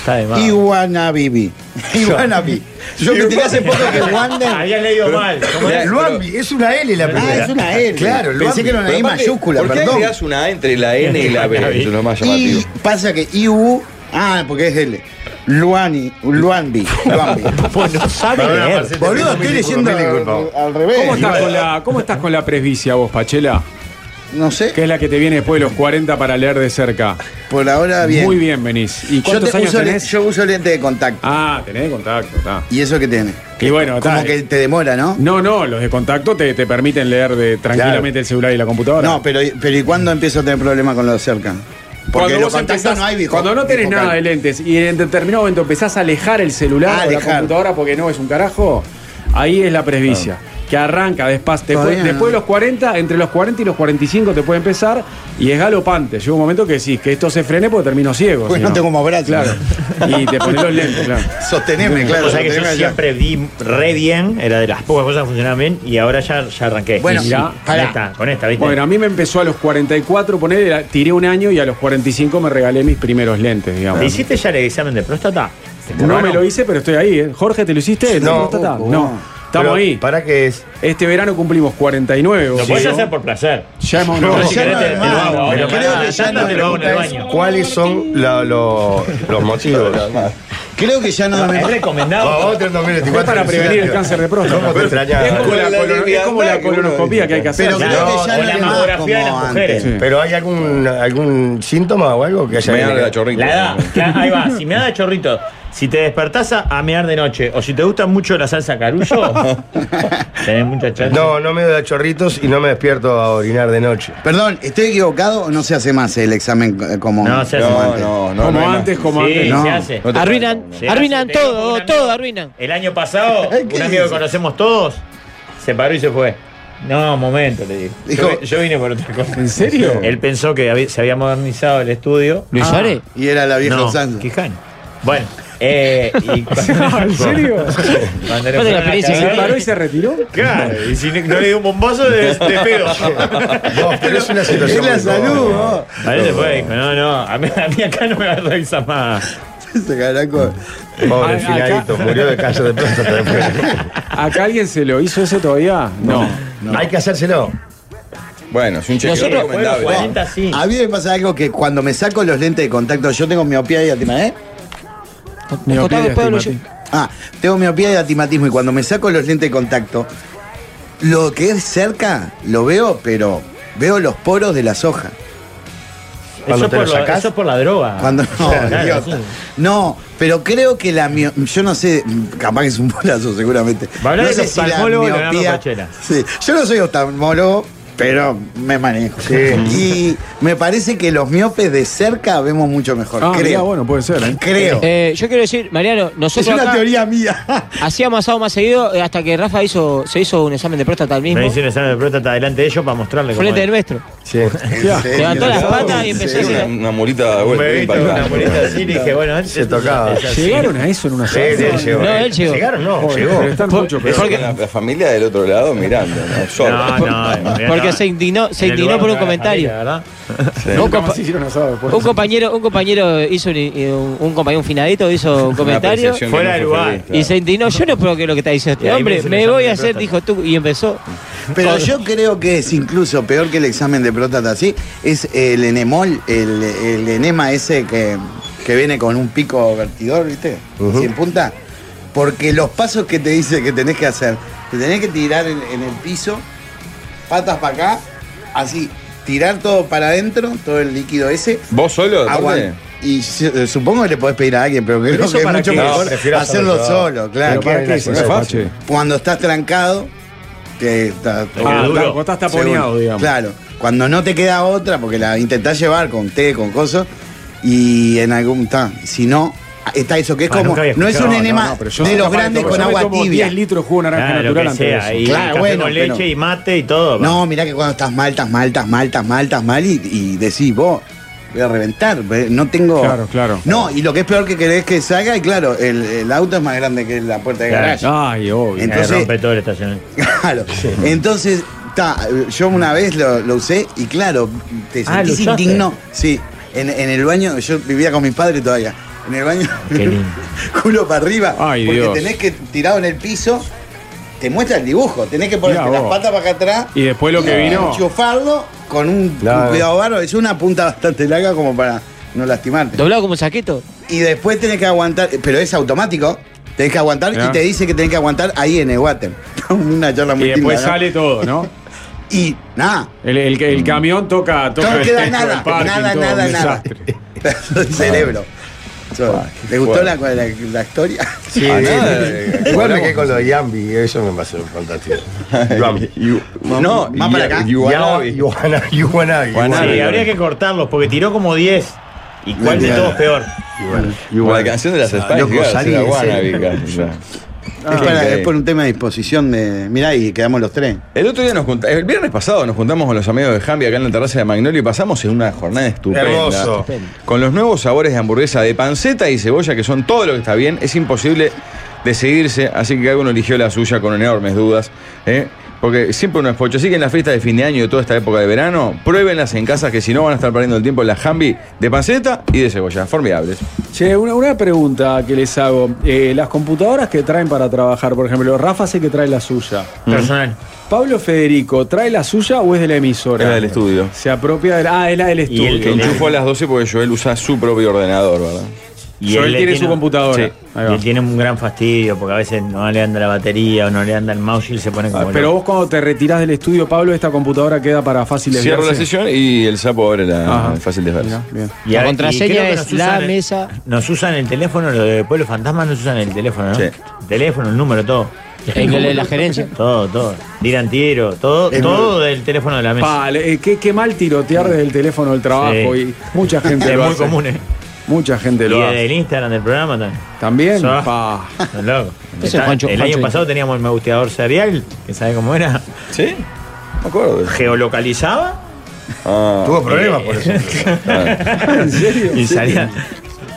Speaker 2: Está de más.
Speaker 1: [LAUGHS] Iguanabibi. Iguanabi. Yo me tiré hace poco que
Speaker 2: [LAUGHS]
Speaker 1: Wander.
Speaker 2: Habías leído mal. ¿Cómo era?
Speaker 4: Mirá,
Speaker 3: Luambi, es una L la primera.
Speaker 1: Ah, es una L.
Speaker 3: Claro,
Speaker 1: Pensé
Speaker 3: Luambi.
Speaker 1: que era una
Speaker 3: Pero
Speaker 1: I
Speaker 3: aparte,
Speaker 1: mayúscula,
Speaker 4: ¿Por qué
Speaker 1: perdón.
Speaker 4: agregás una A entre la N y la B?
Speaker 2: [LAUGHS]
Speaker 4: Eso es lo más
Speaker 1: Y
Speaker 4: llamativo.
Speaker 1: pasa que IU. Ah, porque es L. Luani. Luanbi.
Speaker 2: [LAUGHS]
Speaker 1: Luanbi.
Speaker 2: Pues no sabe
Speaker 3: Perdona,
Speaker 2: leer.
Speaker 3: Marcelo,
Speaker 1: Boludo,
Speaker 3: mil
Speaker 1: estoy
Speaker 3: disculpas,
Speaker 1: leyendo
Speaker 3: mil disculpas.
Speaker 1: al, al revés.
Speaker 7: ¿Cómo estás, con la, ¿Cómo estás con la presbicia vos, Pachela?
Speaker 1: No
Speaker 7: Que
Speaker 1: sé.
Speaker 7: es la que te viene después de los 40 para leer de cerca.
Speaker 1: Por ahora, bien.
Speaker 7: Muy bien, venís. ¿Y
Speaker 1: Yo,
Speaker 7: cuántos
Speaker 1: te-
Speaker 7: años
Speaker 1: uso,
Speaker 7: tenés?
Speaker 1: lente- yo uso lente de contacto.
Speaker 7: Ah, tenés contacto, está.
Speaker 1: ¿Y eso qué tiene?
Speaker 7: Y bueno,
Speaker 1: Como
Speaker 7: está.
Speaker 1: que te demora, ¿no?
Speaker 7: No, no, los de contacto te, te permiten leer de, tranquilamente el celular y la computadora.
Speaker 1: No, pero, pero ¿y cuándo empiezo a tener problemas con lo de cerca? Porque
Speaker 7: cuando
Speaker 1: los
Speaker 7: vos
Speaker 1: contactos
Speaker 7: empezás-
Speaker 1: no hay bijo-
Speaker 7: Cuando no tenés
Speaker 1: bifocal.
Speaker 7: nada de lentes y en determinado momento empezás a alejar el celular
Speaker 1: Ah,
Speaker 7: o la
Speaker 1: alejar.
Speaker 7: computadora porque no es un carajo, ahí es la presbicia.
Speaker 1: Ah.
Speaker 7: Que arranca después, después,
Speaker 1: Todavía no.
Speaker 7: después de los 40, entre los 40 y los 45 te puede empezar y es galopante. Llega un momento que decís que esto se frene porque termino ciego.
Speaker 1: Pues
Speaker 7: si
Speaker 1: no tengo más brazos.
Speaker 7: Claro. Y te pones los lentes, claro.
Speaker 1: Sosteneme, claro.
Speaker 2: O sea que yo
Speaker 1: sosteneme allá.
Speaker 2: siempre vi re bien, era de las pocas cosas que funcionaban bien y ahora ya, ya arranqué.
Speaker 1: Bueno,
Speaker 2: Y
Speaker 7: mirá,
Speaker 2: con
Speaker 1: pará.
Speaker 2: esta, con esta, ¿viste?
Speaker 7: Bueno, a mí me empezó a los 44, poner, tiré un año y a los 45 me regalé mis primeros lentes, digamos.
Speaker 2: ¿Te hiciste ya el examen de próstata?
Speaker 7: No me lo hice, pero estoy ahí. ¿eh? Jorge, ¿te lo hiciste?
Speaker 3: No,
Speaker 7: próstata?
Speaker 1: poco.
Speaker 7: no. Estamos
Speaker 3: Pero,
Speaker 7: ahí.
Speaker 3: ¿Para qué es?
Speaker 7: Este verano cumplimos 49.
Speaker 2: Lo
Speaker 7: ¿o
Speaker 2: podés
Speaker 7: sí,
Speaker 2: hacer
Speaker 7: no?
Speaker 2: por placer.
Speaker 7: Ya hemos no,
Speaker 2: Yo,
Speaker 7: ya
Speaker 2: si querés,
Speaker 1: no,
Speaker 2: te- te lo
Speaker 1: hermano,
Speaker 2: hago ahora.
Speaker 1: pero creo
Speaker 2: Ah,
Speaker 1: que ya
Speaker 2: tanta
Speaker 1: no
Speaker 2: te lo hago en el baño.
Speaker 3: ¿Cuáles son la- lo- los motivos?
Speaker 1: Creo que ya no me.
Speaker 2: Es recomendado.
Speaker 3: Vos tenés 2024
Speaker 7: Es para
Speaker 3: que
Speaker 7: prevenir
Speaker 3: decirle,
Speaker 7: el cáncer de próstata.
Speaker 3: ¿Cómo te extrañás?
Speaker 7: Es como la, colo- es como la colonoscopía que hay que hacer.
Speaker 1: Pero
Speaker 2: Claro,
Speaker 1: creo que ya
Speaker 2: o
Speaker 1: no
Speaker 2: la
Speaker 1: es más como
Speaker 2: mamografía de las mujeres.
Speaker 1: antes.
Speaker 3: ¿Pero hay algún, algún síntoma o algo que haya
Speaker 4: Me abre la chorrita.
Speaker 2: La edad, claro, ahí
Speaker 3: [LAUGHS]
Speaker 2: va. Si me da chorrito, si te despertás a, a mear de noche o si te gusta mucho la salsa carullo,
Speaker 1: [LAUGHS]
Speaker 2: tenés mucha chance.
Speaker 3: No, no me da chorritos y no me despierto a orinar de noche.
Speaker 1: Perdón, ¿estoy equivocado o no se hace más el examen eh, como,
Speaker 2: No, se hace
Speaker 1: como
Speaker 2: más.
Speaker 4: No,
Speaker 1: antes?
Speaker 4: no, no.
Speaker 7: como
Speaker 4: no hay más.
Speaker 7: antes, como
Speaker 2: Sí,
Speaker 7: antes.
Speaker 1: no.
Speaker 2: se hace.
Speaker 4: No te-
Speaker 5: Arruinan,
Speaker 2: Se
Speaker 5: arruinan
Speaker 2: hace, te digo, un
Speaker 5: todo,
Speaker 2: amigo-
Speaker 5: todo arruinan.
Speaker 2: El año pasado,
Speaker 1: ¿Qué
Speaker 2: un amigo
Speaker 1: dice?
Speaker 2: que conocemos todos se paró y se fue. No, momento, le digo.
Speaker 1: Dijo-
Speaker 2: yo, yo vine por otra cosa.
Speaker 7: ¿En serio?
Speaker 2: Él pensó que había- se había modernizado el estudio. Ah,
Speaker 5: ¿Luis Suárez?
Speaker 1: Y era la vieja
Speaker 2: No,
Speaker 1: Sanz.
Speaker 2: Quijano. Bueno, eh, y cuando-
Speaker 7: ¿En serio?
Speaker 2: cuando
Speaker 5: ¿Cuál
Speaker 2: le
Speaker 5: es la
Speaker 2: fueron a
Speaker 5: experiencia?
Speaker 7: ¿Se
Speaker 2: cagar-
Speaker 7: paró y se retiró?
Speaker 2: Claro, y si no le dio un bombazo, de, de
Speaker 1: [LAUGHS]
Speaker 2: pedo.
Speaker 3: Vos, pero es una
Speaker 1: Es
Speaker 3: situación.
Speaker 1: la
Speaker 3: muy
Speaker 1: salud,
Speaker 3: cómoda.
Speaker 1: vos.
Speaker 2: A él se fue, dijo, no, no, a mí, a mí acá no me
Speaker 1: [LAUGHS]
Speaker 2: revisar más.
Speaker 1: Ese carajo.
Speaker 3: Pobre
Speaker 7: Ah, acá-
Speaker 3: finadito, murió de cáncer de próstata después.
Speaker 7: [LAUGHS] ¿Acá alguien se lo hizo eso todavía? No.
Speaker 3: Hay que hacérselo.
Speaker 4: Bueno, es un chequeo
Speaker 5: Nosotros-
Speaker 4: recomendable.
Speaker 2: Bueno, 40 sí.
Speaker 1: A mí me pasa algo que cuando me saco los lentes de contacto, yo tengo miopía y atima, ¿eh? Miopía
Speaker 5: contá
Speaker 1: y
Speaker 5: después hablo yo.
Speaker 1: astigmatismo. Ah, tengo miopía y astigmatismo y cuando me saco los lentes de contacto, lo que es cerca lo veo, pero veo los poros de las hojas.
Speaker 2: Eso, por lo- eso por la droga.
Speaker 1: Cuando
Speaker 2: [LAUGHS]
Speaker 1: no,
Speaker 2: Claro,
Speaker 1: idiota.
Speaker 2: sí.
Speaker 1: no, pero creo que la mio- yo no sé, capaz que es un bolazo seguramente.
Speaker 2: Va a hablar
Speaker 1: no
Speaker 2: el
Speaker 1: sé si la
Speaker 2: oftalmólogo Leonardo
Speaker 1: miopía-
Speaker 2: Pachela.
Speaker 1: Sí, yo no soy oftalmólogo, pero me manejo. Y me parece que los miopes de cerca vemos mucho mejor.
Speaker 5: Ah,
Speaker 1: creo.
Speaker 5: mirá,
Speaker 1: bueno, puede ser, Creo.
Speaker 5: Eh, yo quiero decir, Mariano, nosotros.
Speaker 1: Es una
Speaker 5: acá
Speaker 3: [LAUGHS]
Speaker 1: teoría mía.
Speaker 5: hacíamos asado más seguido eh, hasta que Rafa hizo, se hizo un examen de próstata al mismo.
Speaker 2: Me hice un examen de próstata delante de ellos para mostrarle cómo
Speaker 5: Frente
Speaker 2: es.
Speaker 5: del nuestro.
Speaker 3: Sí.
Speaker 5: Levantó las patas y empezó a
Speaker 4: Una,
Speaker 5: decir.
Speaker 4: una mulita de vuelta.
Speaker 2: Me
Speaker 4: bien
Speaker 2: viste
Speaker 4: para
Speaker 2: una
Speaker 4: acá.
Speaker 2: bolita así y dije, bueno,
Speaker 3: Se tocaba.
Speaker 7: ¿Llegaron a eso en una
Speaker 3: Sí, él llegó.
Speaker 5: No, él llegó.
Speaker 2: Llegaron, no.
Speaker 7: Joder,
Speaker 2: llegó.
Speaker 7: pero están mucho
Speaker 4: Es
Speaker 7: peor.
Speaker 4: porque la, la familia del otro lado mirando, ¿no? Solo. [LAUGHS]
Speaker 2: No, no, no.
Speaker 5: Porque se indignó, se
Speaker 2: En el
Speaker 5: indignó
Speaker 2: lugar
Speaker 5: por un
Speaker 2: donde va la
Speaker 5: comentario.
Speaker 2: familia, ¿verdad?
Speaker 4: Sí.
Speaker 5: Un,
Speaker 7: Nunca
Speaker 5: compa-
Speaker 7: más hicieron asado después.
Speaker 5: un compañero, un compañero hizo un, eh, un- un compañero, un finadito hizo un
Speaker 4: Una
Speaker 5: comentario.
Speaker 4: apreciación que
Speaker 2: Fuera
Speaker 4: no
Speaker 2: de
Speaker 4: fue
Speaker 2: lugar.
Speaker 4: feliz, claro.
Speaker 5: Y se indignó, yo no puedo que lo que está diciendo
Speaker 2: Y
Speaker 5: este
Speaker 2: ahí
Speaker 5: hombre,
Speaker 2: me hice el
Speaker 5: me
Speaker 2: examen
Speaker 5: voy
Speaker 2: de
Speaker 5: a hacer,
Speaker 2: próstata.
Speaker 5: dijo tú, y empezó.
Speaker 1: Pero yo creo que es incluso peor que el examen de próstata así, es el enemol, el, el enema ese que, que viene con un pico vertidor, ¿viste?
Speaker 3: Ujú.
Speaker 1: Sin punta. Porque los pasos que te dice que tenés que hacer, te tenés que tirar en, en el piso, patas para acá, así, tirar todo para adentro, todo el líquido ese,
Speaker 4: ¿Vos solo?
Speaker 1: aguan-
Speaker 4: aparte?
Speaker 1: Y su- eh, supongo que le podés pedir a alguien, pero creo
Speaker 2: eso
Speaker 1: que es
Speaker 2: para
Speaker 1: mucho
Speaker 2: qué? No,
Speaker 1: mejor
Speaker 2: prefiero hacerlo
Speaker 1: hacerlo
Speaker 2: yo.
Speaker 1: solo, claro.
Speaker 7: ¿Pero para qué es
Speaker 4: no es
Speaker 7: eso,
Speaker 4: fácil.
Speaker 7: Pache?
Speaker 1: Cuando estás trancado, que está-
Speaker 7: Ah,
Speaker 2: duro.
Speaker 7: está- vos estás taponeado,
Speaker 1: Seguro.
Speaker 7: digamos.
Speaker 1: Claro, cuando no te queda otra, porque la intentás llevar con té, con cosas, y en algún ta, si no, está eso que es
Speaker 2: Ah,
Speaker 1: como.
Speaker 2: nunca había
Speaker 1: No es un
Speaker 2: escuchado,
Speaker 1: enema
Speaker 7: No, pero yo
Speaker 1: de
Speaker 7: soy
Speaker 1: los
Speaker 7: capaz de
Speaker 1: grandes
Speaker 7: tomar-
Speaker 1: con
Speaker 7: yo me
Speaker 1: agua
Speaker 7: tomo
Speaker 1: tibia.
Speaker 7: 10 litros de jugo de naranja
Speaker 2: Claro, lo
Speaker 7: natural
Speaker 2: que
Speaker 7: antes de
Speaker 2: sea.
Speaker 7: eso.
Speaker 2: Y
Speaker 1: Claro,
Speaker 2: café
Speaker 1: bueno,
Speaker 2: con leche
Speaker 1: pero-
Speaker 2: y mate y todo. va.
Speaker 1: No, mirá que cuando estás mal, estás mal, estás mal, estás mal, estás mal, y, y decís, vos, voy a reventar, ve, no tengo.
Speaker 7: Claro, claro.
Speaker 1: No, y lo que es peor que querés que salga, y claro, el, el auto es más grande que la puerta de
Speaker 2: Claro.
Speaker 1: garaje.
Speaker 7: Ay, obvio.
Speaker 2: Eh,
Speaker 1: entonces-
Speaker 2: rompe todo el estacionamiento.
Speaker 1: [LAUGHS] Claro. Entonces, ta, yo una vez lo, lo usé y claro, te
Speaker 2: Ah,
Speaker 1: sentís
Speaker 2: ¿lo usaste?
Speaker 1: indigno. Sí, en, en el baño, yo vivía con mis padres todavía. En el baño,
Speaker 2: Qué lindo.
Speaker 1: [LAUGHS] culo para arriba.
Speaker 7: Ay,
Speaker 1: porque
Speaker 7: Dios.
Speaker 1: tenés que, tirado en el piso, te muestra el dibujo. Tenés que ponerte
Speaker 7: Mirá
Speaker 1: las
Speaker 7: vos.
Speaker 1: patas para acá atrás.
Speaker 7: Y después lo que vino.
Speaker 1: Enchufarlo con un un
Speaker 3: Claro.
Speaker 1: cuidado bárbaro. Es una punta bastante larga como para no lastimarte.
Speaker 5: Doblado como un saqueto.
Speaker 1: Y después tenés que aguantar, pero es automático. Tenés que aguantar
Speaker 7: Mirá.
Speaker 1: y te dice que tenés que aguantar ahí en el water. [LAUGHS] una charla
Speaker 7: Y
Speaker 1: muy
Speaker 7: después
Speaker 1: linda, ¿no?
Speaker 7: sale todo, ¿no? Mm.
Speaker 1: Y nada.
Speaker 7: El, el- el camión toca, toca
Speaker 1: No
Speaker 7: el
Speaker 1: queda
Speaker 7: techo
Speaker 1: nada,
Speaker 7: del parking,
Speaker 1: nada,
Speaker 7: todo, un
Speaker 1: nada, nada. [LAUGHS]
Speaker 7: desastre.
Speaker 1: El cerebro. So, ¿Le gustó la, la, la historia?
Speaker 3: Sí,
Speaker 4: Ah,
Speaker 3: sí.
Speaker 7: eh,
Speaker 4: nada.
Speaker 3: eh, Igual me quedé con lo de Yambi, eso me pasó [LAUGHS] fantástico. Yambi.
Speaker 4: You- No,
Speaker 1: más para acá.
Speaker 4: Yuanabi. [LAUGHS]
Speaker 3: Yuanabi. Yuanabi.
Speaker 4: Guanabi.
Speaker 2: Sí, habría que cortarlos porque tiró como 10. ¿Y cuál de
Speaker 1: Bien.
Speaker 2: todos peor?
Speaker 4: Como la canción de las Spice
Speaker 3: Loco,
Speaker 4: Girls,
Speaker 3: salí,
Speaker 4: era
Speaker 3: en
Speaker 4: Guanabi,
Speaker 3: serio.
Speaker 4: casi, ya.
Speaker 1: es, para-
Speaker 4: increíble.
Speaker 1: es por un tema de disposición de. Mirá, y quedamos los tres.
Speaker 4: El otro día nos juntamos, el viernes pasado nos juntamos con los amigos de Jambi acá en la terraza de Magnolio y pasamos en una jornada estupenda.
Speaker 3: Hermoso.
Speaker 4: Con los nuevos sabores de hamburguesa de panceta y cebolla, que son todo lo que está bien, es imposible decidirse, así que cada uno eligió la suya con enormes dudas. ¿eh? Porque siempre uno es pocho. Así que en las fiestas de fin de año y de toda esta época de verano, pruébenlas en casa, que si no van a estar perdiendo el tiempo en la Jambi de panceta y de cebolla. Formidables.
Speaker 7: Che, una, una pregunta que les hago. Eh, las computadoras que traen para trabajar, por ejemplo, Rafa sé que trae la suya.
Speaker 2: Personal.
Speaker 7: Pablo Federico, ¿trae la suya o es de la emisora?
Speaker 4: Es la del estudio.
Speaker 7: Se apropia de la. Ah, es la del
Speaker 2: Y el
Speaker 7: estudio.
Speaker 4: Que enchufó a las 12 porque Joel usa su propio ordenador, ¿verdad?
Speaker 7: Joel
Speaker 2: le
Speaker 7: tiene su
Speaker 2: un-
Speaker 7: computadora.
Speaker 2: Sí.
Speaker 7: Ahí
Speaker 2: Y
Speaker 7: va.
Speaker 2: él tiene un gran fastidio porque a veces no le anda la batería o no le anda el mouse y él se pone como.
Speaker 7: Ah, Pero
Speaker 2: loco.
Speaker 7: vos cuando te retirás del estudio, Pablo, esta computadora queda para fácil
Speaker 4: Cierro la
Speaker 7: desviarse.
Speaker 4: sesión y el sapo abre la
Speaker 7: Ajá.
Speaker 4: fácil desverse.
Speaker 7: Mirá, bien.
Speaker 2: Y
Speaker 5: La
Speaker 2: a- y
Speaker 5: contraseña
Speaker 2: creo que
Speaker 5: es
Speaker 2: nos usan
Speaker 5: la
Speaker 2: el-
Speaker 5: mesa.
Speaker 2: Nos usan el teléfono, los de Pueblo Fantasma nos usan el teléfono, ¿no?
Speaker 4: Sí.
Speaker 2: El teléfono, el número, todo.
Speaker 5: El de la gerencia.
Speaker 2: Todo, todo. Dirán tiro, todo, todo del teléfono de la mesa.
Speaker 7: Pa, le- eh, qué, qué mal tirotear desde el teléfono del trabajo
Speaker 2: Sí.
Speaker 7: y mucha gente
Speaker 2: es
Speaker 7: lo
Speaker 2: muy
Speaker 7: hace.
Speaker 2: común, ¿eh?
Speaker 7: Mucha gente
Speaker 2: Y
Speaker 7: lo
Speaker 2: del
Speaker 7: hace.
Speaker 2: Instagram del programa también.
Speaker 7: También,
Speaker 2: So- [LAUGHS]
Speaker 7: pa.
Speaker 2: Son locos.
Speaker 5: Ese es Juancho-
Speaker 2: Está- el
Speaker 5: Juancho
Speaker 2: año
Speaker 5: Insta.
Speaker 2: pasado teníamos el megusteador serial, que sabe cómo era,
Speaker 4: ¿Sí? Me acuerdo.
Speaker 2: geolocalizaba
Speaker 4: Ah, eh,
Speaker 3: Tuvo problemas por eso.
Speaker 2: [LAUGHS]
Speaker 7: ¿En [LAUGHS] serio?
Speaker 2: y salía,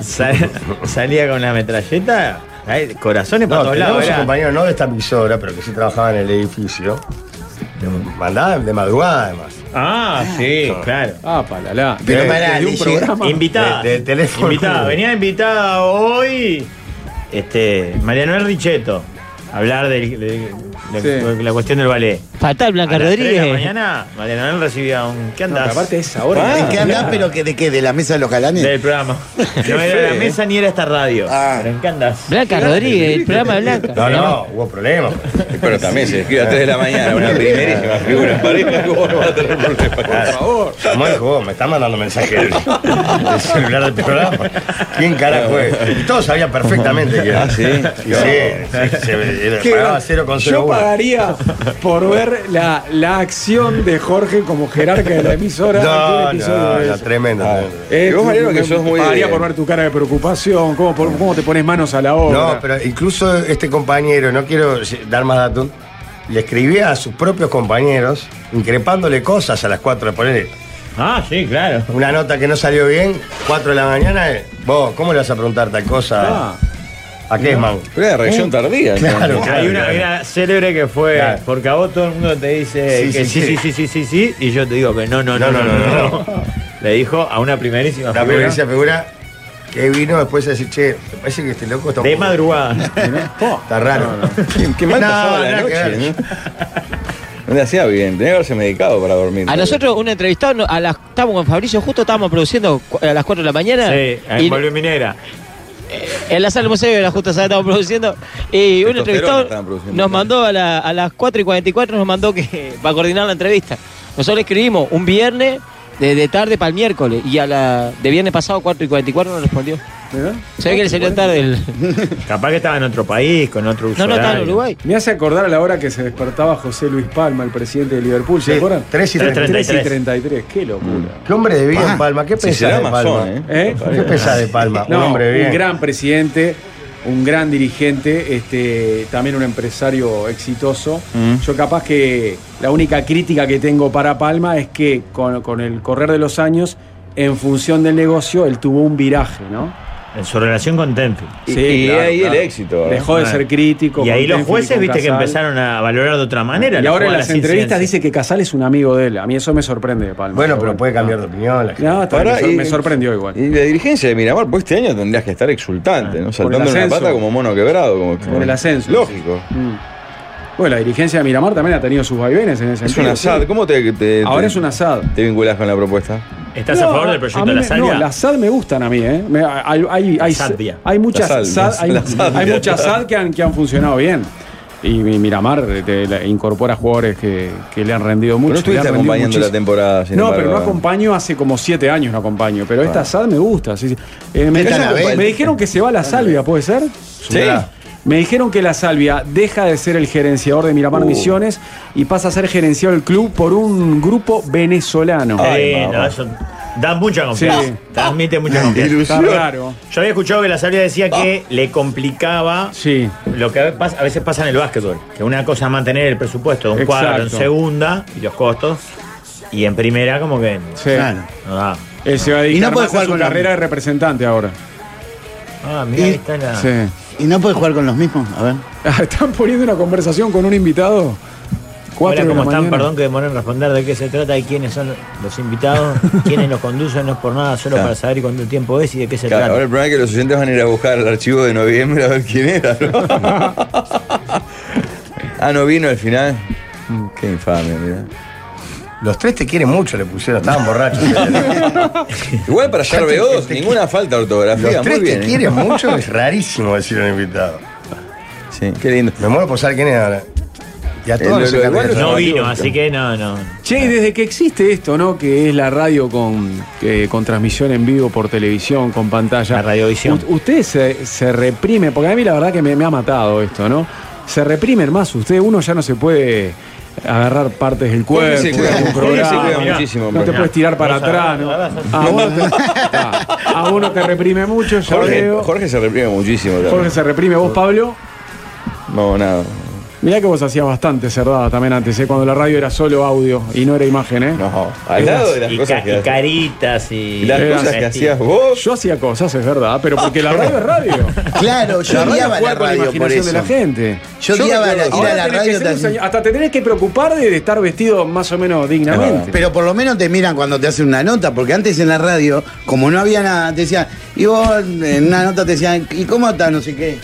Speaker 2: sal- salía con la metralleta, ay, corazones para
Speaker 3: No,
Speaker 2: todos
Speaker 3: tenemos
Speaker 2: lados.
Speaker 3: un
Speaker 2: era-
Speaker 3: compañero, no de esta emisora, pero que sí trabajaba en el edificio. Mandaba de madrugada, además.
Speaker 2: Ah, sí, claro.
Speaker 7: Ah, palala.
Speaker 1: Pero pará,
Speaker 7: de un
Speaker 1: Guille.
Speaker 7: programa.
Speaker 2: Invitada.
Speaker 3: De- de teléfono.
Speaker 2: Invitada. Venía invitada hoy este, Mariano Richetto. hablar del- de, de-
Speaker 5: Sí.
Speaker 2: de la cuestión del ballet.
Speaker 5: Fatal, Blanca
Speaker 2: A las tres
Speaker 5: Rodríguez.
Speaker 2: de la mañana, María Noel recibía un. ¿Qué andás? Ah,
Speaker 1: Ah,
Speaker 7: ¿eh?
Speaker 1: ¿En qué andás, pero que de qué? ¿De la mesa de los galanes?
Speaker 2: Del programa. No era la mesa ni era esta radio. Pero ¿en qué andás?
Speaker 5: Blanca Rodríguez, el programa de Blanca.
Speaker 3: No, no, hubo problemas.
Speaker 4: Pero también se escribe a 3 de la mañana, una primerísima figura en pareja. ¿Cómo no va a tener problemas?
Speaker 3: Por favor. Samuel jugó, me está mandando mensajes del, del celular del programa. ¿Quién carajo es? Y todos sabían perfectamente que era.
Speaker 4: Ah, sí.
Speaker 3: Sí, sí, se ve- eh,
Speaker 7: Qué
Speaker 3: pagaba
Speaker 7: gran-
Speaker 3: 0,01.
Speaker 7: Yo pagaría por ver la, la acción de Jorge como jerarca de la emisora.
Speaker 3: No,
Speaker 7: Un episodio
Speaker 3: no,
Speaker 7: de
Speaker 3: no,
Speaker 7: eso.
Speaker 3: tremendo.
Speaker 7: Eh,
Speaker 3: Y vos, Mariano, que sos muy
Speaker 7: Pagaría
Speaker 3: de-
Speaker 7: por ver tu cara de preocupación, cómo, por- cómo te pones manos a la obra.
Speaker 3: No, pero incluso este compañero, no quiero dar más datos, le escribía a sus propios compañeros, increpándole cosas a las 4 de ponerle.
Speaker 2: Ah, sí, claro.
Speaker 3: Una nota que no salió bien, 4 de la mañana, eh, vos, ¿cómo le vas a preguntar tal
Speaker 7: Ah.
Speaker 3: cosa? ¿A qué es, man? Uh,
Speaker 4: Pero era reacción tardía.
Speaker 3: Claro, claro,
Speaker 2: Hay una,
Speaker 3: claro.
Speaker 2: hay una célebre que fue,
Speaker 3: Claro.
Speaker 2: porque a vos todo el mundo te dice
Speaker 3: Sí,
Speaker 2: Eh, que
Speaker 3: sí,
Speaker 2: sí sí. sí, sí, sí, sí, y yo te digo que no, no, no, no, no, no, [LAUGHS] Le dijo a una primerísima
Speaker 3: La
Speaker 2: figura
Speaker 3: primerísima figura que vino después a decir, che, me parece que este loco está un
Speaker 2: de
Speaker 3: poco- [LAUGHS]
Speaker 2: madrugada.
Speaker 3: Está raro.
Speaker 4: Qué mal
Speaker 3: No,
Speaker 4: pasaba la
Speaker 3: nada que
Speaker 4: noche,
Speaker 3: ver.
Speaker 4: ¿no? No le hacía bien, tenía que haberse medicado para dormir.
Speaker 5: A nosotros, un entrevistado, no- a las, estábamos con Fabricio, justo estábamos produciendo cu- a las 4 de la mañana.
Speaker 2: Sí,
Speaker 5: y
Speaker 2: en Eh, Volvió Minera.
Speaker 5: en la sala del museo, era justo esa que estábamos produciendo. Y un
Speaker 4: Testosterona
Speaker 5: entrevistado
Speaker 4: estaban produciendo.
Speaker 7: Ah,
Speaker 5: nos mandó a, la- a las 4 y 44, nos mandó que [LAUGHS] va a coordinar la entrevista. Nosotros le escribimos un viernes de, de tarde para el miércoles. Y a la de viernes pasado, 4 y 44, no respondió. Se ve que le salió tarde el.
Speaker 2: [LAUGHS] Capaz que estaba en otro país, con otro
Speaker 5: No, no,
Speaker 2: usuario.
Speaker 5: está en Uruguay.
Speaker 7: Me hace acordar a la hora que se despertaba José Luis Palma, el presidente de Liverpool, ¿se
Speaker 3: Sí,
Speaker 7: acuerdan?
Speaker 3: 3 y 33.
Speaker 7: 3 y 33, qué locura.
Speaker 3: ¿Qué hombre de vida
Speaker 1: Ah,
Speaker 3: en Palma? ¿Qué
Speaker 4: Si será
Speaker 3: pensás de Palma?
Speaker 4: masón, ¿eh?
Speaker 7: ¿Eh?
Speaker 3: ¿Qué pensás de Palma?
Speaker 7: No,
Speaker 3: un hombre de bien.
Speaker 7: gran presidente, un gran dirigente, este, también un empresario exitoso.
Speaker 4: Mm.
Speaker 7: Yo capaz que la única crítica que tengo para Palma es que con, con el correr de los años, en función del negocio, él tuvo un viraje, ¿no?
Speaker 2: En su relación con Tenfield.
Speaker 4: Y,
Speaker 7: Sí,
Speaker 4: y
Speaker 7: claro,
Speaker 4: ahí
Speaker 7: claro.
Speaker 4: el éxito. ¿verdad?
Speaker 7: Dejó de ser crítico.
Speaker 2: Y ahí
Speaker 7: con
Speaker 2: los
Speaker 7: Tenfield y
Speaker 2: jueces,
Speaker 7: con
Speaker 2: viste, que
Speaker 7: Casal.
Speaker 2: empezaron a valorar de otra manera.
Speaker 7: Y
Speaker 2: la
Speaker 7: ahora
Speaker 2: jugada
Speaker 7: en
Speaker 2: de
Speaker 7: las
Speaker 2: las
Speaker 7: entrevistas
Speaker 2: incidencias.
Speaker 7: dice que Casal es un amigo de él. A mí eso me sorprende de Palma.
Speaker 3: Bueno, pero puede cambiar de opinión. La gente.
Speaker 7: No, está bien,
Speaker 4: Pará,
Speaker 7: me sor-
Speaker 4: y-
Speaker 7: me sorprendió igual. Ah,
Speaker 4: Y la dirigencia de Miramar, pues este año tendrías que estar exultante, ¿no? Saltando
Speaker 7: el
Speaker 4: una
Speaker 7: ascenso.
Speaker 4: pata como mono quebrado. Como,
Speaker 7: Por el ascenso.
Speaker 4: Lógico.
Speaker 7: Mm. Bueno, la dirigencia de Miramar también ha tenido sus vaivenes en ese
Speaker 4: Es un
Speaker 7: sentido.
Speaker 4: asad.
Speaker 7: sí.
Speaker 4: ¿Cómo te, te-
Speaker 7: Ahora
Speaker 4: te-
Speaker 7: es un asad.
Speaker 4: te vinculás con la propuesta?
Speaker 2: ¿Estás a
Speaker 7: No,
Speaker 2: favor del
Speaker 7: a
Speaker 2: proyecto
Speaker 7: mí
Speaker 2: de la
Speaker 7: me-
Speaker 2: salvia?
Speaker 7: No, las SAD me gustan a mí, ¿eh? Me- hay, hay, hay,
Speaker 2: Salvia.
Speaker 7: hay muchas
Speaker 4: La sal,
Speaker 7: SAD,
Speaker 4: la- [LAUGHS]
Speaker 7: hay,
Speaker 4: la salvia.
Speaker 7: hay muchas SAD que han, que han funcionado bien. Y mi- Miramar eh, te- la- incorpora jugadores que, que le han rendido mucho.
Speaker 4: Pero no
Speaker 7: le han
Speaker 4: estuviste
Speaker 7: rendido
Speaker 4: acompañando la
Speaker 7: muchísimo.
Speaker 4: temporada, sin
Speaker 7: No,
Speaker 4: embargo,
Speaker 7: pero no
Speaker 4: ¿eh? Ah.
Speaker 7: acompaño hace como siete años, no acompaño. Pero esta SAD me gusta. sí, sí. Eh, me,
Speaker 1: Esta
Speaker 7: dijeron-
Speaker 1: la ves.
Speaker 7: me dijeron que se va la salvia, ¿puede ser?
Speaker 4: Sí.
Speaker 7: Me dijeron que la Salvia deja de ser el gerenciador de
Speaker 4: Uh.
Speaker 7: Miramar Misiones y pasa a ser gerenciado del club por un grupo venezolano.
Speaker 2: Eh, no, eso da mucha confianza.
Speaker 7: Sí.
Speaker 4: [LAUGHS]
Speaker 2: Transmite mucha confianza.
Speaker 7: Está raro.
Speaker 2: Yo había escuchado que la salvia decía
Speaker 4: Ah.
Speaker 2: que le complicaba
Speaker 7: Sí.
Speaker 2: Lo que a veces pasa- a veces pasa en el básquetbol, que una cosa es mantener el presupuesto de un
Speaker 7: Exacto.
Speaker 2: cuadro en segunda y los costos, y en primera como que
Speaker 7: Sí.
Speaker 1: Claro.
Speaker 2: no da.
Speaker 7: Él Eh, se va a
Speaker 1: Y
Speaker 7: dedicar
Speaker 1: no puede
Speaker 7: más a
Speaker 1: jugar
Speaker 7: su
Speaker 1: con la-
Speaker 7: carrera de representante ahora.
Speaker 2: Ah, mirá,
Speaker 1: Y-
Speaker 2: ahí está la...
Speaker 7: Sí. Ah,
Speaker 1: ¿Y no puede jugar con los mismos? A
Speaker 7: [LAUGHS]
Speaker 1: ver.
Speaker 7: Están poniendo una conversación con un invitado.
Speaker 2: Hola,
Speaker 7: Cuatro de la
Speaker 2: ¿cómo están?
Speaker 7: mañana.
Speaker 2: Perdón que demoré en responder de qué se trata y quiénes son los
Speaker 4: [LAUGHS]
Speaker 2: invitados, quiénes los conducen, no es por nada, solo
Speaker 4: Claro.
Speaker 2: para saber cuánto tiempo es y de qué se
Speaker 4: Claro, ahora
Speaker 2: trata.
Speaker 4: el problema es que los oyentes van a ir a buscar el archivo de noviembre a ver quién era, ¿no? ah, no vino al final. Mm, Qué infame, mira.
Speaker 3: Los tres te quieren mucho, le pusieron. Estaban borrachos. Este
Speaker 4: Igual para hallar
Speaker 3: Ya te-
Speaker 4: B2,
Speaker 3: te-
Speaker 4: ninguna falta de
Speaker 3: Los
Speaker 4: ortografía. Muy
Speaker 3: tres
Speaker 4: bien.
Speaker 3: te
Speaker 4: ¿eh?
Speaker 3: quieren mucho es rarísimo decir a un invitado.
Speaker 4: Sí, qué lindo.
Speaker 3: Me muero por saber quién es ahora. Y a
Speaker 4: Eh,
Speaker 3: todos
Speaker 4: lo-
Speaker 3: los
Speaker 4: lo- igual
Speaker 2: No
Speaker 4: Claro,
Speaker 2: vino,
Speaker 4: claro.
Speaker 2: así que no, no.
Speaker 7: Che, y desde que existe esto, ¿no? Que es la radio con, eh, con transmisión en vivo por televisión, con pantalla.
Speaker 2: La radiovisión.
Speaker 7: U- usted se, se reprime, porque a mí la verdad que me, me ha matado esto, ¿no? Se reprimen más. Usted, uno ya no se puede agarrar partes del
Speaker 4: Jorge
Speaker 7: cuerpo.
Speaker 4: se cuida,
Speaker 7: algún
Speaker 4: Jorge se
Speaker 7: programa.
Speaker 4: cuida
Speaker 2: mirá.
Speaker 4: muchísimo.
Speaker 7: No te
Speaker 4: hombre.
Speaker 7: puedes tirar para
Speaker 2: Vos
Speaker 7: atrás,
Speaker 2: agarrás,
Speaker 7: ¿no?
Speaker 2: agarrás.
Speaker 7: A uno te, a uno te reprime mucho, ya
Speaker 4: Jorge,
Speaker 7: veo.
Speaker 4: Jorge se reprime muchísimo. también.
Speaker 7: Jorge se reprime. ¿Vos, Pablo?
Speaker 4: No, nada.
Speaker 7: Mirá que vos hacías bastante cerdada también antes, ¿eh? cuando la radio era solo audio y no era imagen, ¿eh? No,
Speaker 4: al lado de las cosas que hacías.
Speaker 2: caritas y.
Speaker 4: Y las
Speaker 7: Eras-
Speaker 4: cosas que hacías vos.
Speaker 7: Yo hacía cosas, es verdad, pero
Speaker 4: [LAUGHS]
Speaker 7: porque la radio es radio.
Speaker 1: Claro, yo
Speaker 7: La radio
Speaker 1: odiaba la
Speaker 7: juega con la
Speaker 1: radio por
Speaker 7: imaginación
Speaker 1: eso.
Speaker 7: de la gente.
Speaker 1: Yo odiaba la- ir
Speaker 7: Ahora
Speaker 1: a la
Speaker 7: tenés que
Speaker 1: radio
Speaker 7: ser un
Speaker 1: también.
Speaker 7: señor- Hasta te tenés que preocupar de de estar vestido más o menos dignamente.
Speaker 1: Pero por lo menos te miran cuando te hacen una nota, porque antes en la radio, como no había nada, te decían, y vos en una nota te decían, ¿y cómo está? No sé qué.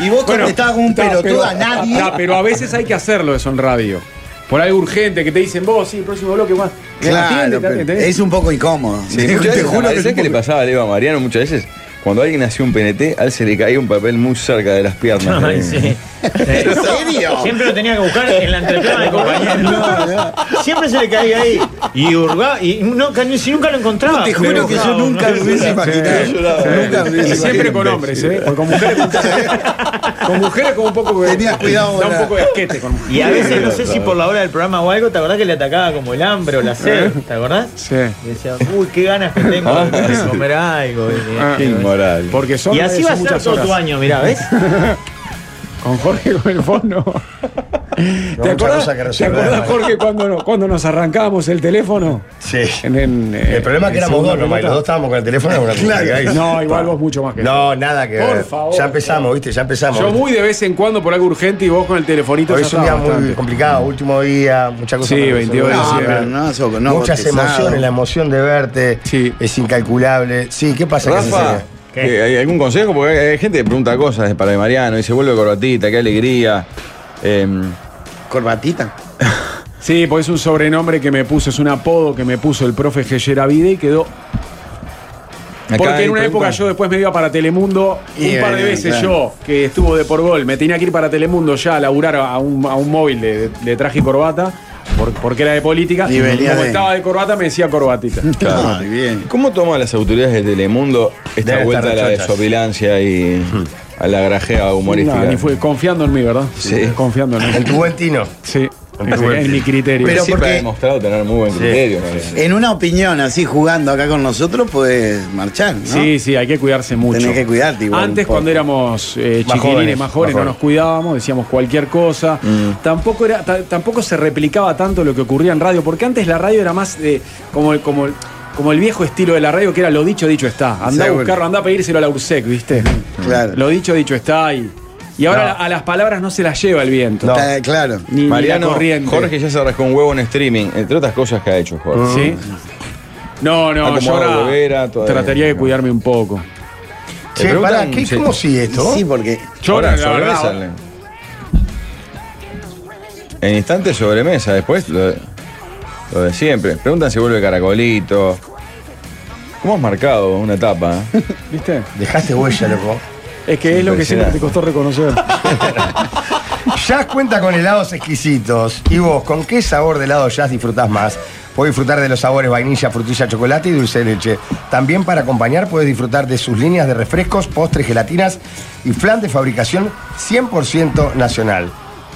Speaker 1: Y vos contestabas como un
Speaker 7: No,
Speaker 1: pelotudo a nadie.
Speaker 7: no, pero a veces hay que hacerlo eso en radio. Por algo urgente que te dicen vos, sí, el próximo bloque más.
Speaker 1: Claro, pero es un poco incómodo. [LAUGHS]
Speaker 4: Sí, muchas veces, ¿sabes qué le pasaba a Leva Mariano muchas veces? Cuando alguien hacía un PNT, a él se le caía un papel muy cerca de las piernas.
Speaker 2: Ay, sí.
Speaker 11: [LAUGHS]
Speaker 1: ¿En serio?
Speaker 2: Siempre lo tenía que buscar en la entreplana del compañero. Siempre se le caía ahí. Y hurgaba. Y no, ca- si nunca lo encontraba.
Speaker 1: Te juro que yo nunca me hubiese imaginado.
Speaker 3: eh.
Speaker 1: Nunca me hubiese
Speaker 7: Y
Speaker 1: imaginado.
Speaker 7: siempre con hombres, ¿eh? Porque con mujeres. con mujeres, como un poco.
Speaker 1: Tenías [LAUGHS] cuidado,
Speaker 7: Da un
Speaker 1: ¿verdad?
Speaker 7: poco de esquete con mujeres.
Speaker 2: Y a veces, no sé si por la hora del programa o algo, ¿te acordás que le atacaba como el hambre
Speaker 7: ¿Eh?
Speaker 2: o la sed? ¿Te acordás?
Speaker 7: Sí.
Speaker 2: Y decía, uy, qué ganas que tengo
Speaker 7: Ah.
Speaker 2: de comer algo.
Speaker 3: Ah,
Speaker 1: Ah.
Speaker 4: Qué inmoral.
Speaker 7: Eh, Porque son,
Speaker 2: Y así
Speaker 7: son
Speaker 2: va a ser
Speaker 7: muchas
Speaker 2: todo
Speaker 7: horas.
Speaker 2: tu año, mirá, ¿ves?
Speaker 7: [LAUGHS] Con Jorge con el fondo. [LAUGHS] ¿Te
Speaker 3: mucha
Speaker 7: acordás,
Speaker 3: cosa que
Speaker 7: ¿te
Speaker 3: resolver,
Speaker 7: acordás,
Speaker 3: ¿no?
Speaker 7: Jorge, cuando, no- cuando nos arrancábamos el teléfono?
Speaker 3: Sí.
Speaker 7: En, en, eh,
Speaker 3: El problema es que
Speaker 7: en
Speaker 3: éramos
Speaker 7: segunda
Speaker 3: dos nomás, y
Speaker 7: pelota.
Speaker 3: los dos estábamos con el teléfono
Speaker 7: [LAUGHS]
Speaker 3: en una complicada.
Speaker 7: No, igual vos mucho más que yo.
Speaker 3: No, nada que
Speaker 7: Por
Speaker 3: ver.
Speaker 7: favor.
Speaker 3: ya empezamos, ¿viste? Ya empezamos.
Speaker 7: Yo muy de vez en cuando por algo urgente y vos con el telefonito.
Speaker 3: Hoy
Speaker 7: ya
Speaker 3: es un día
Speaker 7: estaba
Speaker 3: muy
Speaker 7: bastante.
Speaker 3: complicado, último día, muchas cosas.
Speaker 7: Sí,
Speaker 3: para
Speaker 7: 22 de
Speaker 3: resolver.
Speaker 1: No,
Speaker 7: diciembre.
Speaker 1: pero no, Soco, no,
Speaker 3: Muchas
Speaker 1: porque sábado.
Speaker 3: emociones, la emoción de verte
Speaker 7: Sí.
Speaker 3: es incalculable. Sí, ¿qué pasa?
Speaker 4: Rafa,
Speaker 2: ¿Qué?
Speaker 4: ¿qué? ¿hay algún consejo? Porque hay hay gente que pregunta cosas para el Mariano. Dice, vuelve corbatita, qué alegría. Em,
Speaker 1: Corbatita.
Speaker 7: Sí, pues es un sobrenombre que me puso, es un apodo que me puso el profe Gelleravide y quedó.
Speaker 4: acá
Speaker 7: Porque
Speaker 4: hay
Speaker 7: en una época
Speaker 4: preguntas.
Speaker 7: yo después me iba para Telemundo
Speaker 1: Y
Speaker 7: un par de
Speaker 1: bueno,
Speaker 7: veces
Speaker 1: claro.
Speaker 7: yo, que estuvo de por gol, me tenía que ir para Telemundo ya a laburar a un, a un móvil de, de traje y corbata, por- porque era de política.
Speaker 1: Y venía
Speaker 7: como
Speaker 1: de-
Speaker 7: estaba de corbata me decía corbatita.
Speaker 4: Claro.
Speaker 1: Muy bien.
Speaker 4: ¿Cómo toman las autoridades de Telemundo esta
Speaker 3: Deben
Speaker 4: vuelta a la
Speaker 3: estar chochas.
Speaker 4: desopilancia y a la grajea humorística?
Speaker 7: No, ni fue, confiando en mí, ¿verdad?
Speaker 4: Sí.
Speaker 7: Confiando en
Speaker 3: En
Speaker 7: mí.
Speaker 3: tu buen tino.
Speaker 7: Sí,
Speaker 3: En tu-
Speaker 7: en mi criterio.
Speaker 1: Pero
Speaker 4: Siempre
Speaker 1: porque-
Speaker 4: ha demostrado tener muy buen criterio. Mariano.
Speaker 1: En una opinión así jugando acá con nosotros, puedes marchar, ¿no?
Speaker 7: Sí, sí, hay que cuidarse mucho.
Speaker 1: Tenés que cuidarte igual un
Speaker 7: Antes,
Speaker 1: poco.
Speaker 7: cuando éramos eh,
Speaker 3: Más
Speaker 7: chiquilines,
Speaker 3: jóvenes,
Speaker 7: más jóvenes,
Speaker 3: más
Speaker 7: no nos cuidábamos, decíamos cualquier cosa. Tampoco, era, ta- tampoco se replicaba tanto lo que ocurría en radio, porque antes la radio era más eh, como, el- como, el- como el viejo estilo de la radio, que era lo dicho, dicho está. Andá a
Speaker 1: Seguro.
Speaker 7: buscarlo, andá a pedírselo a la URSEC, ¿viste?
Speaker 1: Claro.
Speaker 7: Lo dicho, dicho está. Y, y ahora a las palabras no se las lleva el viento.
Speaker 3: No.
Speaker 1: Está- claro.
Speaker 7: Ni, ni la
Speaker 4: Mariano,
Speaker 7: corriente.
Speaker 4: Jorge ya se rascó un huevo en streaming, entre otras cosas que ha hecho Jorge.
Speaker 7: ¿Sí? No, no, yo
Speaker 4: Acomodado
Speaker 7: ahora
Speaker 4: Bobera, todavía
Speaker 7: trataría de
Speaker 4: no.
Speaker 7: cuidarme un poco.
Speaker 4: Te
Speaker 3: Che,
Speaker 4: preguntan,
Speaker 3: pará, ¿qué,
Speaker 4: sí.
Speaker 3: ¿cómo sigue esto?
Speaker 1: Sí, porque
Speaker 7: Yo
Speaker 4: Ahora,
Speaker 7: la verdad,
Speaker 4: sobremesa. En instantes sobremesa, después lo de, lo de siempre. Preguntan si vuelve Caracolito. ¿Cómo has marcado una etapa? eh?
Speaker 7: ¿viste?
Speaker 3: Dejaste huella, loco.
Speaker 7: Es que es lo que siempre te
Speaker 3: [LAUGHS]
Speaker 7: costó reconocer.
Speaker 3: Jazz cuenta con helados exquisitos. ¿Y vos, con qué sabor de helado Jazz disfrutás más? Puedes disfrutar de los sabores vainilla, frutilla, chocolate y dulce de leche. También para acompañar puedes disfrutar de sus líneas de refrescos, postres, gelatinas y flan de fabricación 100% nacional.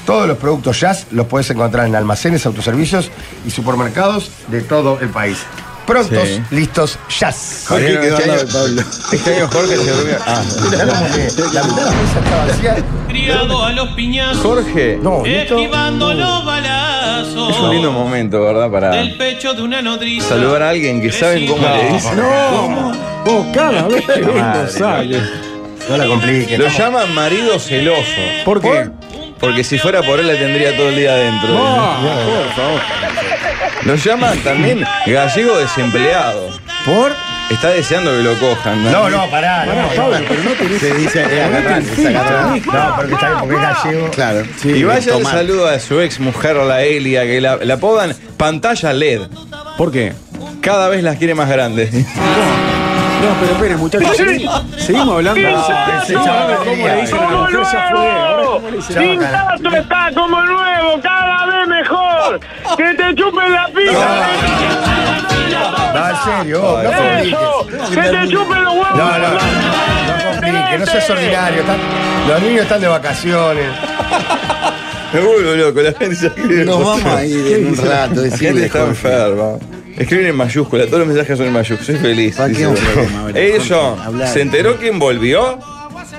Speaker 3: Todos los productos Jazz los puedes encontrar en almacenes, autoservicios y supermercados de todo el país. Prontos,
Speaker 4: Sí.
Speaker 3: listos, Jazz.
Speaker 1: Jorge quedó al lado de Pablo.
Speaker 4: Este año Jorge se durmió. Ah,
Speaker 3: Mirá cómo que La mitad de la mesa está vacía.
Speaker 11: Criado a los piñazos,
Speaker 4: Jorge.
Speaker 3: No, esto-
Speaker 11: esquivando los balazos.
Speaker 4: Es un lindo momento, ¿verdad? Para
Speaker 11: Del pecho de una nodriza.
Speaker 4: saludar a alguien que saben cómo le dicen.
Speaker 7: No, vos cada vez que vengo
Speaker 4: Madre,
Speaker 7: sale.
Speaker 3: No la compliques.
Speaker 4: Lo llaman marido celoso.
Speaker 7: ¿Por qué?
Speaker 4: Porque si fuera por él la tendría todo el día adentro.
Speaker 7: Ah, por favor.
Speaker 4: Lo llaman también gallego desempleado.
Speaker 3: ¿Por?
Speaker 4: Está deseando que lo cojan.
Speaker 3: No, no, pará. no, no.
Speaker 4: [LAUGHS]
Speaker 1: se dice, eh, agarrar, es agarrar.
Speaker 3: No, porque está bien, porque es gallego.
Speaker 1: Claro.
Speaker 4: y vaya el
Speaker 1: Tomar.
Speaker 4: saludo a su ex mujer, la Elia, que la, la apodan pantalla LED.
Speaker 7: ¿Por qué?
Speaker 4: Cada vez las quiere más grandes.
Speaker 7: No, pero esperen, muchachos. segui- Seguimos hablando.
Speaker 3: ¡Pinchazo!
Speaker 7: Seguimos hablando de ¿Cómo le dicen a la
Speaker 10: ¡Como
Speaker 7: mujer? Ya fue. Ahora,
Speaker 10: nuevo!
Speaker 7: ¿cómo le dicen?
Speaker 10: ¡Pintazo está como nuevo! ¡Cada vez mejor! ¡Que te chupen la pizza!
Speaker 3: No, en serio, vos, no compliques.
Speaker 10: ¡Eso! ¡Que te chupen los huevos! Este.
Speaker 3: No, no, no, no compliques, no seas ordinario. están- los niños están de vacaciones.
Speaker 4: Me vuelvo loco, la gente se escribe.
Speaker 1: Nos vamos a ir en un rato,
Speaker 4: La gente
Speaker 1: decirle,
Speaker 4: está
Speaker 1: Jorge.
Speaker 4: enferma. Escriben en mayúscula, todos los mensajes son en mayúscula. Soy feliz.
Speaker 1: ¿Para qué
Speaker 4: dice
Speaker 1: un
Speaker 4: Jorge.
Speaker 1: problema ahora,
Speaker 4: Edison,
Speaker 1: Jorge? Hablar.
Speaker 4: ¿se enteró quién volvió?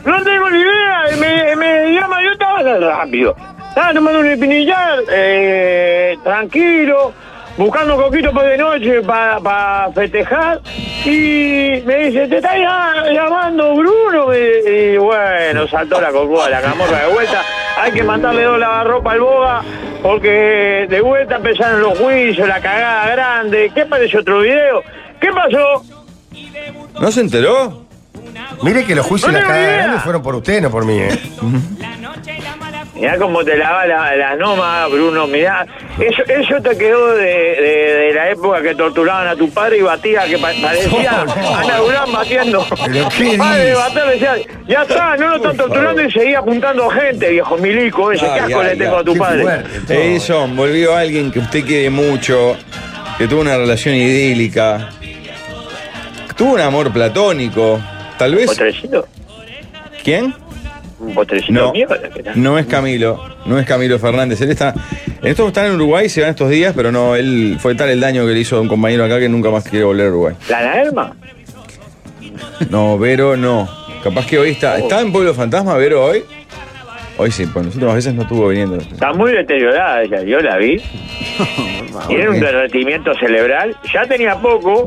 Speaker 10: No tengo ni idea, me, me llama yo estaba rápido. Estaba tomando un espinillar, eh, tranquilo, buscando coquito por de noche para festejar. Y me dice, te está ll- llamando Bruno. Y, y bueno, saltó la cocoa, la camorra de vuelta. Hay que mandarle dos lavarropa al boga, porque de vuelta empezaron los juicios, la cagada grande. ¿Qué pareció otro video? ¿Qué pasó?
Speaker 4: ¿No se enteró?
Speaker 3: Mire que los juicios
Speaker 10: No
Speaker 3: y la
Speaker 10: tengo
Speaker 3: cagada
Speaker 10: idea.
Speaker 3: grande fueron por usted, no por mí, ¿eh?
Speaker 10: Mirá cómo te lava la, la noma, Bruno, mirá. Eso, eso te quedó de, de- de la época que torturaban a tu padre y batía, que pa- parecía Ana Durán batiendo.
Speaker 3: ¿Pero qué
Speaker 10: padre
Speaker 3: dices?
Speaker 10: batía, decía, ya está, no lo están torturando y seguía apuntando gente, viejo milico ese.
Speaker 4: Ay,
Speaker 10: ¿Qué asco
Speaker 4: ay,
Speaker 10: le tengo
Speaker 4: ay,
Speaker 10: a tu
Speaker 4: qué
Speaker 10: padre?
Speaker 4: fuerte todo. Edison, volvió alguien que usted quiere mucho, que tuvo una relación idílica, tuvo un amor platónico, tal vez.
Speaker 10: ¿Potrecito?
Speaker 4: ¿Quién?
Speaker 10: Un potrecito
Speaker 4: No,
Speaker 12: ¿Eh,
Speaker 10: mío. la que-
Speaker 4: no es Camilo, no es Camilo Fernández. Él está. En estos están en Uruguay, se van estos días, pero no, él fue tal el daño que le hizo a un compañero acá que nunca más quiere volver a Uruguay.
Speaker 10: ¿La Naerma?
Speaker 4: No, Vero no. Capaz que hoy está. ¿Está en Pueblo Fantasma, Vero, hoy? Hoy sí, pues las últimas veces no estuvo viniendo.
Speaker 10: Está muy deteriorada ella, yo la vi.
Speaker 2: Ah,
Speaker 10: Tiene un derretimiento cerebral, ya tenía poco.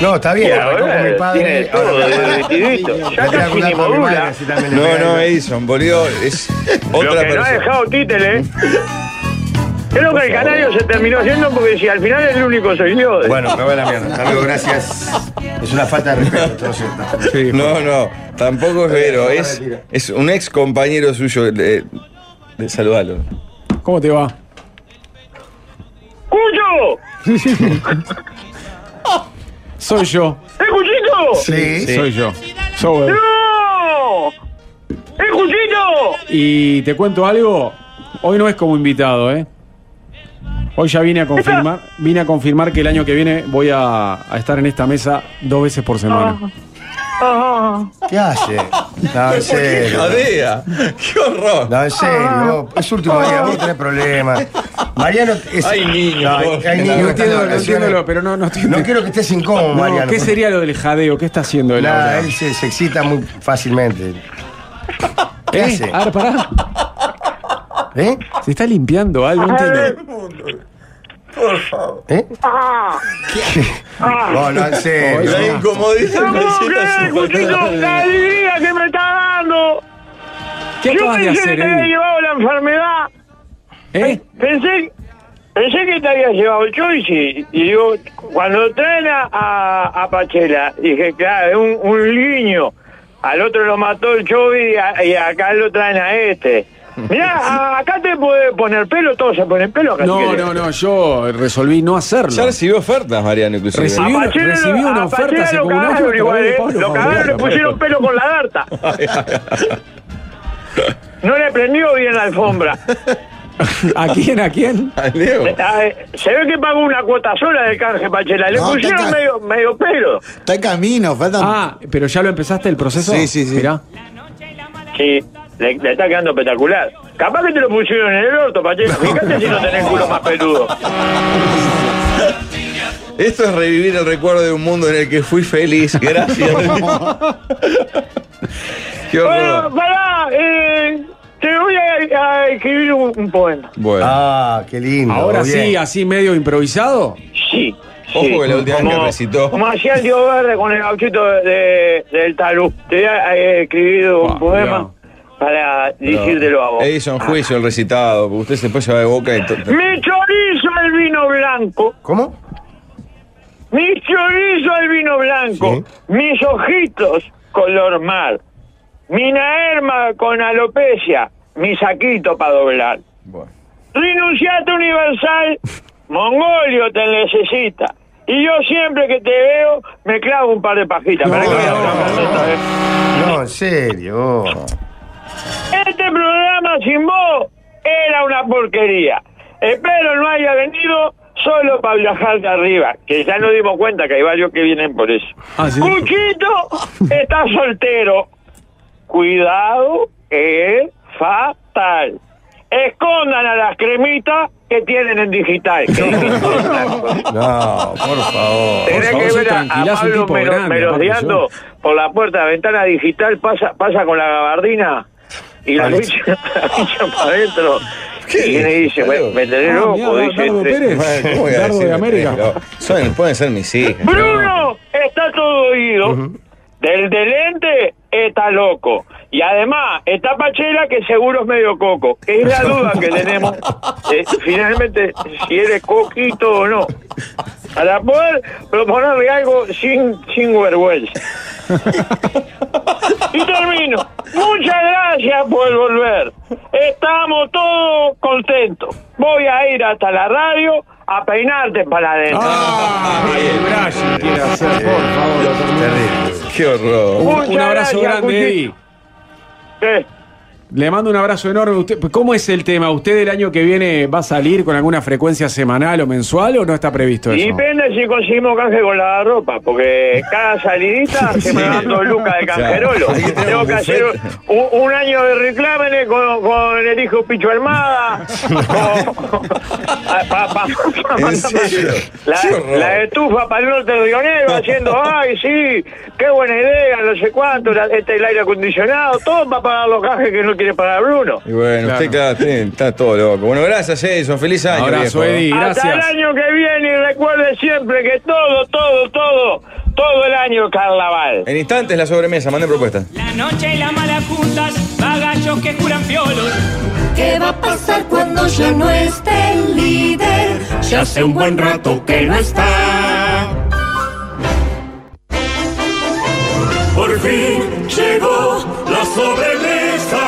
Speaker 3: No, está bien,
Speaker 10: Mira,
Speaker 3: arrancó
Speaker 10: ahora
Speaker 3: con mi
Speaker 10: tiene
Speaker 3: padre.
Speaker 10: todo
Speaker 3: ahora-
Speaker 10: derretidito. Ya
Speaker 3: Le tira
Speaker 10: casi
Speaker 3: una
Speaker 10: ni
Speaker 3: por mi madre,
Speaker 10: modula.
Speaker 3: así también le
Speaker 4: No,
Speaker 3: pega.
Speaker 4: no, Edison, boludo, es
Speaker 10: Lo
Speaker 4: otra
Speaker 10: que no ha
Speaker 4: persona.
Speaker 10: dejado títere. Creo que el canario se terminó yendo porque si al final el único soy yo.
Speaker 3: Bueno, me voy a la mierda. Hasta luego, gracias. Es una falta de respeto, todo cierto.
Speaker 4: No, no, tampoco es Vero,
Speaker 3: Ahora
Speaker 4: es,
Speaker 3: retira.
Speaker 4: es un ex compañero suyo. eh, De, saludalo.
Speaker 7: ¿Cómo te va?
Speaker 10: ¡Cuyo!
Speaker 7: [LAUGHS] Soy yo.
Speaker 10: ¡Eh, Cuyito!
Speaker 7: Soy yo. Soy yo.
Speaker 10: ¡No! ¡Eh, Cuyito!
Speaker 7: Y te cuento algo, hoy no es como invitado, ¿eh? Hoy ya vine
Speaker 4: [LAUGHS]
Speaker 7: a confirmar, vine a confirmar que el año que viene voy a, a estar en esta mesa dos veces por semana.
Speaker 4: Oh.
Speaker 3: ¿Qué hace? No, en serio.
Speaker 4: ¡Jodea! ¡Qué horror!
Speaker 3: No, en serio. Es último día, vos tenés problemas. Mariano es.
Speaker 4: Hay niños,
Speaker 3: No, hay-
Speaker 4: vos.
Speaker 3: hay niños.
Speaker 7: No
Speaker 3: que están de
Speaker 7: entiendo, no
Speaker 3: vacaciones.
Speaker 7: entiendo, lo- pero no, no estoy-
Speaker 3: [LAUGHS] No quiero que estés incómodo,
Speaker 7: No,
Speaker 3: Mariano.
Speaker 7: ¿Qué sería lo del jadeo? ¿Qué está haciendo él
Speaker 3: Nada,
Speaker 7: ahora?
Speaker 3: él se, se excita muy fácilmente. ¿Qué
Speaker 7: ¿Eh?
Speaker 3: hace?
Speaker 7: A ver, pará.
Speaker 3: ¿Eh?
Speaker 7: Se está limpiando algo, no
Speaker 4: [LAUGHS]
Speaker 7: entiendo.
Speaker 3: ¿Eh? No, no, en serio.
Speaker 4: La incomodidad
Speaker 10: ¡No puedo
Speaker 4: me hicieron
Speaker 10: creer,
Speaker 4: su-
Speaker 10: Cuyito! ¡La alegría que me está dando!
Speaker 7: ¿Qué
Speaker 10: Yo
Speaker 7: acabas
Speaker 10: pensé
Speaker 7: de
Speaker 10: que
Speaker 7: hacer,
Speaker 10: te había
Speaker 7: Edu?
Speaker 10: llevado la enfermedad.
Speaker 7: ¿Eh?
Speaker 10: Pensé, pensé que te había llevado el choice y digo, cuando traen a, a, a Pachela, dije, claro, es un, un liño. Al otro lo mató el Chovi y, a- y acá lo traen a este. Mirá,
Speaker 7: [LAUGHS]
Speaker 10: a- acá te puede poner pelo, todos se ponen pelo acá. si
Speaker 7: No,
Speaker 10: querés.
Speaker 7: no, no, yo resolví no hacerlo.
Speaker 4: Ya recibió ofertas, Mariano, inclusive.
Speaker 7: Recibí
Speaker 10: A
Speaker 7: una,
Speaker 10: Pachela lo-
Speaker 7: recibí una
Speaker 10: a
Speaker 7: oferta
Speaker 10: Pachela
Speaker 7: hace
Speaker 10: lo
Speaker 7: como un año.
Speaker 10: cagaron
Speaker 7: pero
Speaker 10: igual,
Speaker 7: bueno,
Speaker 10: eh.
Speaker 7: Pablo,
Speaker 10: Lo
Speaker 7: Pablo,
Speaker 10: cagaron, le
Speaker 7: Pablo.
Speaker 10: pusieron pelo con la
Speaker 7: [LAUGHS]
Speaker 10: darta. No le prendió bien la alfombra.
Speaker 7: [LAUGHS] ¿A quién? ¿A quién?
Speaker 4: Al Diego.
Speaker 10: Ah, eh, Se ve que pagó una cuota sola del canje, Pachela. Le
Speaker 1: No,
Speaker 10: pusieron
Speaker 1: está-
Speaker 10: medio, medio pelo.
Speaker 1: Está en camino, faltan.
Speaker 7: Ah, pero ya lo empezaste el proceso.
Speaker 1: Sí, sí, sí.
Speaker 7: Mirá.
Speaker 10: Sí, le, le está quedando espectacular. Capaz que te lo pusieron en el orto, Pachela. Fíjate si no tenés culo más peludo.
Speaker 4: Esto es revivir el recuerdo de un mundo en el que fui feliz.
Speaker 10: [LAUGHS]
Speaker 4: Gracias. Qué
Speaker 10: Bueno,
Speaker 4: horror.
Speaker 10: pará, eh, te voy a, a escribir un, un poema.
Speaker 4: Bueno,
Speaker 3: Ah, qué lindo.
Speaker 7: Ahora
Speaker 3: bien.
Speaker 7: sí, así medio improvisado.
Speaker 10: Sí.
Speaker 4: Ojo
Speaker 10: sí.
Speaker 4: que la última vez que recitó.
Speaker 10: Como hacía el tío Verde con el gauchito de, del talú. Te voy a eh, escribir un
Speaker 7: Ah,
Speaker 10: poema para decírtelo a vos. Ah.
Speaker 4: Edison, juicio el recitado. porque Usted después se va de boca
Speaker 10: [LAUGHS]
Speaker 4: y. to- to-
Speaker 10: Mi chorizo el vino blanco.
Speaker 3: ¿Cómo?
Speaker 10: Mi chorizo al vino blanco, mis ojitos color mar, mi naerma con alopecia, mi saquito para doblar.
Speaker 4: Bueno.
Speaker 10: Renunciate universal, Mongolio te necesita. Y yo siempre que te veo, me clavo un par de pajitas. Pará que voy a
Speaker 3: no,
Speaker 10: hablar más esta vez.
Speaker 3: No, en serio.
Speaker 10: Este programa sin vos era una porquería. Espero no haya venido solo para viajar de arriba, que ya nos dimos cuenta que hay varios que vienen por eso.
Speaker 7: Ah, sí.
Speaker 10: Cuchito está soltero. Cuidado, es fatal. Escondan a las cremitas que tienen en digital. Que
Speaker 3: No, por favor.
Speaker 10: Tenés
Speaker 7: favor,
Speaker 10: que
Speaker 7: se
Speaker 10: ver a, a
Speaker 7: tranquilás, un
Speaker 10: Pablo
Speaker 7: tipo
Speaker 10: melo-
Speaker 7: grande, aparte,
Speaker 10: merodeando por la puerta de ventana digital, pasa, pasa con la gabardina. y [LAUGHS] la
Speaker 3: Vale.
Speaker 10: lucha, para adentro. Y viene y dice, me, me tenés
Speaker 7: Ah,
Speaker 10: loco,
Speaker 7: mirá,
Speaker 10: dice. este.
Speaker 7: Dardo
Speaker 10: entre-
Speaker 7: Pérez.
Speaker 4: ¿Cómo voy a
Speaker 7: Dardo
Speaker 4: decir
Speaker 7: de América.
Speaker 4: que tengo? Son- pueden ser mis hijas.
Speaker 10: Bruno está todo oído. Del delente está loco. Y además está Pachela que seguro es medio coco. Es la duda que tenemos. eh, finalmente, si eres coquito o no. Para poder proponerle algo sin, sin vergüenza. Y termino. Muchas gracias por volver. Estamos todos contentos. Voy a ir hasta la radio a peinarte para adentro.
Speaker 7: Quiere hacer, por favor, lo termino.
Speaker 4: Qué horror.
Speaker 7: Un, un
Speaker 10: Muchas
Speaker 7: abrazo
Speaker 10: gracias,
Speaker 7: grande,
Speaker 10: Cuchi.
Speaker 7: Eddie. Le mando un abrazo enorme. Usted, Pues, ¿Cómo es el tema? ¿Usted el año que viene va a salir con alguna frecuencia semanal o mensual o no está previsto
Speaker 10: Y
Speaker 7: eso?
Speaker 10: Depende si conseguimos canje con la ropa, porque cada
Speaker 4: [LAUGHS]
Speaker 10: salidita se me dan dos lucas de canjerolo.
Speaker 4: Claro. Ahí tenemos
Speaker 10: Tengo que
Speaker 4: un
Speaker 10: hacer
Speaker 4: buffet.
Speaker 10: un, un año de reclámenes con, con el hijo Picho
Speaker 4: [LAUGHS]
Speaker 10: Armada.
Speaker 4: ¿En serio?
Speaker 10: La,
Speaker 4: Qué horror.
Speaker 10: la estufa para el norte de Río Negro haciendo, ay, sí, qué buena idea, no sé cuánto, la- este el aire acondicionado, todo para pagar los cajes que no quiere pagar Bruno.
Speaker 4: Y bueno, usted claro, tiene- está todo loco. Bueno, gracias, Edison. Feliz año.
Speaker 7: Abrazo,
Speaker 4: viejo.
Speaker 7: Eddie.
Speaker 10: Hasta el
Speaker 7: Gracias.
Speaker 10: año que viene y recuerde siempre que todo, todo, todo, todo el año es carnaval.
Speaker 4: En instantes la sobremesa, manden propuestas.
Speaker 12: La noche y la mala juntas, bagachos que juran piolos.
Speaker 13: ¿Qué va a pasar cuando ya no esté el líder? Ya hace un buen rato que no está. Por fin llegó la sobremesa.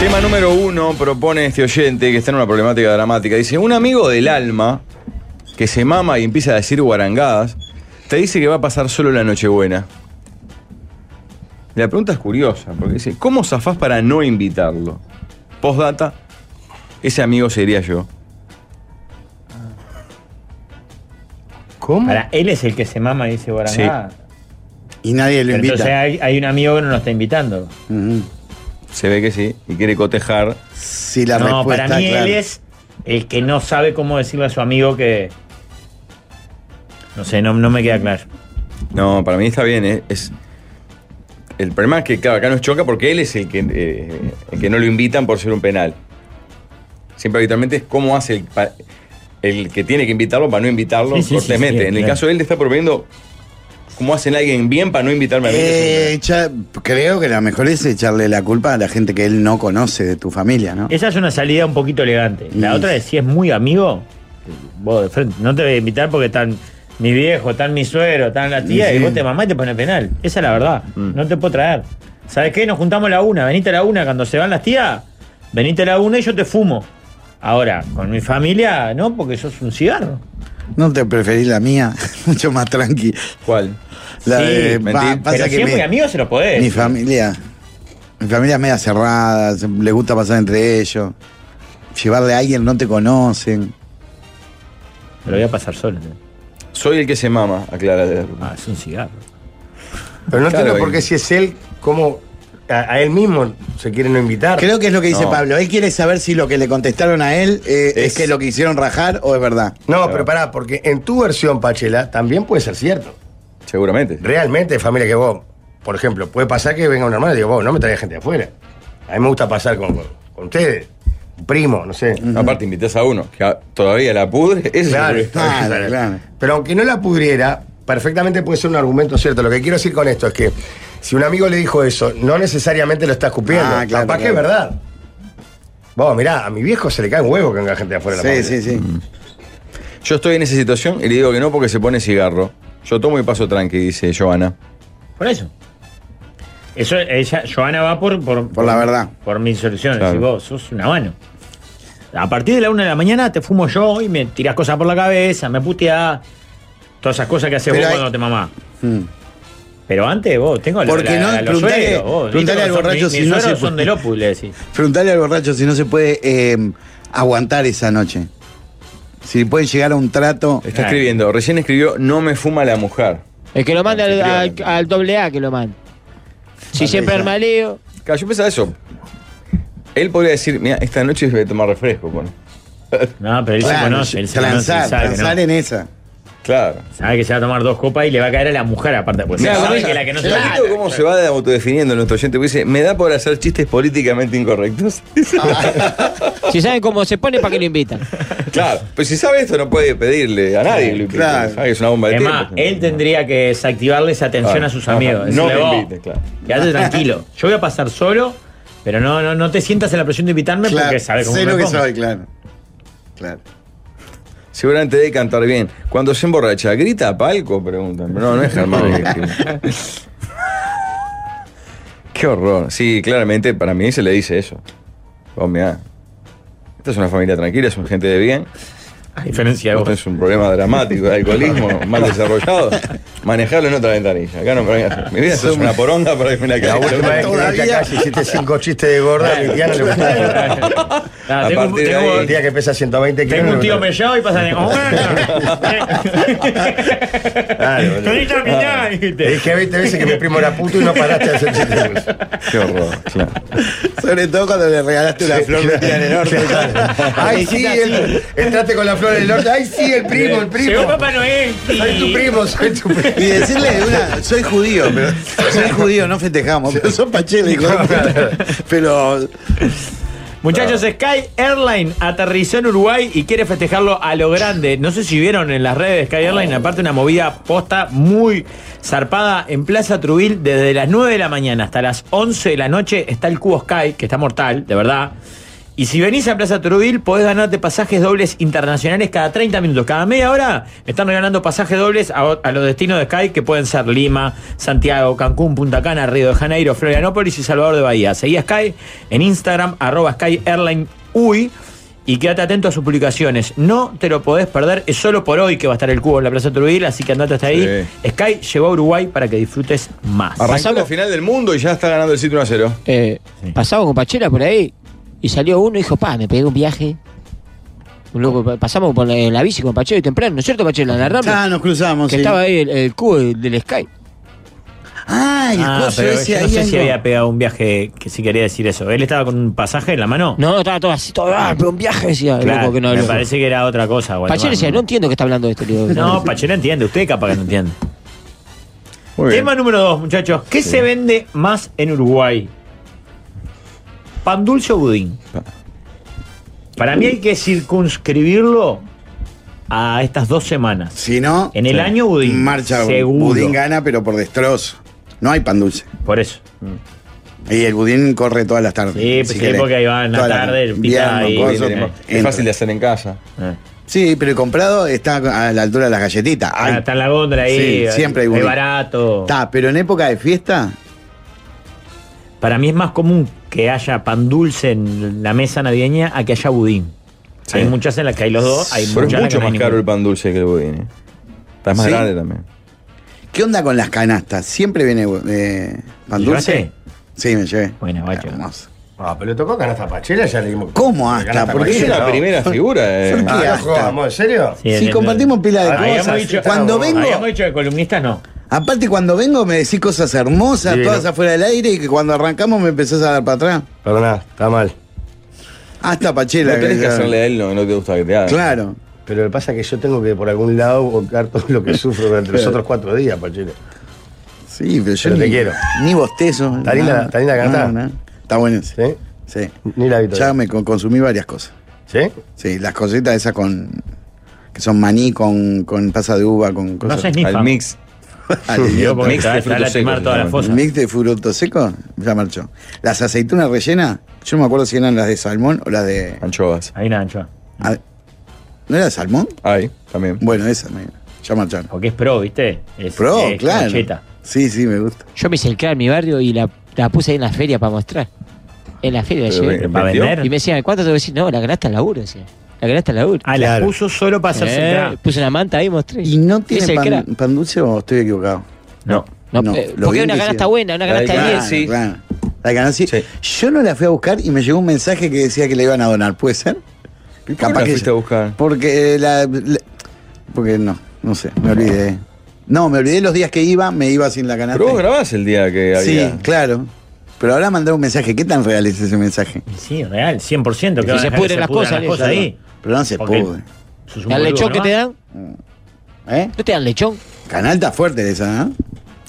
Speaker 4: Tema número uno propone este oyente que está en una problemática dramática. Dice, un amigo del alma que se mama y empieza a decir guarangadas, te dice que va a pasar solo la Nochebuena. La pregunta es curiosa, porque dice, ¿cómo zafás para no invitarlo? Postdata, ese amigo sería yo.
Speaker 3: ¿Cómo?
Speaker 2: Para, él es el que se mama y dice guarangá.
Speaker 1: Y nadie lo
Speaker 2: Pero
Speaker 1: invita.
Speaker 2: Entonces hay, hay un amigo que no nos está invitando.
Speaker 1: Ujú.
Speaker 4: Se ve que sí, y quiere cotejar.
Speaker 1: Sí, la
Speaker 2: no,
Speaker 1: respuesta,
Speaker 2: para mí
Speaker 1: claro.
Speaker 2: él es el que no sabe cómo decirle a su amigo que. No sé, no, no me queda claro.
Speaker 4: No, para mí está bien, ¿eh? es... El problema es que, claro, acá nos choca porque él es el que, eh, el que no lo invitan por ser un penal. Siempre habitualmente es cómo hace el, pa- el que tiene que invitarlo para no invitarlo
Speaker 2: Sí, sí, sí,
Speaker 4: cortemente.
Speaker 2: sí,
Speaker 4: en el
Speaker 2: claro.
Speaker 4: caso de él le está proponiendo cómo hacen a alguien bien para no invitarme a mí.
Speaker 1: Eh, echa- creo que lo mejor es echarle la culpa a la gente que él no conoce de tu familia, ¿no?
Speaker 2: Esa es una salida un poquito elegante. La
Speaker 1: Mm.
Speaker 2: otra es si es muy amigo, vos de frente, no te voy a invitar porque están mi viejo, están mi suero, están la tía,
Speaker 1: Sí. Mm.
Speaker 2: y vos te mamás y te pones penal. Esa es la verdad. No te puedo traer. ¿Sabes qué? Nos juntamos a la una, venite a la una, cuando se van las tías, venite a la una y yo te fumo. Ahora, con mi familia, no, porque sos un cigarro.
Speaker 1: No te preferís la mía, [LAUGHS] mucho más tranqui.
Speaker 4: ¿Cuál?
Speaker 1: La
Speaker 2: Sí,
Speaker 1: de-
Speaker 4: mentí.
Speaker 1: pa-
Speaker 4: Pero
Speaker 1: pasa
Speaker 2: Pero
Speaker 1: que
Speaker 2: si es
Speaker 1: mi-
Speaker 2: muy amigo, se lo podés.
Speaker 4: Pues.
Speaker 1: mi familia, mi familia es media cerrada, se- le gusta pasar entre ellos. Llevarle a alguien no te conocen.
Speaker 2: Me lo voy a pasar solo. ¿no?
Speaker 4: Soy el que se mama, aclara.
Speaker 2: Ah, es un cigarro.
Speaker 3: Pero no
Speaker 4: Claro,
Speaker 3: entiendo por
Speaker 4: y-
Speaker 3: qué si es él, cómo a, a él mismo se quiere no invitar.
Speaker 1: Creo que es lo que dice
Speaker 4: No.
Speaker 1: Pablo. Él quiere saber si lo que le contestaron a él eh, es...
Speaker 4: Es-
Speaker 1: que lo que hicieron rajar o es verdad.
Speaker 3: No, pero pará, porque en tu versión, Pachela, también puede ser cierto.
Speaker 4: Seguramente.
Speaker 3: Realmente, familia, que vos, por ejemplo, puede pasar que venga un hermano y digo, vos, no me traigas gente de afuera. A mí me gusta pasar con, con ustedes, un primo, no sé.
Speaker 4: Aparte, invitas a uno que a- todavía la pudre. Ese es el
Speaker 3: Claro,
Speaker 4: problema.
Speaker 1: Claro,
Speaker 3: claro.
Speaker 1: claro.
Speaker 3: Pero aunque no la pudriera, perfectamente puede ser un argumento cierto. Lo que quiero decir con esto es que si un amigo le dijo eso, no necesariamente lo está escupiendo.
Speaker 1: Ah,
Speaker 3: Capaz
Speaker 1: claro, claro.
Speaker 3: que es verdad. Vos, mirá, a mi viejo se le cae un huevo que venga gente de afuera. de la
Speaker 1: Sí,
Speaker 3: familia.
Speaker 1: sí, sí.
Speaker 4: Mm. Yo estoy en esa situación y le digo que no porque se pone cigarro. Yo tomo y paso tranqui, dice Giovanna.
Speaker 2: Por eso. Eso, ella, Joana va por, por,
Speaker 1: Por la verdad.
Speaker 2: Por mis soluciones.
Speaker 4: Claro.
Speaker 2: Y vos sos una mano. A partir de la una de la mañana te fumo yo y me tirás cosas por la cabeza, me puteás. Todas esas cosas que haces
Speaker 1: Pero
Speaker 2: vos
Speaker 1: hay-
Speaker 2: cuando te mamás.
Speaker 1: Mm.
Speaker 2: Pero antes vos, tengo la-
Speaker 1: Porque
Speaker 2: la-
Speaker 1: no,
Speaker 2: la- los
Speaker 1: preguntale-
Speaker 2: suegros, vos.
Speaker 1: preguntale
Speaker 2: Viste
Speaker 1: al
Speaker 2: cómo son,
Speaker 1: borracho
Speaker 2: mi-
Speaker 1: si
Speaker 2: mis
Speaker 1: no se
Speaker 2: suegros
Speaker 1: fue-
Speaker 2: son del Opus, le decís.
Speaker 1: Preguntale al borracho si no se puede eh, aguantar esa noche. Si pueden llegar a un trato.
Speaker 4: Está escribiendo, recién escribió No me fuma la mujer.
Speaker 5: El que lo mande al, al, al doble A que lo mande. Si siempre arma lío.
Speaker 4: Claro, yo pensaba eso. Él podría decir, mira, esta noche voy a tomar refresco, bueno.
Speaker 2: [LAUGHS] No, pero él se conoce, él se conoce, él sabe que no.
Speaker 1: en esa.
Speaker 4: Claro.
Speaker 2: Sabe que se va a tomar dos copas y le va a caer a la mujer aparte. Pues
Speaker 4: Mira,
Speaker 2: sabe
Speaker 4: Gorrilla,
Speaker 2: que la que no se
Speaker 4: ¿sabes
Speaker 2: va-
Speaker 4: cómo se va autodefiniendo nuestro oyente? Porque dice, me da por hacer chistes políticamente incorrectos. [LAUGHS]
Speaker 5: Si saben cómo se pone, ¿para qué lo invitan?
Speaker 4: claro, pero si sabe esto no puede pedirle a nadie, Luis. Claro. Sabe que es una bomba de
Speaker 2: Es
Speaker 4: tiempo.
Speaker 2: más, él tendría que desactivarle esa atención
Speaker 4: Claro.
Speaker 2: a sus
Speaker 4: Ajá.
Speaker 2: amigos.
Speaker 4: No
Speaker 2: Decirle,
Speaker 4: me
Speaker 2: "Vos,
Speaker 4: invites, claro.
Speaker 2: Quédate tranquilo. Yo voy a pasar solo, pero no, no, no te sientas en la presión de invitarme porque sabes cómo
Speaker 1: sé
Speaker 2: me
Speaker 1: lo que
Speaker 2: pongo".
Speaker 1: soy, claro. Claro.
Speaker 4: Seguramente debe cantar bien. Cuando se emborracha, ¿grita a palco? Preguntan. No, no es Germán. el que escribe. Qué horror. Sí, claramente para mí se le dice eso. Vos mirá. Esta es una familia tranquila, son gente de bien.
Speaker 2: A diferencia de vos.
Speaker 4: Es un problema dramático de alcoholismo mal desarrollado. Manejarlo en otra ventanilla. Acá no Mi vida es una poronga para irme a la
Speaker 3: La
Speaker 4: calle.
Speaker 3: última vez que viniste acá, si hiciste cinco chistes de gorda, mi tía no le gustó.
Speaker 2: Ah, tengo-
Speaker 3: Aparte de
Speaker 2: tengo-
Speaker 3: ahí, el día que pesa 120 kilos.
Speaker 2: Tengo
Speaker 3: no
Speaker 2: un
Speaker 3: le
Speaker 2: tío
Speaker 3: gustó.
Speaker 2: mellado y pasa
Speaker 1: [LAUGHS]
Speaker 2: de. Tonita Millán, dijiste.
Speaker 3: Ah. Le dije 20 veces que mi primo era puto y no paraste de hacer chistes.
Speaker 4: Qué horror, claro.
Speaker 1: Sobre todo cuando le regalaste una flor metida en el norte.
Speaker 3: Ay, sí, el, entraste con la flor del norte. Ay, sí, el primo, el primo.
Speaker 1: Llegó Papá
Speaker 2: Noel.
Speaker 3: Soy tu primo, soy tu primo.
Speaker 1: Y decirle una, soy judío, pero soy judío, no festejamos, pero son pachélicos. Pero
Speaker 2: Muchachos, Sky Airline aterrizó en Uruguay y quiere festejarlo a lo grande. No sé si vieron en las redes de Sky Airline, aparte una movida posta muy zarpada en Plaza Trubil desde las 9 de la mañana hasta las 11 de la noche está el cubo Sky, que está mortal, de verdad. Y si venís a Plaza Trubil, podés ganarte pasajes dobles internacionales cada 30 minutos. Cada media hora están regalando pasajes dobles a, a los destinos de Sky, que pueden ser Lima, Santiago, Cancún, Punta Cana, Río de Janeiro, Florianópolis y Salvador de Bahía. Seguí a Sky en Instagram, arroba Sky Airline UI. Y quédate atento a sus publicaciones. No te lo podés perder. Es solo por hoy que va a estar el cubo en la Plaza Trubil, así que andate hasta ahí. Sky llegó a Uruguay para que disfrutes más.
Speaker 4: Arrancó la final del mundo y ya está ganando el sitio 1 a 0.
Speaker 5: Eh, Pasamos con Pachela por ahí y salió uno y dijo, pa, me pegué un viaje. Un loco, pa- pasamos por la, en la bici con Pachela y temprano, ¿no es cierto, Pachela? En la rama.
Speaker 1: Ah, nos cruzamos,
Speaker 5: Que
Speaker 1: sí.
Speaker 5: estaba ahí el, el cubo del, del Sky.
Speaker 1: Ah,
Speaker 2: Ah, pero yo no sé si había pegado un viaje que sí quería decir eso. Él estaba con un pasaje en la mano.
Speaker 5: No, estaba todo así, todo, ah, pero un viaje, decía el
Speaker 2: Claro,
Speaker 5: loco que no
Speaker 2: me
Speaker 5: habló.
Speaker 2: parece que era otra cosa.
Speaker 5: Pachela
Speaker 2: Guatemala.
Speaker 5: decía, no entiendo que está hablando de este libro.
Speaker 2: No, Pachela entiende, usted capaz que no entiende.
Speaker 4: bien.
Speaker 2: Tema número dos, muchachos. ¿Qué se vende más en Uruguay? ¿Pan dulce o budín? Para mí hay que circunscribirlo a estas dos semanas.
Speaker 1: Si no,
Speaker 2: En el año budín.
Speaker 1: Marcha
Speaker 2: seguro.
Speaker 1: budín gana, pero por destrozo. No hay pan dulce.
Speaker 2: Por eso. Mm.
Speaker 1: Y el budín corre todas las tardes.
Speaker 2: Sí, pues sí, porque ahí va en la tarde, el pita ahí, viene. Es fácil
Speaker 4: de hacer en casa.
Speaker 1: Sí, pero el comprado está a la altura de las galletitas. Hay.
Speaker 2: Ah, está en la góndola ahí.
Speaker 1: Sí, siempre hay budín.
Speaker 2: Es barato.
Speaker 1: Está, pero en época de fiesta,
Speaker 2: Para mí es más común que haya pan dulce en la mesa navideña a que haya budín. Hay muchas en las que hay los dos, hay
Speaker 4: Pero
Speaker 2: muchas
Speaker 4: es
Speaker 2: en las que
Speaker 4: mucho
Speaker 2: no hay
Speaker 4: más
Speaker 2: ninguno.
Speaker 4: caro el pan dulce que el budín. ¿eh? Está más
Speaker 1: ¿Sí?
Speaker 4: grande también.
Speaker 1: ¿qué onda con las canastas? ¿Siempre viene eh, pan dulce?
Speaker 3: ¿Llevaste?
Speaker 1: Sí, me llevé.
Speaker 2: Bueno,
Speaker 1: guacho.
Speaker 3: Ah, pero le tocó canasta pachera, ya le dimos.
Speaker 1: ¿Cómo hasta?
Speaker 3: Canasta
Speaker 1: Porque
Speaker 3: pachera,
Speaker 1: es la
Speaker 4: primera figura, eh.
Speaker 3: Ah,
Speaker 1: ¿Por qué
Speaker 3: no
Speaker 1: hasta?
Speaker 3: jodamos, ¿en serio?
Speaker 1: Sí, compartimos pila de
Speaker 2: Ah, habíamos
Speaker 1: cosas.
Speaker 2: dicho-
Speaker 1: cuando vengo,
Speaker 2: Habíamos dicho de columnistas no.
Speaker 1: aparte cuando vengo me decís cosas hermosas,
Speaker 3: Divino.
Speaker 1: todas afuera del aire, y que cuando arrancamos me empezás a dar para atrás. Ah,
Speaker 3: Perdoná, está mal.
Speaker 1: Hasta Pachela.
Speaker 4: no tenés que hacerle a él lo que no te gusta que te haga.
Speaker 1: Claro.
Speaker 3: Pero lo que pasa es que yo tengo que por algún lado volcar todo lo que sufro durante los
Speaker 1: Claro.
Speaker 3: otros cuatro días, Pachera.
Speaker 1: Sí, pero yo
Speaker 3: Pero te
Speaker 1: ni,
Speaker 3: quiero.
Speaker 1: Ni bostezo.
Speaker 3: ¿Está linda-
Speaker 1: nada.
Speaker 3: está linda la canasta?
Speaker 1: No, no. Está buena. Sí.
Speaker 3: ¿Sí?
Speaker 1: Sí.
Speaker 3: Ni la habito.
Speaker 1: Ya me co- consumí varias cosas.
Speaker 3: ¿Sí?
Speaker 1: Sí, las cositas esas con. que son maní con, con pasa de uva, con cosas.
Speaker 2: se snifan. Al mix.
Speaker 1: [LAUGHS] Al
Speaker 2: Digo, porque
Speaker 1: mix
Speaker 2: está-
Speaker 1: de
Speaker 2: está
Speaker 1: frutos
Speaker 2: lastimar
Speaker 1: secos,
Speaker 2: toda la
Speaker 1: ¿no?
Speaker 2: fosa.
Speaker 1: El mix de frutos secos ya marchó. Las aceitunas rellenas, yo no me acuerdo si eran las de salmón o las de.
Speaker 4: Anchovas.
Speaker 2: Hay una anchoa.
Speaker 1: ¿No era de salmón?
Speaker 4: Hay, también.
Speaker 1: Bueno, esas me- ya marcharon.
Speaker 2: Porque es pro, ¿viste? Es,
Speaker 1: Pro,
Speaker 2: es
Speaker 1: claro.
Speaker 2: cancheta.
Speaker 1: Sí, sí, me gusta.
Speaker 5: Yo me hice el crack en mi barrio y la, la puse ahí en la feria para mostrar. En la feria la
Speaker 2: Pero,
Speaker 5: llevé.
Speaker 2: ¿pero para vendió? vender?
Speaker 5: Y me decían, ¿cuánto te voy a decir? No, la ganaste al laburo, decía. La ganaste al laburo.
Speaker 2: Ah, la puso solo para hacerse el crack.
Speaker 5: Puse una manta ahí y mostré.
Speaker 1: ¿Y no tiene
Speaker 5: Ese
Speaker 1: pan,
Speaker 5: crack.
Speaker 1: pan dulce o estoy equivocado?
Speaker 2: No.
Speaker 5: No, eh, porque una canasta buena, una canasta de 10.
Speaker 1: sí. La ganancia. Yo no la fui a buscar y me llegó un mensaje que decía que le iban a donar. ¿Puede ser?
Speaker 4: la fuiste a buscar?
Speaker 1: Porque la, la- Porque no, no sé, me olvidé. No, me olvidé los días que iba, me iba sin la canasta.
Speaker 4: Pero vos grabás el día que
Speaker 1: Sí,
Speaker 4: había.
Speaker 1: claro. Pero ahora mandar un mensaje. ¿Qué tan real es ese mensaje?
Speaker 2: Sí, real, 100%. Que
Speaker 1: Si
Speaker 2: van a
Speaker 1: se
Speaker 2: dejar que
Speaker 1: pudren las
Speaker 2: pudran
Speaker 1: cosas, eso,
Speaker 2: ahí.
Speaker 1: Pero no se
Speaker 2: Porque
Speaker 1: pudo.
Speaker 2: sos un ¿Al boludo lechón que nomás. te dan?
Speaker 1: ¿Eh?
Speaker 5: ¿No te dan lechón?
Speaker 1: Canal está fuerte esa, ¿eh? ¿no?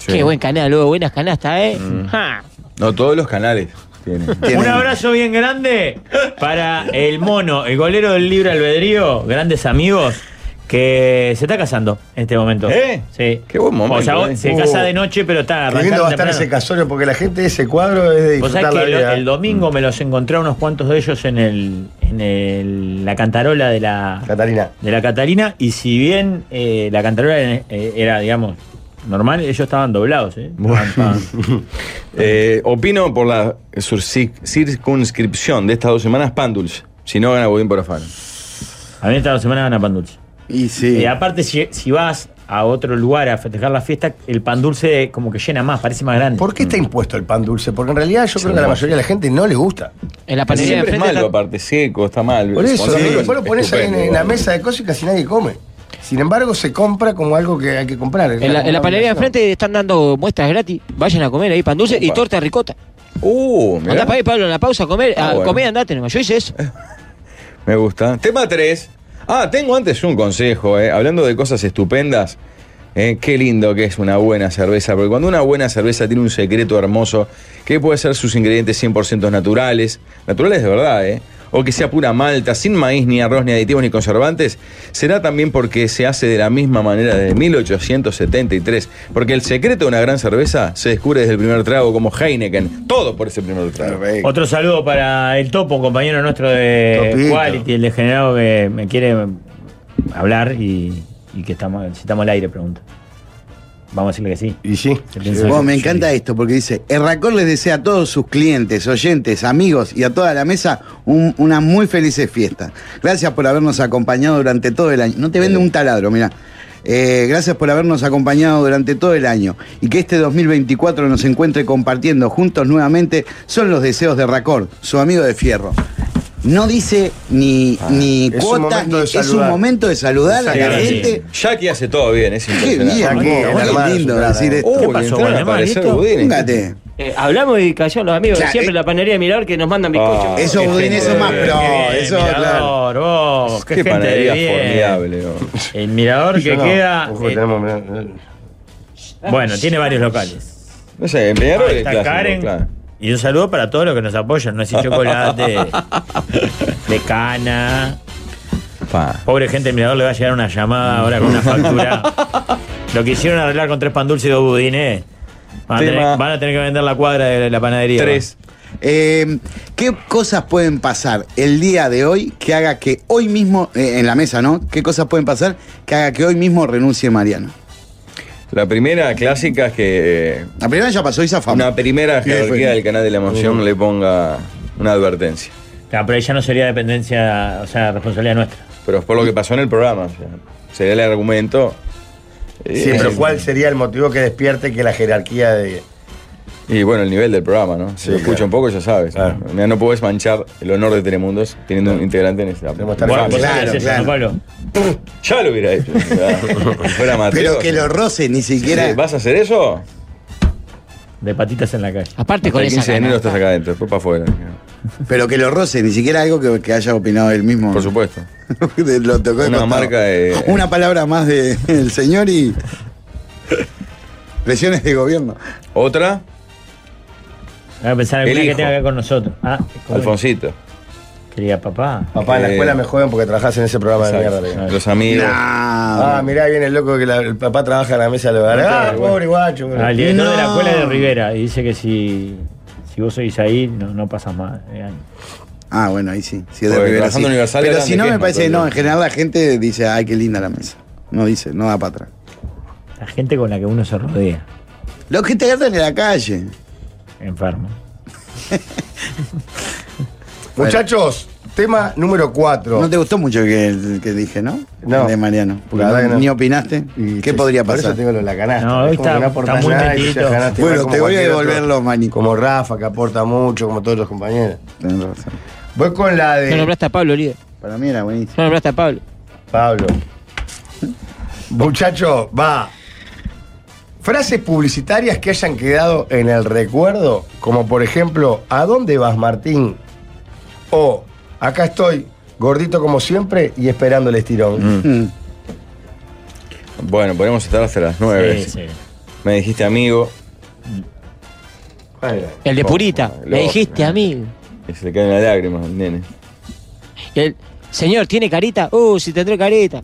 Speaker 5: Qué buen canal, luego buenas canastas, ¿eh?
Speaker 4: Mm.
Speaker 5: Ja.
Speaker 4: No, todos los canales tienen.
Speaker 2: [LAUGHS] Un abrazo bien grande para el mono, el golero del libre albedrío, grandes amigos, que se está casando en este momento.
Speaker 3: ¿Eh?
Speaker 2: Sí.
Speaker 3: Qué buen momento,
Speaker 2: O sea,
Speaker 3: eh.
Speaker 2: se
Speaker 3: Uh.
Speaker 2: casa de noche, pero está
Speaker 3: Qué lindo va a estar ese casorio porque la gente de ese cuadro es de
Speaker 2: Vos
Speaker 3: disfrutar
Speaker 2: sabés
Speaker 3: la
Speaker 2: que lo-
Speaker 3: vida.
Speaker 2: el domingo me los encontré a unos cuantos de ellos en el, en el- la cantarola de la
Speaker 3: Catalina.
Speaker 2: De la Catalina, y si bien eh, la cantarola eh, era, digamos, normal, ellos estaban doblados, ¿eh?
Speaker 4: [LAUGHS] Eh, opino por la circunci- circunscripción de estas dos semanas, Panduls. Si no, gana Godín por afano.
Speaker 2: A mí estas dos semanas gana pan dulce.
Speaker 1: Y sí.
Speaker 2: Y aparte, si, si vas a otro lugar a festejar la fiesta, el pan dulce como que llena más, parece más grande. Mm.
Speaker 3: ¿Por qué está impuesto el pan dulce? Porque en realidad yo creo que a la mayoría de la gente no le gusta.
Speaker 5: En la
Speaker 4: Siempre es malo, aparte, seco, está mal.
Speaker 3: Por eso,
Speaker 4: Cuando
Speaker 3: amigo, pues,
Speaker 4: es
Speaker 3: vos lo pones ahí en,
Speaker 4: estupendo,
Speaker 3: en la
Speaker 4: boludo.
Speaker 3: mesa de cosas y casi nadie come. Sin embargo, se compra como algo que hay que comprar. Es
Speaker 5: En la,
Speaker 3: una-
Speaker 5: en la
Speaker 3: una
Speaker 5: panadería de
Speaker 3: obligación.
Speaker 5: enfrente están dando muestras gratis. Vayan a comer ahí pan dulce y
Speaker 3: Opa.
Speaker 5: torta ricota.
Speaker 4: Uh, mirá.
Speaker 5: Andá para ahí, Pablo, en la pausa a comer.
Speaker 4: Ah,
Speaker 5: a
Speaker 4: bueno.
Speaker 5: Comer, andate nomás. Yo hice eso.
Speaker 4: Me gusta. Tema 3. Ah, tengo antes un consejo, eh. hablando de cosas estupendas. eh, qué lindo que es una buena cerveza, porque cuando una buena cerveza tiene un secreto hermoso, que puede ser sus ingredientes 100% naturales, naturales de verdad, ¿eh? o que sea pura malta, sin maíz, ni arroz, ni aditivos, ni conservantes, será también porque se hace de la misma manera desde 1873, porque el secreto de una gran cerveza se descubre desde el primer trago, como Heineken, todo por ese primer trago.
Speaker 2: Otro saludo para el Topo, un compañero nuestro de
Speaker 4: Topito.
Speaker 2: Quality, el degenerado que me quiere hablar y, y que estamos, si estamos al aire, pregunta. Vamos a decirle que sí.
Speaker 3: Y sí.
Speaker 1: Bueno, me encanta esto porque dice, Erracor les desea a todos sus clientes, oyentes, amigos y a toda la mesa un- unas muy felices fiestas. Gracias por habernos acompañado durante todo el año. No te vende un taladro, mira. gracias por habernos acompañado durante todo el año y que este 2024 nos encuentre compartiendo juntos nuevamente son los deseos de Erracor, su amigo de Fierro. No dice ni, ni
Speaker 4: Ah, es un
Speaker 1: cuotas,
Speaker 4: momento
Speaker 1: ni-
Speaker 4: de
Speaker 1: es un
Speaker 4: saludar.
Speaker 1: momento de saludar a la gente.
Speaker 4: Jackie hace todo bien, es
Speaker 1: Qué bien,
Speaker 4: impresionante.
Speaker 1: qué lindo decir esto.
Speaker 4: Uy, entraron a aparecer budines.
Speaker 5: Eh, hablamos de dedicación, los amigos de
Speaker 1: Claro,
Speaker 5: siempre, la panadería de Mirador, que nos mandan bizcochos.
Speaker 1: Ah, Eso, qué Budín, gente eso de más bien. pro,
Speaker 2: Qué bien,
Speaker 1: eso,
Speaker 2: Mirador, vos,
Speaker 4: Qué
Speaker 2: qué, gente de
Speaker 4: panadería
Speaker 2: bien.
Speaker 4: formidable.
Speaker 2: El mirador que
Speaker 4: No,
Speaker 2: queda.
Speaker 4: ojo,
Speaker 2: eh, bueno, tiene varios locales.
Speaker 4: No sé, en Peñarol es
Speaker 2: Ahí está
Speaker 4: clásico,
Speaker 2: Karen.
Speaker 4: claro.
Speaker 2: Y un saludo para todos los que nos apoyan. No es chocolate,
Speaker 4: [LAUGHS]
Speaker 2: de cana. Pobre gente del mirador le va a llegar una llamada ahora con
Speaker 4: [LAUGHS]
Speaker 2: una factura. Lo que hicieron arreglar con tres pan dulce y dos budines. Van a,
Speaker 1: Tema-
Speaker 2: tener, van a tener que vender la cuadra de la panadería.
Speaker 1: Eh, ¿Qué cosas pueden pasar el día de hoy que haga que hoy mismo, eh, en la mesa, ¿no? ¿Qué cosas pueden pasar que haga que hoy mismo renuncie Mariano?
Speaker 4: La primera clásica es que.
Speaker 1: La primera ya pasó y zafamos.
Speaker 4: Una primera
Speaker 1: Sí, fue.
Speaker 4: jerarquía del canal de la emoción
Speaker 3: Uh.
Speaker 2: Ujú.
Speaker 4: le ponga una advertencia.
Speaker 2: Claro, pero ahí ya no sería dependencia, o sea, responsabilidad nuestra.
Speaker 4: Pero es por lo que pasó en el programa. o sea, sería el argumento.
Speaker 3: Sí,
Speaker 4: Eh,
Speaker 3: pero ¿cuál sería el motivo que despierte que la jerarquía de.
Speaker 4: Y bueno, el nivel del programa, ¿no? Si lo escucha un poco, ya sabes. Mira, no podés manchar el honor de Telemundos teniendo un integrante en esta.
Speaker 3: Bueno, pues
Speaker 4: Ah,
Speaker 3: Claro, sí, sí, claro.
Speaker 2: Pablo.
Speaker 4: Ya lo hubiera hecho.
Speaker 3: [LAUGHS]
Speaker 4: ya. Fuera Mateo.
Speaker 1: Pero que lo roce, ni siquiera.
Speaker 4: Sí, ¿Vas a hacer eso?
Speaker 2: De patitas en la calle.
Speaker 5: Aparte
Speaker 1: con
Speaker 4: el
Speaker 1: esa
Speaker 4: 15 de enero
Speaker 1: canasta.
Speaker 4: estás acá adentro, después para afuera.
Speaker 1: Pero que lo roce, ni siquiera algo que, que haya opinado él mismo. Por
Speaker 4: supuesto.
Speaker 1: lo tocó [LAUGHS] de
Speaker 4: Una
Speaker 1: costado.
Speaker 4: marca de-
Speaker 1: Una palabra más del
Speaker 4: [LAUGHS]
Speaker 1: señor y. Presiones de gobierno.
Speaker 4: Otra,
Speaker 2: Voy a pensar en
Speaker 4: El
Speaker 2: alguna que
Speaker 4: hijo.
Speaker 2: tenga que ver con nosotros. Ah, ¿cómo es?
Speaker 4: Alfonsito.
Speaker 2: Quería papá.
Speaker 3: Papá, en la
Speaker 4: Eh,
Speaker 3: escuela me joden porque trabajás en ese programa de
Speaker 4: Exacto.
Speaker 3: mierda. le digo.
Speaker 4: Los amigos.
Speaker 3: Ah, mirá, ahí viene el loco que la- el papá trabaja en la mesa de los
Speaker 2: Ah,
Speaker 3: Ah,
Speaker 2: bueno.
Speaker 3: pobre guacho. boludo.
Speaker 2: Ah,
Speaker 5: Eh,
Speaker 2: el director de la escuela de Rivera. Y dice que si, si vos sois ahí, no, no pasas más Eh, de año.
Speaker 1: Ah, bueno, ahí sí. sí es de
Speaker 2: Porque
Speaker 1: Rivera,
Speaker 2: trabajando
Speaker 1: sí.
Speaker 2: universal
Speaker 1: Pero
Speaker 2: era
Speaker 1: si no,
Speaker 2: antes
Speaker 1: me
Speaker 2: que
Speaker 1: parece,
Speaker 2: Esma,
Speaker 1: no,
Speaker 2: todo.
Speaker 1: en general la gente dice, ay, qué linda la mesa. No dice, no da para atrás.
Speaker 2: La gente con la que uno se rodea.
Speaker 1: Los que te agarran en la calle.
Speaker 2: Enfermo.
Speaker 3: Muchachos, Tema número 4.
Speaker 1: No te gustó mucho que, que dije, ¿no?
Speaker 3: No.
Speaker 1: De Mariano. Porque
Speaker 3: La verdad
Speaker 1: no-
Speaker 3: que no.
Speaker 1: ni opinaste. ¿Qué podría
Speaker 3: Por
Speaker 1: pasar?
Speaker 3: eso tengo lo de la canasta.
Speaker 1: No, hoy
Speaker 3: Es como
Speaker 1: está-
Speaker 3: que
Speaker 1: está muy
Speaker 3: nada y
Speaker 1: calladito.
Speaker 3: ya ganaste
Speaker 1: Bueno,
Speaker 3: igual como
Speaker 1: te voy a
Speaker 3: cualquier otro.
Speaker 1: devolver los maní.
Speaker 3: Como Rafa, que aporta mucho, como todos los compañeros.
Speaker 1: Tenés razón.
Speaker 3: Voy con la de.
Speaker 5: No nombraste a Pablo, líder.
Speaker 1: Para mí era buenísimo.
Speaker 5: No nombraste a Pablo.
Speaker 3: Pablo. Muchacho, va. Frases publicitarias que hayan quedado en el recuerdo, como por ejemplo, ¿a dónde vas, Martín? O, acá estoy, gordito como siempre y esperando el
Speaker 1: Mm.
Speaker 3: estirón.
Speaker 4: Bueno, podemos estar hasta las 9.
Speaker 3: Sí, sí.
Speaker 4: Me dijiste amigo.
Speaker 5: El de Purita.
Speaker 4: lo-
Speaker 5: Me dijiste, amigo.
Speaker 4: Y se le caen las lágrimas al nene.
Speaker 5: Y el señor, ¿tiene carita? Uh, si tendré carita.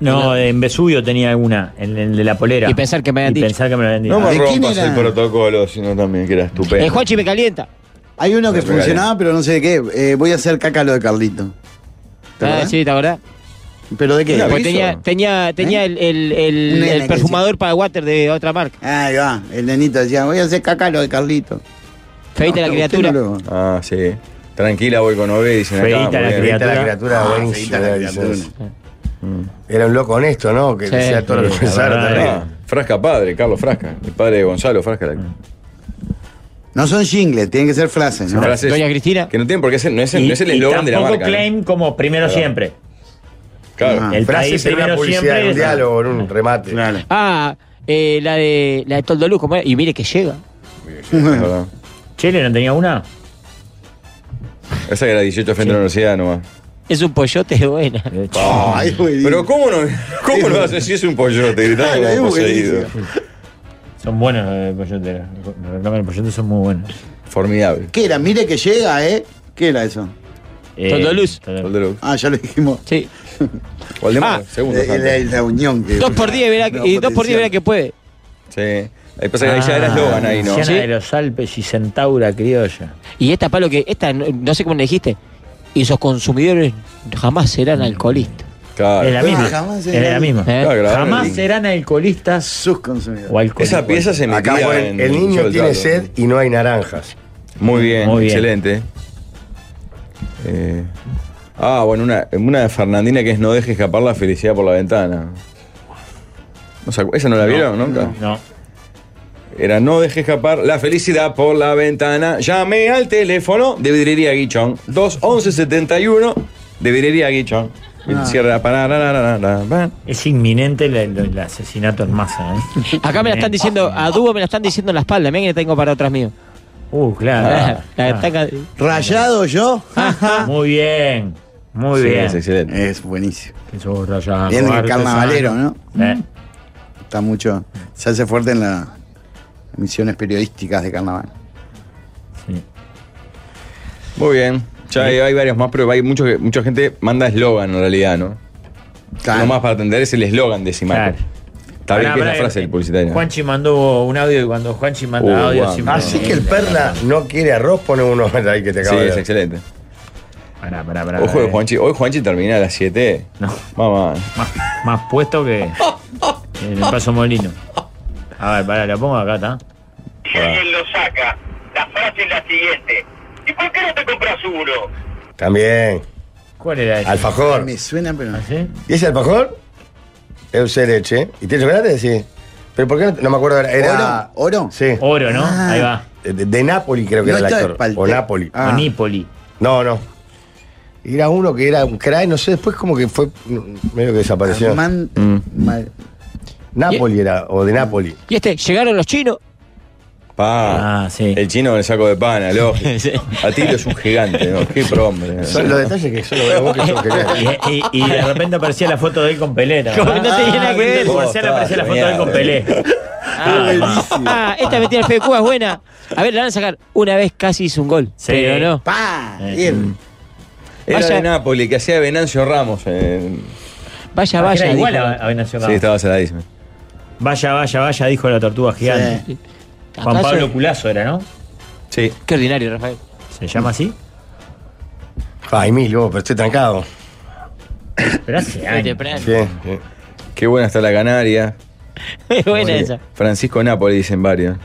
Speaker 2: No, en Vesubio tenía alguna, en el de la polera.
Speaker 5: Y pensar que me habían
Speaker 2: Y
Speaker 5: dicho.
Speaker 2: pensar que me lo habían dicho.
Speaker 4: No me rompas el protocolo, sino también que era estupendo.
Speaker 5: El Juanchi me calienta.
Speaker 1: Hay uno que
Speaker 4: Me regalé.
Speaker 1: funcionaba, pero no sé de qué. Eh, voy a hacer caca lo de Carlito. ¿Te
Speaker 5: Ah,
Speaker 1: acordás?
Speaker 5: sí, ¿te acordás?
Speaker 1: ¿Pero de qué?
Speaker 5: Porque tenía, tenía, tenía el, el- el-
Speaker 1: Un nene
Speaker 5: el
Speaker 1: que
Speaker 5: perfumador para water de otra marca.
Speaker 1: Ahí va, el nenito decía, voy a hacer caca lo de Carlito.
Speaker 5: Feita la
Speaker 1: No,
Speaker 5: criatura.
Speaker 1: usted no lo-
Speaker 4: Ah, sí. Tranquila, voy con Obed, dicen acá.
Speaker 2: Feíta
Speaker 4: muy
Speaker 2: la
Speaker 4: bien.
Speaker 2: criatura.
Speaker 3: La criatura,
Speaker 1: Ah,
Speaker 3: buenísima,
Speaker 1: feíta la criatura.
Speaker 3: dices. Mm. Era un loco honesto, ¿no? Que
Speaker 4: Sí.
Speaker 3: decía todo lo que
Speaker 4: Sí,
Speaker 3: pensara.
Speaker 4: la
Speaker 3: también.
Speaker 4: verdad. Ah, Frasca padre, Carlos Frasca. El padre de Gonzalo Frasca. la-
Speaker 1: No son jingles, tienen que ser frases, ¿no?
Speaker 4: Frases
Speaker 5: Cristina.
Speaker 4: Que no tienen por qué ser, no es,
Speaker 2: Y-
Speaker 4: no es el
Speaker 2: y
Speaker 4: eslogan de la
Speaker 2: tampoco
Speaker 4: marca. ¿no?
Speaker 2: claim como primero
Speaker 4: Claro.
Speaker 2: siempre.
Speaker 4: Claro.
Speaker 2: Ah. El
Speaker 3: Frases
Speaker 2: país
Speaker 3: en una
Speaker 2: primero
Speaker 3: publicidad,
Speaker 2: siempre
Speaker 3: en un
Speaker 2: es-
Speaker 3: diálogo, en un remate.
Speaker 5: Ah, eh, la de la de Toldoluz, ¿cómo era? Y mire que llega.
Speaker 2: [LAUGHS] ¿Chile no tenía una?
Speaker 4: Esa que era 18 frente a la universidad nomás.
Speaker 5: Es un pollote
Speaker 2: [LAUGHS]
Speaker 5: buena.
Speaker 4: Pero ¿cómo no, cómo no vas a decir es un
Speaker 2: [LAUGHS]
Speaker 4: pollote? Gritando
Speaker 2: Claro, es
Speaker 4: como poseído.
Speaker 2: Son buenos los de Pollote. Los reclaman de Pollote son muy buenos.
Speaker 4: Formidable.
Speaker 1: ¿Qué era? Mire que llega, ¿eh? ¿Qué era eso?
Speaker 2: Eh, Toldoluz.
Speaker 4: Toldoluz.
Speaker 1: Ah, ya lo dijimos.
Speaker 4: [LAUGHS]
Speaker 5: Sí. Ah,
Speaker 4: Valdemar, segundo.
Speaker 1: La, la- la unión.
Speaker 5: [LAUGHS]
Speaker 1: Que
Speaker 5: Dos por diez, verá, que- y dos por diez verá que puede.
Speaker 4: Sí. Ahí pasa que ahí ya era eslogan ahí, ¿no?
Speaker 2: Ah, Luciana de los Alpes y Centaura criolla.
Speaker 5: Y esta, Pablo, que esta, no, no sé cómo le dijiste. Y sus consumidores jamás serán alcoholistas. ¿Eh?
Speaker 4: Claro.
Speaker 2: Es la misma.
Speaker 1: Ah, jamás
Speaker 2: es la
Speaker 1: serán-
Speaker 2: misma.
Speaker 5: Claro,
Speaker 4: claro.
Speaker 2: Jamás serán alcoholistas
Speaker 1: sus consumidores.
Speaker 2: O alcohólicos.
Speaker 4: Esa pieza se metía
Speaker 3: Acá fue,
Speaker 4: en
Speaker 3: el niño
Speaker 4: Sol
Speaker 3: tiene
Speaker 4: Dorado.
Speaker 3: sed y no hay naranjas.
Speaker 4: Muy bien,
Speaker 2: Muy bien.
Speaker 4: excelente. Eh, ah, bueno, una, una de Fernandina que es no deje escapar la felicidad por la ventana. No se acu- ¿Esa no la vieron nunca?
Speaker 2: No.
Speaker 4: Era no deje escapar la felicidad por la ventana. Llame al teléfono de Vidrería Guichón. 211-71 de Vidrería Guichón. Y
Speaker 2: Ah.
Speaker 4: Cierra. para, ra, ra, ra, ra, ra.
Speaker 2: Es inminente el, el- el asesinato en masa. ¿eh?
Speaker 5: Acá me la están diciendo, a dúo me la están diciendo en la espalda. Miren que la tengo para atrás mío.
Speaker 2: Uh, claro.
Speaker 5: [LAUGHS] La
Speaker 2: Ah.
Speaker 5: ataca-
Speaker 1: ¿Rayado yo?
Speaker 2: [LAUGHS] Muy bien. Muy
Speaker 4: Sí,
Speaker 2: bien.
Speaker 4: es excelente.
Speaker 1: Es buenísimo.
Speaker 2: Que sos rayado,
Speaker 1: Bien de
Speaker 2: artesano.
Speaker 1: carnavalero, ¿no?
Speaker 2: Eh,
Speaker 1: Está mucho. Se hace fuerte en las misiones periodísticas de carnaval.
Speaker 4: Muy bien. Ya hay, hay varios más, pero hay mucho, que- mucha gente manda eslogan en realidad, ¿no? No más para atender es el eslogan de Simaco.
Speaker 2: Claro.
Speaker 4: Está bien
Speaker 2: Pará,
Speaker 4: que es la
Speaker 2: pará,
Speaker 4: frase
Speaker 2: eh,
Speaker 4: del publicitario.
Speaker 2: Juanchi mandó un audio y cuando Juanchi manda
Speaker 4: Uh,
Speaker 2: audio
Speaker 4: guau.
Speaker 2: siempre.
Speaker 3: Así que el perla no quiere arroz, pone uno [LAUGHS] ahí que te
Speaker 4: Sí,
Speaker 3: acaba de
Speaker 4: es
Speaker 3: dar.
Speaker 4: excelente.
Speaker 2: Pará, pará, pará.
Speaker 4: Ojo,
Speaker 2: pará,
Speaker 4: de Juanchi, hoy Juanchi termina a las 7.
Speaker 2: No.
Speaker 4: Mamá.
Speaker 2: Más, más puesto que en el paso molino. A ver, pará, lo pongo acá, ¿está?
Speaker 14: alguien lo saca, la frase es la siguiente. ¿Y por qué no te compras uno?
Speaker 3: También.
Speaker 2: ¿Cuál era ese?
Speaker 3: Alfajor.
Speaker 1: Me suena, pero.
Speaker 2: ¿Sí?
Speaker 3: ¿Y ese alfajor? Es un ser leche. ¿Y tiene chocolate? Sí. ¿Pero por qué no, no me acuerdo? Era. era-
Speaker 1: ¿Oro?
Speaker 3: Sí.
Speaker 2: Oro, ¿no? Ahí va.
Speaker 3: De, de Napoli creo que
Speaker 1: No
Speaker 3: era el
Speaker 1: está
Speaker 3: actor.
Speaker 1: Palté.
Speaker 3: O Napoli.
Speaker 1: Ah.
Speaker 2: Onípoli.
Speaker 3: No, no. Era uno que era un crack, no sé, después como que fue mm, medio que desapareció.
Speaker 1: Armand- Mal-
Speaker 3: Napoli era, o de Napoli.
Speaker 5: Y este, llegaron los chinos.
Speaker 4: Pa.
Speaker 2: Ah, sí.
Speaker 4: El chino con el saco de
Speaker 3: [LAUGHS]
Speaker 4: pana, lógico. A ti es un gigante, ¿no? Qué pro hombre.
Speaker 3: Son los detalles que solo veo vos que sos genial.
Speaker 2: [LAUGHS] Y, y- y de repente aparecía la foto de él con Pelé.
Speaker 5: Como no tenía nada que ver.
Speaker 2: Marcial aparecía la foto de él con Pelé. Ah,
Speaker 5: Ah, esta metida al FQ es buena. A ver, la van a sacar. Una vez casi hizo un gol.
Speaker 2: Sí.
Speaker 5: Pero no.
Speaker 1: ¡Pa! Bien.
Speaker 4: Eh, Era
Speaker 5: Vaya-
Speaker 4: de Napoli, que hacía de Venancio Ramos. en-
Speaker 5: Vaya,
Speaker 2: Era
Speaker 5: vaya.
Speaker 2: igual
Speaker 5: dijo.
Speaker 2: a, a Venancio
Speaker 4: Sí,
Speaker 2: Ramos.
Speaker 4: estaba saladísimo.
Speaker 2: Vaya, vaya, vaya, dijo la tortuga gigante.
Speaker 1: Sí.
Speaker 2: Juan
Speaker 5: ¿Acaso?
Speaker 2: Pablo Culazo era, ¿no?
Speaker 4: Sí.
Speaker 5: Qué ordinario, Rafael.
Speaker 2: ¿Se llama así?
Speaker 3: Ay, mil, Ah, vos, pero estoy trancado.
Speaker 5: eh.
Speaker 2: Pero hace
Speaker 5: Muy [LAUGHS]
Speaker 2: años.
Speaker 5: temprano.
Speaker 3: Sí, sí.
Speaker 4: Qué buena está la Canaria.
Speaker 5: buena esa.
Speaker 4: Francisco Napoli, dicen varios.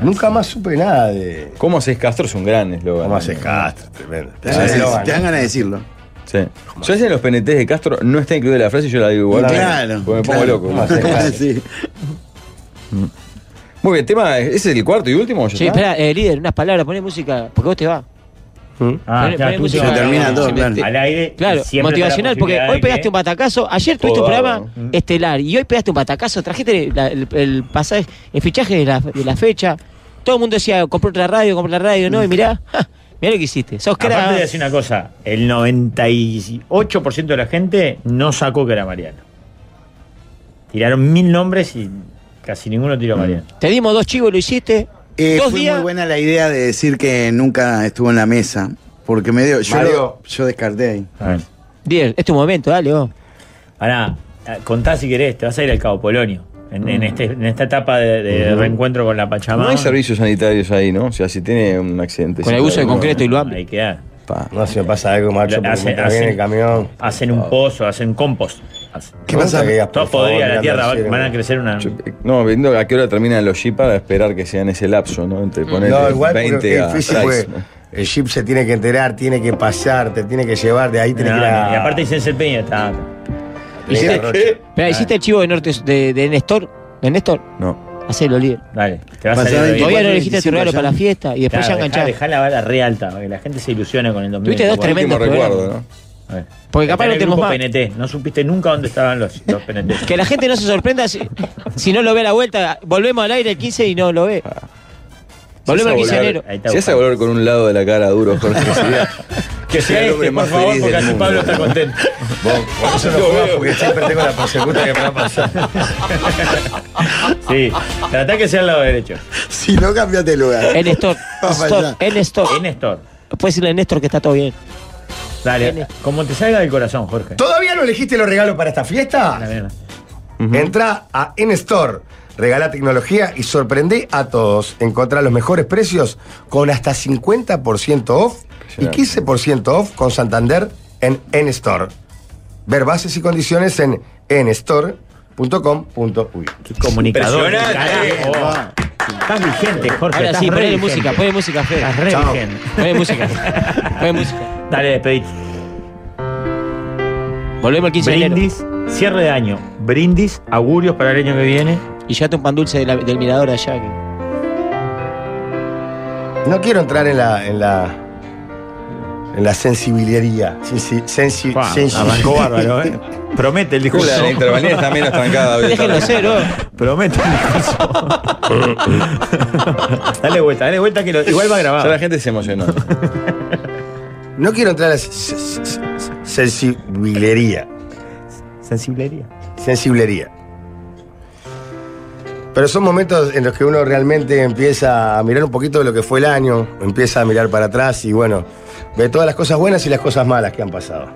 Speaker 3: Nunca más supe nada de.
Speaker 4: ¿Cómo haces Castro? Es un gran eslogan. ¿Cómo haces
Speaker 3: Castro? Tremendo.
Speaker 1: Te dan ganas- te dan ganas de decirlo.
Speaker 4: Sí. Yo a veces en los PNTs de Castro no está incluida la frase y yo la digo igual.
Speaker 1: Claro,
Speaker 4: Porque me pongo
Speaker 1: claro.
Speaker 4: loco. ¿Cómo haces Castro?
Speaker 1: Sí.
Speaker 4: Muy bien, tema. ¿Ese es el cuarto y último? ¿Ya
Speaker 5: Sí,
Speaker 4: está?
Speaker 5: espera, eh, líder, unas palabras, poné música, porque vos te vas.
Speaker 3: ¿Mm?
Speaker 4: Ah,
Speaker 5: Poné-
Speaker 4: claro,
Speaker 5: poné
Speaker 4: tú
Speaker 5: música.
Speaker 4: te vas. Se termina todo,
Speaker 5: Sí,
Speaker 4: claro.
Speaker 5: te-
Speaker 4: Al aire,
Speaker 5: Claro,
Speaker 4: siempre
Speaker 5: motivacional,
Speaker 4: está la
Speaker 5: porque
Speaker 4: posibilidad
Speaker 5: hoy
Speaker 4: de que-
Speaker 5: pegaste un batacazo, ayer tuviste un
Speaker 4: Podado.
Speaker 5: programa estelar y hoy pegaste un batacazo, trajiste la- el, el pasaje, el fichaje de la, de la fecha. Todo el mundo decía, compré otra radio, compré otra radio, no, y mirá, ja, mirá lo que hiciste. Sos crack.
Speaker 2: Aparte de decir una cosa, el 98% de la gente no sacó que era Mariano. Tiraron mil nombres y casi ninguno tiró a Mariano.
Speaker 5: Mm. Te dimos dos chivos, lo hiciste.
Speaker 1: Eh,
Speaker 5: dos
Speaker 1: fue
Speaker 5: días.
Speaker 1: muy buena la idea de decir que nunca estuvo en la mesa, porque me dio. Yo,
Speaker 2: Mario.
Speaker 1: yo descarté ahí.
Speaker 5: Dier, este es tu momento, dale vos.
Speaker 2: Ahora, eh, contá si querés, te vas a ir al Cabo Polonio. En,
Speaker 5: Mm.
Speaker 2: en este- en esta etapa de, de
Speaker 4: Mm.
Speaker 2: reencuentro con la Pachamama.
Speaker 4: No hay servicios sanitarios ahí, ¿no? O sea, si tiene un accidente.
Speaker 2: Con el uso de concreto y
Speaker 4: lo
Speaker 2: Ahí queda.
Speaker 3: No se me pasa algo, macho, porque
Speaker 2: Hacen-
Speaker 3: mientras viene
Speaker 2: hacen-
Speaker 3: el camión.
Speaker 2: Hacen un pozo, hacen compost.
Speaker 3: ¿Qué pasa? Que digas, por
Speaker 2: Todo
Speaker 3: favor,
Speaker 2: podría la
Speaker 3: mirá,
Speaker 2: tierra, va-
Speaker 3: hicieron.
Speaker 2: van a crecer una.
Speaker 4: No, viendo a qué hora terminan los jeep para esperar que sean ese lapso, ¿no? Entre
Speaker 2: Mm.
Speaker 4: poner
Speaker 3: Mm. No, igual porque
Speaker 4: 20
Speaker 3: es
Speaker 4: a
Speaker 3: difícil
Speaker 4: seis,
Speaker 3: porque
Speaker 4: ¿no?
Speaker 3: el jeep se tiene que enterar, tiene que pasar, te tiene que llevar, de ahí tiene
Speaker 2: No,
Speaker 3: que ir a-
Speaker 2: no, y aparte dicen ese peña, está.
Speaker 5: Hiciste,
Speaker 2: Rocha.
Speaker 5: Esperá, ¿hiciste el chivo de, norte, de, de Néstor? ¿De Néstor?
Speaker 4: No.
Speaker 5: Hacelo, líder.
Speaker 2: Dale, te vas a
Speaker 5: Pasá
Speaker 2: salir.
Speaker 5: 24, Todavía no elegiste tu regalo para la fiesta y después ya enganchás.
Speaker 2: Dejá la bala re alta, para que la gente se ilusione con el 2000.
Speaker 5: Tuviste dos tremendos Último recuerdo, programas. Porque capaz no tenemos más.
Speaker 2: PNT, no supiste nunca dónde estaban los, los PNT.
Speaker 5: Que la gente no se sorprenda si, si no lo ve a la vuelta. Volvemos al aire el 15 y no lo ve.
Speaker 4: Si
Speaker 5: Volvemos al
Speaker 4: vas a
Speaker 5: quinceañero.
Speaker 4: volver- Si vas a volver con un lado de la cara duro, Jorge,
Speaker 2: [LAUGHS]
Speaker 4: sería-
Speaker 2: Que sea
Speaker 4: el
Speaker 2: este,
Speaker 4: hombre
Speaker 2: por
Speaker 4: más
Speaker 2: favor,
Speaker 4: feliz
Speaker 2: porque
Speaker 4: del
Speaker 2: así
Speaker 4: mundo.
Speaker 2: Pablo está contento.
Speaker 3: Vos, por eso no
Speaker 2: Yo
Speaker 3: jugás,
Speaker 2: veo.
Speaker 3: porque siempre tengo la persecuta que me va a pasar.
Speaker 2: Sí, tratá que sea al lado derecho.
Speaker 1: Si no, cambiate el lugar.
Speaker 5: En
Speaker 1: [LAUGHS]
Speaker 5: Néstor.
Speaker 1: Va para
Speaker 5: Néstor,
Speaker 1: allá.
Speaker 5: En Néstor.
Speaker 2: En Néstor.
Speaker 5: Puedes decirle a Néstor que está todo bien.
Speaker 2: Dale, como te salga del corazón, Jorge.
Speaker 3: ¿Todavía no elegiste
Speaker 5: [LAUGHS]
Speaker 3: los regalos para esta fiesta? Entra a N-Store, regala tecnología y sorprende a todos. Encontrá los mejores precios con hasta 50% off y 15% off con Santander en N-Store. Ver bases y condiciones en nstore.com.uy. Qué
Speaker 2: comunicador del carajo. Estás vigente, Jorge.
Speaker 5: Ahora
Speaker 2: estás
Speaker 5: sí,
Speaker 2: re
Speaker 5: ponle
Speaker 2: vigente.
Speaker 5: música, pues. ponle música, Fede.
Speaker 2: Estás re
Speaker 5: Chao.
Speaker 2: vigente.
Speaker 5: Ponle [LAUGHS] música. Ponle música.
Speaker 2: Dale, despedite.
Speaker 5: Volvemos al 15 de enero.
Speaker 2: Brindis, cierre de año. Brindis, augurios para el año que viene.
Speaker 5: Y llévate un pan dulce de la- del mirador allá. que-
Speaker 3: No quiero entrar en la. en la. en la sensibilidad. Sensi, sensi,
Speaker 2: Pua,
Speaker 3: sensi-
Speaker 2: arrancó bárbaro,
Speaker 1: [LAUGHS]
Speaker 2: ¿eh? Promete el discurso.
Speaker 4: La intervalía está menos trancada hoy.
Speaker 5: Déjenlo ser, ¿no?
Speaker 2: Promete el discurso. dale vuelta, dale vuelta que lo- igual va grabado.
Speaker 4: Ya la gente se emocionó.
Speaker 2: [LAUGHS]
Speaker 3: No quiero entrar en la se- se- se- sensiblería.
Speaker 2: Sensiblería.
Speaker 3: Sensiblería. Pero son momentos en los que uno realmente empieza a mirar un poquito de lo que fue el año, empieza a mirar para atrás y bueno, ve todas las cosas buenas y las cosas malas que han pasado.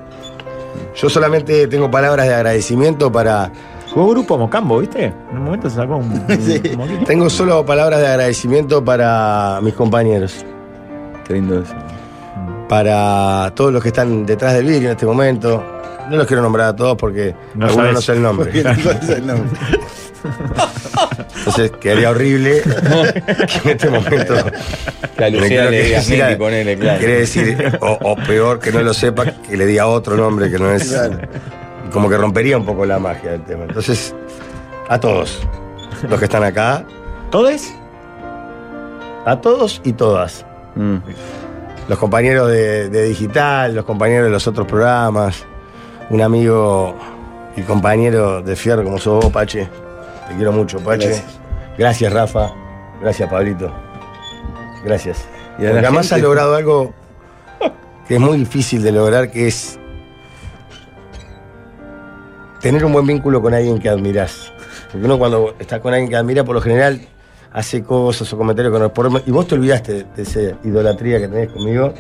Speaker 3: Yo solamente tengo palabras de agradecimiento para.
Speaker 2: Jugó grupo Mocambo, ¿viste? En un momento se
Speaker 4: [LAUGHS]
Speaker 2: sacó un. un-
Speaker 3: Tengo solo palabras de agradecimiento para mis compañeros.
Speaker 4: Qué lindo eso.
Speaker 3: Para todos los que están detrás del vidrio en este momento. No los quiero nombrar a todos porque
Speaker 2: No
Speaker 3: algunos
Speaker 2: sabes.
Speaker 3: no sé el nombre.
Speaker 2: Porque no sabes
Speaker 1: el nombre.
Speaker 3: Entonces quedaría
Speaker 4: [LAUGHS]
Speaker 3: horrible que en este momento.
Speaker 4: Que a Lucía
Speaker 3: Creo
Speaker 4: le
Speaker 3: que
Speaker 4: digas
Speaker 3: quisiera-
Speaker 4: Nicky, ponele, claro.
Speaker 3: Quiere decir, o, o peor que no lo sepa, que le diga otro nombre que no es. Como que rompería un poco la magia del tema. Entonces, a todos los que están acá.
Speaker 2: ¿Todos?
Speaker 3: A todos y todas. Los compañeros de, de digital, los compañeros de los otros programas, un amigo y compañero de Fierro como sos vos, Pache. Te quiero mucho, Pache. Gracias,
Speaker 4: Gracias.
Speaker 3: Rafa. Gracias, Pablito. Gracias.
Speaker 4: a la
Speaker 3: Porque además
Speaker 4: gente-
Speaker 3: has logrado algo que es muy difícil de lograr, que es tener un buen vínculo con alguien que admirás. Porque uno cuando está con alguien que admira, por lo general, hace cosas o comentarios con por- Y vos te olvidaste de esa idolatría que tenés conmigo.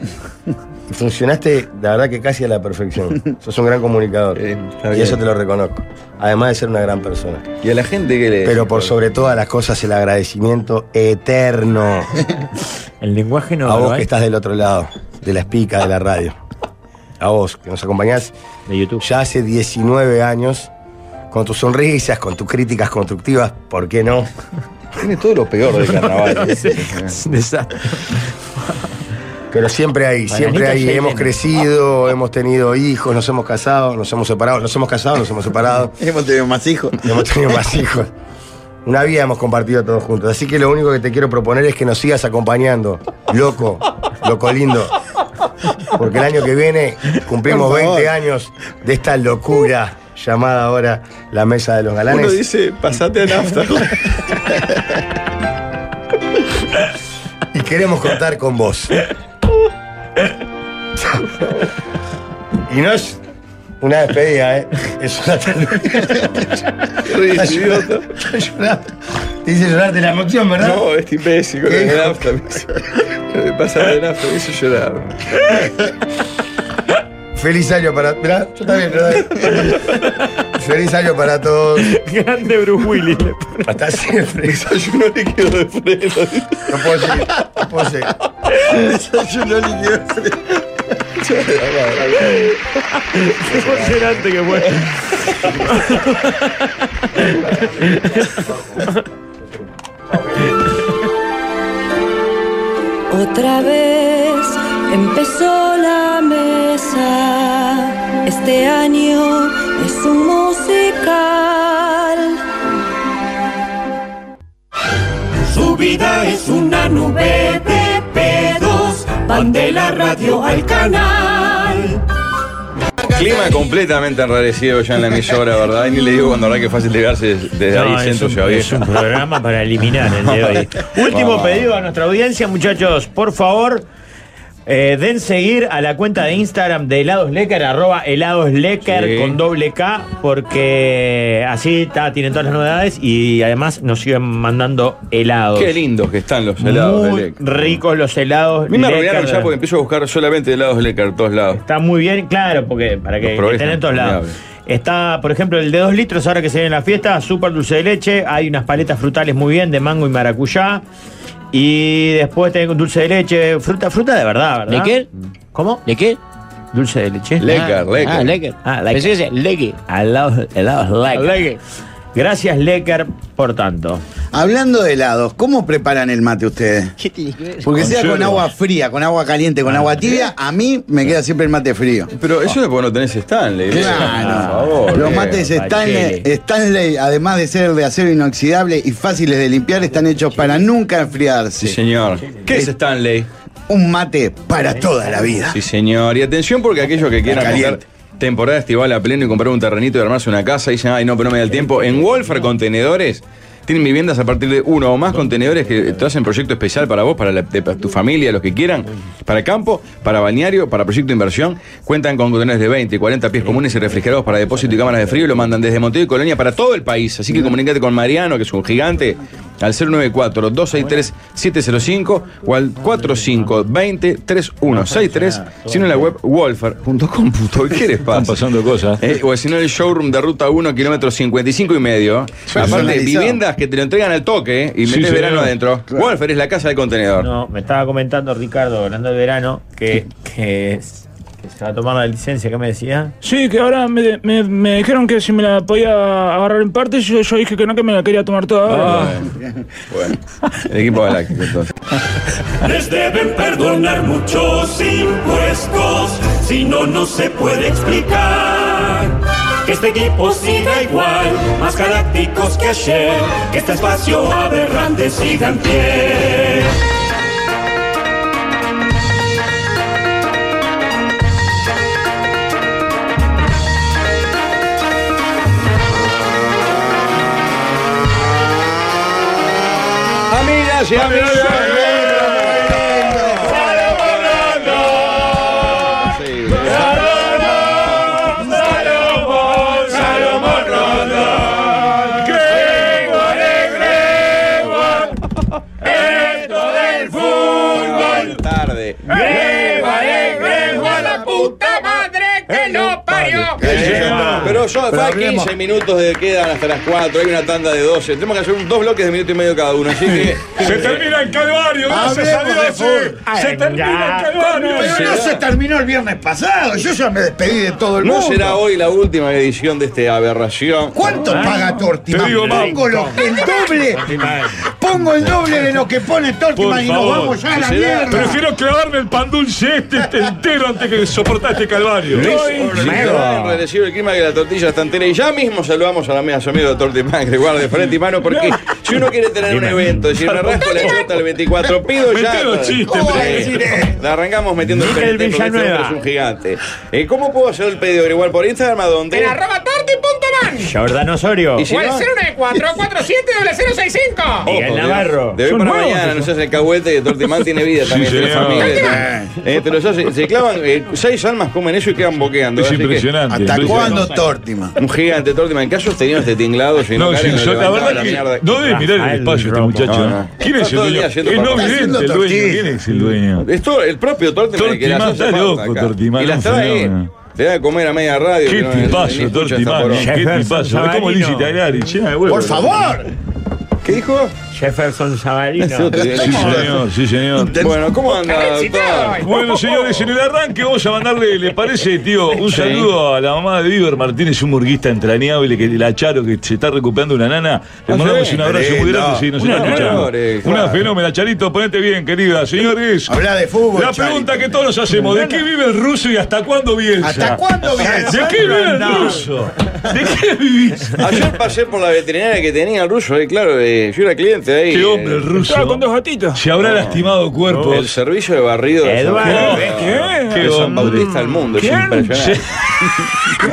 Speaker 3: Y funcionaste, la verdad, que casi a la perfección. Sos un gran comunicador. y
Speaker 4: Eh, bien.
Speaker 3: eso te lo reconozco. Además de ser una gran persona.
Speaker 4: Y a la gente que le.
Speaker 3: Pero por sobre todas las cosas, el agradecimiento eterno.
Speaker 2: [LAUGHS] El lenguaje no
Speaker 3: A
Speaker 2: lo
Speaker 3: vos
Speaker 2: hay.
Speaker 3: que estás del otro lado, de la espica de la radio. A vos que nos acompañás.
Speaker 2: De YouTube.
Speaker 3: Ya hace 19 años, con tus sonrisas, con tus críticas constructivas, ¿por qué no? Tiene todo lo peor del
Speaker 2: [LAUGHS]
Speaker 3: carnaval. ¿eh? Pero siempre hay,
Speaker 4: Bananita
Speaker 3: siempre hay.
Speaker 4: Yelena.
Speaker 3: Hemos crecido, hemos tenido hijos, nos hemos casado, nos hemos separado, nos hemos casado, nos hemos
Speaker 4: [LAUGHS]
Speaker 3: separado.
Speaker 1: hemos tenido más hijos.
Speaker 3: [LAUGHS] Hemos tenido más hijos. Una vida hemos compartido todos juntos. Así que lo único que te quiero proponer es que nos sigas acompañando. Loco, loco lindo. Porque el año que viene cumplimos
Speaker 4: Por favor.
Speaker 3: 20 años de esta locura llamada ahora la Mesa de los Galanes.
Speaker 4: Uno dice, pasate a
Speaker 3: [LAUGHS]
Speaker 4: nafta.
Speaker 3: y queremos contar con vos. y no es una despedida, ¿eh? Es una Está llorando, está llorando. Te hice llorar de la emoción, ¿verdad?
Speaker 4: No, este imbécil con el nafta. me hizo- Me pasaba de nafta, me hizo llorar.
Speaker 3: Feliz año para. Mirá, yo también, yo también. Feliz año para todos. Grande Bruce Willis. Hasta siempre. Desayuno líquido de freno. No puedo seguir. No puedo seguir. Desayuno líquido de
Speaker 15: Qué emocionante que fue.
Speaker 3: [LAUGHS]
Speaker 16: Otra vez empezó la mesa. Este año es un musical.
Speaker 12: Su vida es una nube de pedos. Van de la radio al canal.
Speaker 4: Clima completamente enrarecido ya en la emisora, ¿verdad? Y ni le digo cuando habrá que fácil llegarse desde
Speaker 2: No,
Speaker 4: ahí,
Speaker 2: es,
Speaker 4: centro
Speaker 2: un,
Speaker 4: Ciudad
Speaker 2: es un
Speaker 4: Vieja.
Speaker 2: programa para eliminar el de
Speaker 4: [LAUGHS]
Speaker 2: hoy. Último
Speaker 4: Vamos.
Speaker 2: pedido a nuestra audiencia, muchachos. Por favor, eh, den seguir a la cuenta de Instagram de Helados Lecker, arroba Helados Lecker
Speaker 4: Sí.
Speaker 2: con doble K, porque así ta, tienen todas las novedades y además nos siguen mandando helados.
Speaker 4: Qué lindos que están los helados de
Speaker 2: Muy
Speaker 4: Lecker.
Speaker 2: ricos los helados.
Speaker 4: A mí me arruinaron
Speaker 2: Lecker.
Speaker 4: ya porque empiezo a buscar solamente helados Lecker, todos lados.
Speaker 2: Está muy bien, claro, porque para que,
Speaker 4: Los probés
Speaker 2: que estén en todos
Speaker 4: están
Speaker 2: lados. Está, por ejemplo, el de 2 litros ahora que se viene la fiesta, súper dulce de leche, hay unas paletas frutales muy bien de mango y maracuyá. Y después tengo dulce de leche, fruta, fruta de verdad, ¿verdad?
Speaker 5: ¿De qué?
Speaker 2: ¿Cómo?
Speaker 5: ¿De qué?
Speaker 2: Dulce de leche.
Speaker 5: Lecker, Ah, Lecker. ah, Lecker.
Speaker 2: Ah,
Speaker 5: Pensé que decía Lecker.
Speaker 2: Helados- helados Lecker. Gracias, Lecker, por tanto.
Speaker 1: Hablando de helados, ¿cómo preparan el mate ustedes? Porque
Speaker 4: Con
Speaker 1: sea con
Speaker 4: yerba.
Speaker 1: agua fría, con agua caliente, con agua tibia, a mí me queda siempre el mate frío.
Speaker 4: Pero eso es porque no tenés Stanley.
Speaker 1: Claro.
Speaker 4: Por favor,
Speaker 1: Los
Speaker 4: eh.
Speaker 1: mates Stanley, Stanley, además de ser de acero inoxidable y fáciles de limpiar, están hechos para nunca enfriarse.
Speaker 4: Sí, señor. ¿Qué es Stanley?
Speaker 1: Un mate para toda la vida.
Speaker 4: Sí, señor. Y atención porque aquellos que quieran
Speaker 1: Caliente.
Speaker 4: comprar temporada estival a pleno y comprar un terrenito y armarse una casa, dicen, ay, no, pero no me da el tiempo. En Wolfer Contenedores tienen viviendas a partir de uno o más contenedores que te hacen proyecto especial para vos, para, la- de- para tu familia, los que quieran, para campo, para balneario, para proyecto de inversión. Cuentan con contenedores de 20 y 40 pies comunes y refrigerados para depósito y cámaras de frío. y Lo mandan desde Montevideo y Colonia para todo el país. Así que comunícate con Mariano, que es un gigante, al 094-263-705 o al 4520-3163, sino en la web wolfer.com.uy. ¿Qué les pasa?
Speaker 17: Están pasando cosas.
Speaker 4: Eh, o si no, el showroom de ruta 1, kilómetro 55 y medio. Aparte,
Speaker 2: Personalizado.
Speaker 4: viviendas que te lo entregan al toque eh, y
Speaker 2: Sí,
Speaker 4: metes
Speaker 2: señor.
Speaker 4: verano adentro.
Speaker 2: Claro.
Speaker 4: Wolfer es la casa de contenedor.
Speaker 2: No, me estaba comentando Ricardo, hablando del verano, que, que, es- que se va a tomar la licencia, ¿qué me decía?
Speaker 17: Sí, que ahora me, me- me dijeron que si me la podía agarrar en parte, yo, yo dije que no, que me la quería tomar
Speaker 15: Ah,
Speaker 17: toda. Ah.
Speaker 4: Bueno, el equipo galáctico entonces.
Speaker 12: Les deben perdonar muchos impuestos, si no, no se puede explicar. Que este equipo siga igual, más galácticos que ayer, que este espacio aberrante siga en pie.
Speaker 4: Amigas y amigos. Tarde.
Speaker 12: a la puta madre
Speaker 18: ¡Este
Speaker 2: Eh,
Speaker 12: que lo parió!
Speaker 4: Pero yo,
Speaker 12: Pero
Speaker 4: fa,
Speaker 12: hablemos.
Speaker 4: 15 minutos de quedan hasta las 4, hay una tanda de 12. Tenemos que hacer un- dos bloques de minuto y medio cada uno, así que.
Speaker 12: Se termina el calvario, gracias a Dios, sí. Se termina el calvario.
Speaker 4: Pero no se
Speaker 1: terminó el viernes pasado. Yo ya me despedí de todo
Speaker 4: ¿No será hoy la última edición de este aberración?
Speaker 1: ¿Cuánto paga Tortimán? Pongo lo- el doble.
Speaker 3: pongo el doble de lo que pone Tortima y nos vamos ya a la mierda.
Speaker 15: Prefiero clavarme el pan dulce este, este entero antes que soportar este calvario.
Speaker 4: Recibe el clima que la tortilla está entera. Y ya mismo saludamos a, la, a su amigo doctor Timán, que guarde frente y mano, porque si uno quiere tener un evento, decir, me rasco la chota el 24, pido
Speaker 15: Meté
Speaker 4: ya.
Speaker 15: los chistes,
Speaker 4: ¿Cómo va a
Speaker 15: pero-
Speaker 4: decir eso? La arrancamos metiendo
Speaker 15: Miguel
Speaker 4: frente, porque este
Speaker 15: Villanueva.
Speaker 4: hombre es un gigante. Eh, ¿Cómo puedo hacer el pedido? Igual por Instagram, ¿a dónde?
Speaker 18: En arroba torti.man.
Speaker 2: Jordán Osorio.
Speaker 18: O al 094-47-0065.
Speaker 4: Ojo,
Speaker 2: Navarro.
Speaker 4: De hoy
Speaker 2: Son
Speaker 4: para
Speaker 2: nuevos
Speaker 4: mañana no se hace cahuete que Tortimán tiene vida también,
Speaker 15: Sí, Este
Speaker 4: tiene
Speaker 15: señor.
Speaker 4: familia. Eh, te lo hace- se clavan, eh, seis almas comen eso y quedan boqueando.
Speaker 15: Es
Speaker 4: así que-
Speaker 15: impresionante, ¿Hasta impresionante. cuándo Tortima?
Speaker 4: Un gigante Tortima. En caso has tenido este tinglado, si
Speaker 15: No,
Speaker 4: Karen
Speaker 15: sí,
Speaker 4: nos
Speaker 15: yo la
Speaker 4: levantaba
Speaker 15: verdad que no debe mirar el espacio este muchacho.
Speaker 4: No,
Speaker 15: ¿eh?
Speaker 4: no.
Speaker 15: ¿Quién es el
Speaker 4: Está todo el
Speaker 15: dueño?
Speaker 4: día
Speaker 15: Es
Speaker 4: haciendo
Speaker 15: no
Speaker 4: papas.
Speaker 15: vidente el
Speaker 4: Haciendo
Speaker 15: dueño.
Speaker 4: tortillas.
Speaker 15: ¿Quién es el dueño?
Speaker 4: Es todo- el propio Tortima el que la
Speaker 15: Tortimán,
Speaker 4: hace
Speaker 15: está
Speaker 4: falta
Speaker 15: loco,
Speaker 4: acá.
Speaker 15: Tortimán,
Speaker 4: Y la
Speaker 15: un
Speaker 4: trae,
Speaker 15: fenómeno.
Speaker 4: te da de comer a media radio.
Speaker 15: Qué
Speaker 4: que no- ni
Speaker 15: tipazo,
Speaker 4: escucha esta
Speaker 15: Tortimán.
Speaker 4: poronga.
Speaker 15: Qué tipazo. Es como Lizzie Tagliari, llena de huevos.
Speaker 4: Por favor. ¿Qué dijo?
Speaker 2: Jefferson Sabarino.
Speaker 15: Sí, señor, sí, señor.
Speaker 4: Bueno, ¿cómo anda,
Speaker 15: Bueno, señores, en el arranque vamos a mandarle, ¿le parece, tío? Un
Speaker 4: Sí.
Speaker 15: saludo a la mamá de Víber Martínez, un burguista entrañable, que la Charo, que se está recuperando una nana. Le
Speaker 4: Ah,
Speaker 15: mandamos
Speaker 4: sí.
Speaker 15: un abrazo muy
Speaker 4: Lindo.
Speaker 15: grande si nos
Speaker 4: Una
Speaker 15: está
Speaker 4: nana.
Speaker 15: escuchando.
Speaker 4: Señores,
Speaker 15: Una
Speaker 4: claro.
Speaker 15: fenómena, Charito, ponete bien, querida. Señores,
Speaker 3: Habla de fútbol,
Speaker 15: La
Speaker 3: Charito.
Speaker 15: pregunta que todos nos hacemos, ¿de qué vive el ruso y hasta cuándo Bielsa?
Speaker 3: ¿Hasta cuándo Bielsa?
Speaker 15: ¿De qué vive el
Speaker 3: No.
Speaker 15: ruso? ¿De qué vivís?
Speaker 4: Ayer pasé por la veterinaria que tenía el ruso, eh, claro, eh, yo era cliente ahí.
Speaker 15: Qué hombre el ruso. Estaba con
Speaker 4: dos gatitos.
Speaker 15: Se habrá lastimado cuerpo.
Speaker 4: El servicio de barrido de San
Speaker 15: Eduardo,
Speaker 4: Bautista.
Speaker 15: ¿qué?
Speaker 4: de San
Speaker 15: hombre.
Speaker 4: Bautista al mundo, es
Speaker 15: ¿Quién?
Speaker 4: impresionante.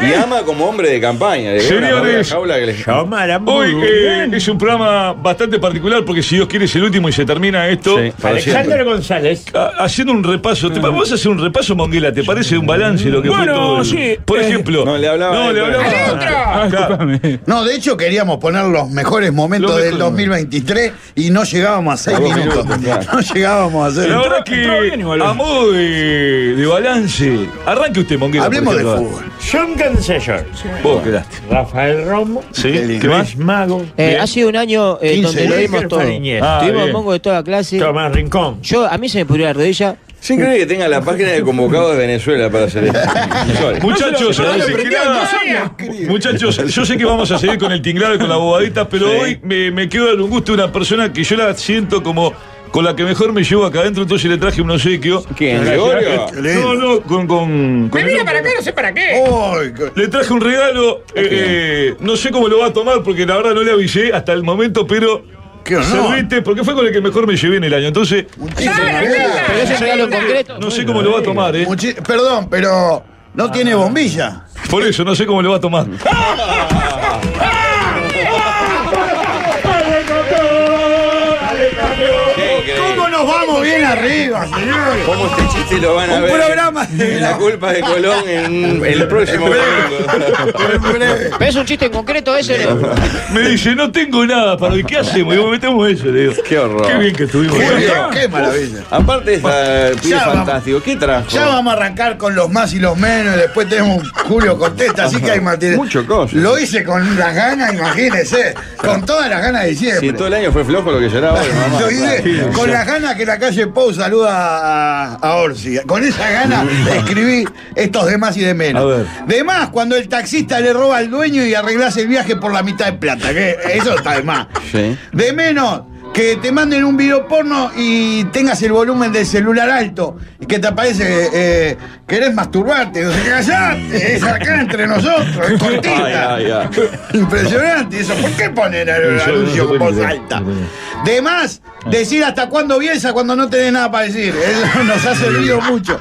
Speaker 4: Y ama como hombre de campaña. le dio una
Speaker 15: Señores,
Speaker 4: jaula que le-
Speaker 15: hoy eh, es un programa bastante particular porque si Dios quiere es el último y se termina esto. Ah,
Speaker 2: para Alexander siempre. González.
Speaker 15: Haciendo un repaso.
Speaker 8: Mm.
Speaker 15: ¿te pa- vos haces un repaso, Monguela? ¿Te parece un balance lo que fue
Speaker 8: Bueno,
Speaker 15: todo? el-
Speaker 8: sí,
Speaker 15: Por
Speaker 8: eh,
Speaker 15: ejemplo.
Speaker 8: no, le hablaba
Speaker 15: No,
Speaker 8: de-
Speaker 15: le hablaba-
Speaker 8: Ah,
Speaker 1: No, de hecho queríamos poner los mejores momentos del 2023 y no llegábamos a seis
Speaker 15: Dos
Speaker 1: minutos.
Speaker 15: minutos,
Speaker 1: [LAUGHS] No llegábamos a hacer.
Speaker 15: La verdad que a modo de, de balance, arranque usted, Monguela.
Speaker 1: Hablemos
Speaker 15: por
Speaker 1: de
Speaker 15: ejemplo.
Speaker 1: fútbol.
Speaker 2: John Canseller.
Speaker 15: Vos quedaste.
Speaker 2: Rafael Romo.
Speaker 15: Sí,
Speaker 2: Qué lindo.
Speaker 15: ¿qué más?
Speaker 2: Luis Mago.
Speaker 5: Eh, ha sido un año eh,
Speaker 2: 15.
Speaker 5: donde lo vimos
Speaker 2: Wilker
Speaker 5: todo.
Speaker 2: Fariñez.
Speaker 5: Ah, Tuvimos
Speaker 4: bien.
Speaker 5: mongo de toda clase.
Speaker 2: Tomás Rincón.
Speaker 5: Yo, a mí se me pudrió la rodilla.
Speaker 4: Sin creer que tenga la página de convocados de Venezuela para hacer esto. Sorry.
Speaker 15: [LAUGHS] Muchachos, antes que nada- muchachos, yo sé que vamos a seguir con el tinglado y con la bobadita, pero hoy me, me quedo un gusto de una persona que yo la siento como con la que mejor me llevo acá adentro, entonces le traje un obsequio.
Speaker 4: ¿Quién, Gregorio?
Speaker 15: No, no, con. con, con
Speaker 18: Me
Speaker 15: el
Speaker 18: mira
Speaker 15: nombre.
Speaker 18: para acá, no sé para qué.
Speaker 15: Oh, Le traje un regalo, eh, eh, no sé cómo lo va a tomar porque la verdad no le avisé hasta el momento, pero serviste porque fue con el que mejor me llevé en el año. Entonces,
Speaker 1: Pero
Speaker 5: ese regalo en concreto.
Speaker 15: no sé cómo lo va a tomar, ¿eh?
Speaker 1: Perdón, pero Ah, no tiene bombilla.
Speaker 15: Por eso, no sé cómo lo va a tomar.
Speaker 3: ¿Cómo nos vamos bien arriba, señores?
Speaker 4: ¿Cómo este chiste lo van a
Speaker 3: Un
Speaker 4: ver?
Speaker 3: programa de-
Speaker 4: La culpa de Colón en el próximo domingo.
Speaker 5: Pero es un chiste en concreto ese. [LAUGHS] ¿no?
Speaker 15: Me dice, no tengo nada para hoy, ¿qué hacemos? Digo, metemos eso, le digo.
Speaker 4: Qué horror.
Speaker 15: Qué bien que estuvimos.
Speaker 1: Qué bien,
Speaker 15: Bueno,
Speaker 1: qué maravilla.
Speaker 4: Aparte está el pibe
Speaker 1: Ya vamos.
Speaker 4: fantástico. ¿Qué trajo?
Speaker 1: Ya vamos a arrancar con los más y los menos, y después tenemos un Julio Contesta, así que hay Martínez.
Speaker 4: Mucho cosa.
Speaker 1: Lo hice con las ganas, imagínense, con todas las ganas de siempre.
Speaker 4: Si todo el año fue flojo lo que lloraba hoy, mamá.
Speaker 1: [LAUGHS] Lo hice con las ganas que la calle Pou saluda a, a Orsi. Con esa gana escribí estos de más y de menos.
Speaker 15: A ver.
Speaker 1: De más, cuando el taxista le roba al dueño y arreglás el viaje por la mitad de plata, que eso está de más.
Speaker 4: Sí.
Speaker 1: De menos, que te manden un video porno y tengas el volumen del celular alto y que te aparece, eh, querés masturbarte, no sé qué, callate, es acá entre nosotros, es cortita.
Speaker 4: Ay, ay, ay.
Speaker 1: Impresionante eso, ¿por qué poner el
Speaker 15: Yo no
Speaker 1: anuncio
Speaker 15: puedo
Speaker 1: con voz
Speaker 15: ni creer.
Speaker 1: alta? De más, decir hasta cuándo Bielsa cuando no tenés nada para decir. Eso [LAUGHS] nos ha servido mucho.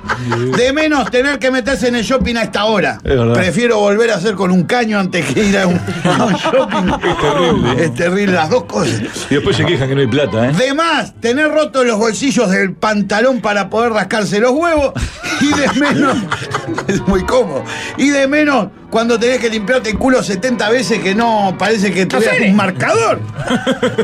Speaker 1: De menos, tener que meterse en el shopping a esta hora.
Speaker 15: Es verdad.
Speaker 1: Prefiero volver a hacer con un caño antes que ir a un, a un shopping. Es terrible. Es terrible, las dos cosas.
Speaker 15: Y después se quejan que no hay plata, ¿eh?
Speaker 1: De más, tener rotos los bolsillos del pantalón para poder rascarse los huevos. Y de
Speaker 4: [LAUGHS]
Speaker 1: menos, es muy cómodo. Y de menos, cuando tenés que limpiarte el culo 70 veces que no parece que tuvieras
Speaker 18: sé.
Speaker 1: un marcador.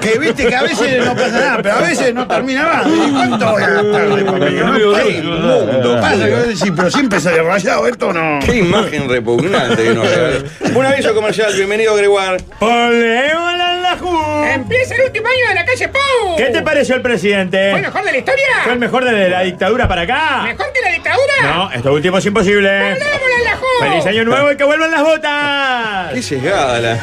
Speaker 1: Que viste que a veces no pasa nada, pero a veces no termina más. ¿Y cuánto voy a gastarle, papi? Que no
Speaker 15: Qué
Speaker 4: [LAUGHS]
Speaker 1: hay mundo. Pasa que vos decís, pero siempre sale rayado, esto no.
Speaker 4: Qué
Speaker 1: [LAUGHS]
Speaker 4: imagen repugnante que nos regaló. Un aviso comercial, bienvenido Greguar.
Speaker 2: Volvemos a la la Ju!
Speaker 18: Empieza el último año de la calle Pau.
Speaker 2: ¿Qué te pareció el presidente?
Speaker 18: ¿Fue el mejor de la historia?
Speaker 2: ¿Fue el mejor desde la dictadura para acá?
Speaker 18: ¿Mejor que la dictadura?
Speaker 2: No, esto último es imposible.
Speaker 18: ¡Dámosla a la Ju!
Speaker 2: ¡Feliz año nuevo y que vuelvan las botas!
Speaker 4: Qué llegada la.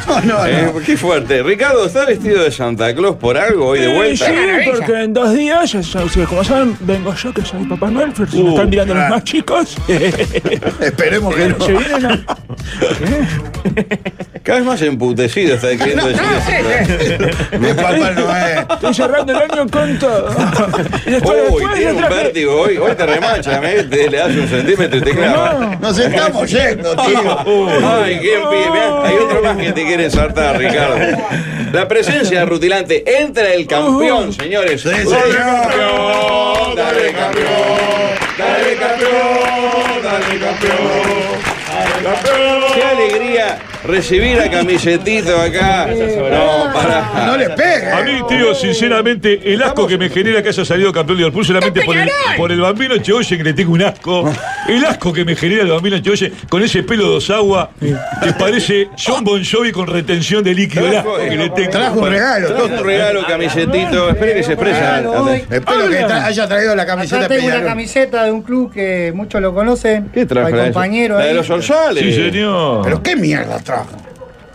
Speaker 4: Eh, Qué fuerte. Ricardo, ¿está vestido de Santa Claus por algo hoy de
Speaker 17: Eh,
Speaker 4: vuelta?
Speaker 17: [LAUGHS] Sí, porque en dos días, ya sa- si- como saben, vengo yo que soy Papá Noel, pero si me
Speaker 4: Uh,
Speaker 17: están mirando
Speaker 4: claro.
Speaker 17: los más
Speaker 15: [LAUGHS]
Speaker 17: chicos.
Speaker 4: Esperemos que no.
Speaker 17: Se viene una-
Speaker 4: Cada vez más emputecido está queriendo decir
Speaker 1: [LAUGHS]
Speaker 4: eso. De Papá Noel.
Speaker 17: Estoy cerrando el año con todo.
Speaker 15: [LAUGHS]
Speaker 17: Y después,
Speaker 4: Uy,
Speaker 17: después
Speaker 4: tiene
Speaker 17: le
Speaker 4: un
Speaker 17: traje-
Speaker 4: vértigo hoy. Hoy te remancha, ¿me? Te- le das un centímetro y te clava.
Speaker 1: Nos estamos yendo, tío.
Speaker 4: Ay, qué pibe. mirá, Hay otro más que te quiere saltar, Ricardo. La presencia de rutilante. Entra el campeón, señores. Gol.
Speaker 12: campeón, dale campeón, dale campeón, dale campeón, dale campeón.
Speaker 4: Qué alegría recibir a camisetito acá. No, pará.
Speaker 15: le pega. A mí, tío, sinceramente, el asco que me genera que haya salido campeón de Liverpool solamente
Speaker 4: Este
Speaker 15: por el, por el bambino Cheoye, que le tengo un
Speaker 4: [LAUGHS]
Speaker 15: asco. El asco que me genera el bambino Cheoye con ese pelo dos aguas que parece John Bon Jovi con retención de líquido. El asco que le tengo.
Speaker 4: Trajo un regalo, camisetito. Espere que se expresa.
Speaker 19: Espero que tra- haya traído la camiseta
Speaker 20: Acá tengo una
Speaker 19: Peñarol.
Speaker 20: camiseta de un club que muchos lo conocen. ¿Qué
Speaker 4: trajo la de-
Speaker 20: compañero
Speaker 4: la de
Speaker 20: ahí.
Speaker 4: los Orsales? Sí, señor.
Speaker 20: Pero qué mierda trajo.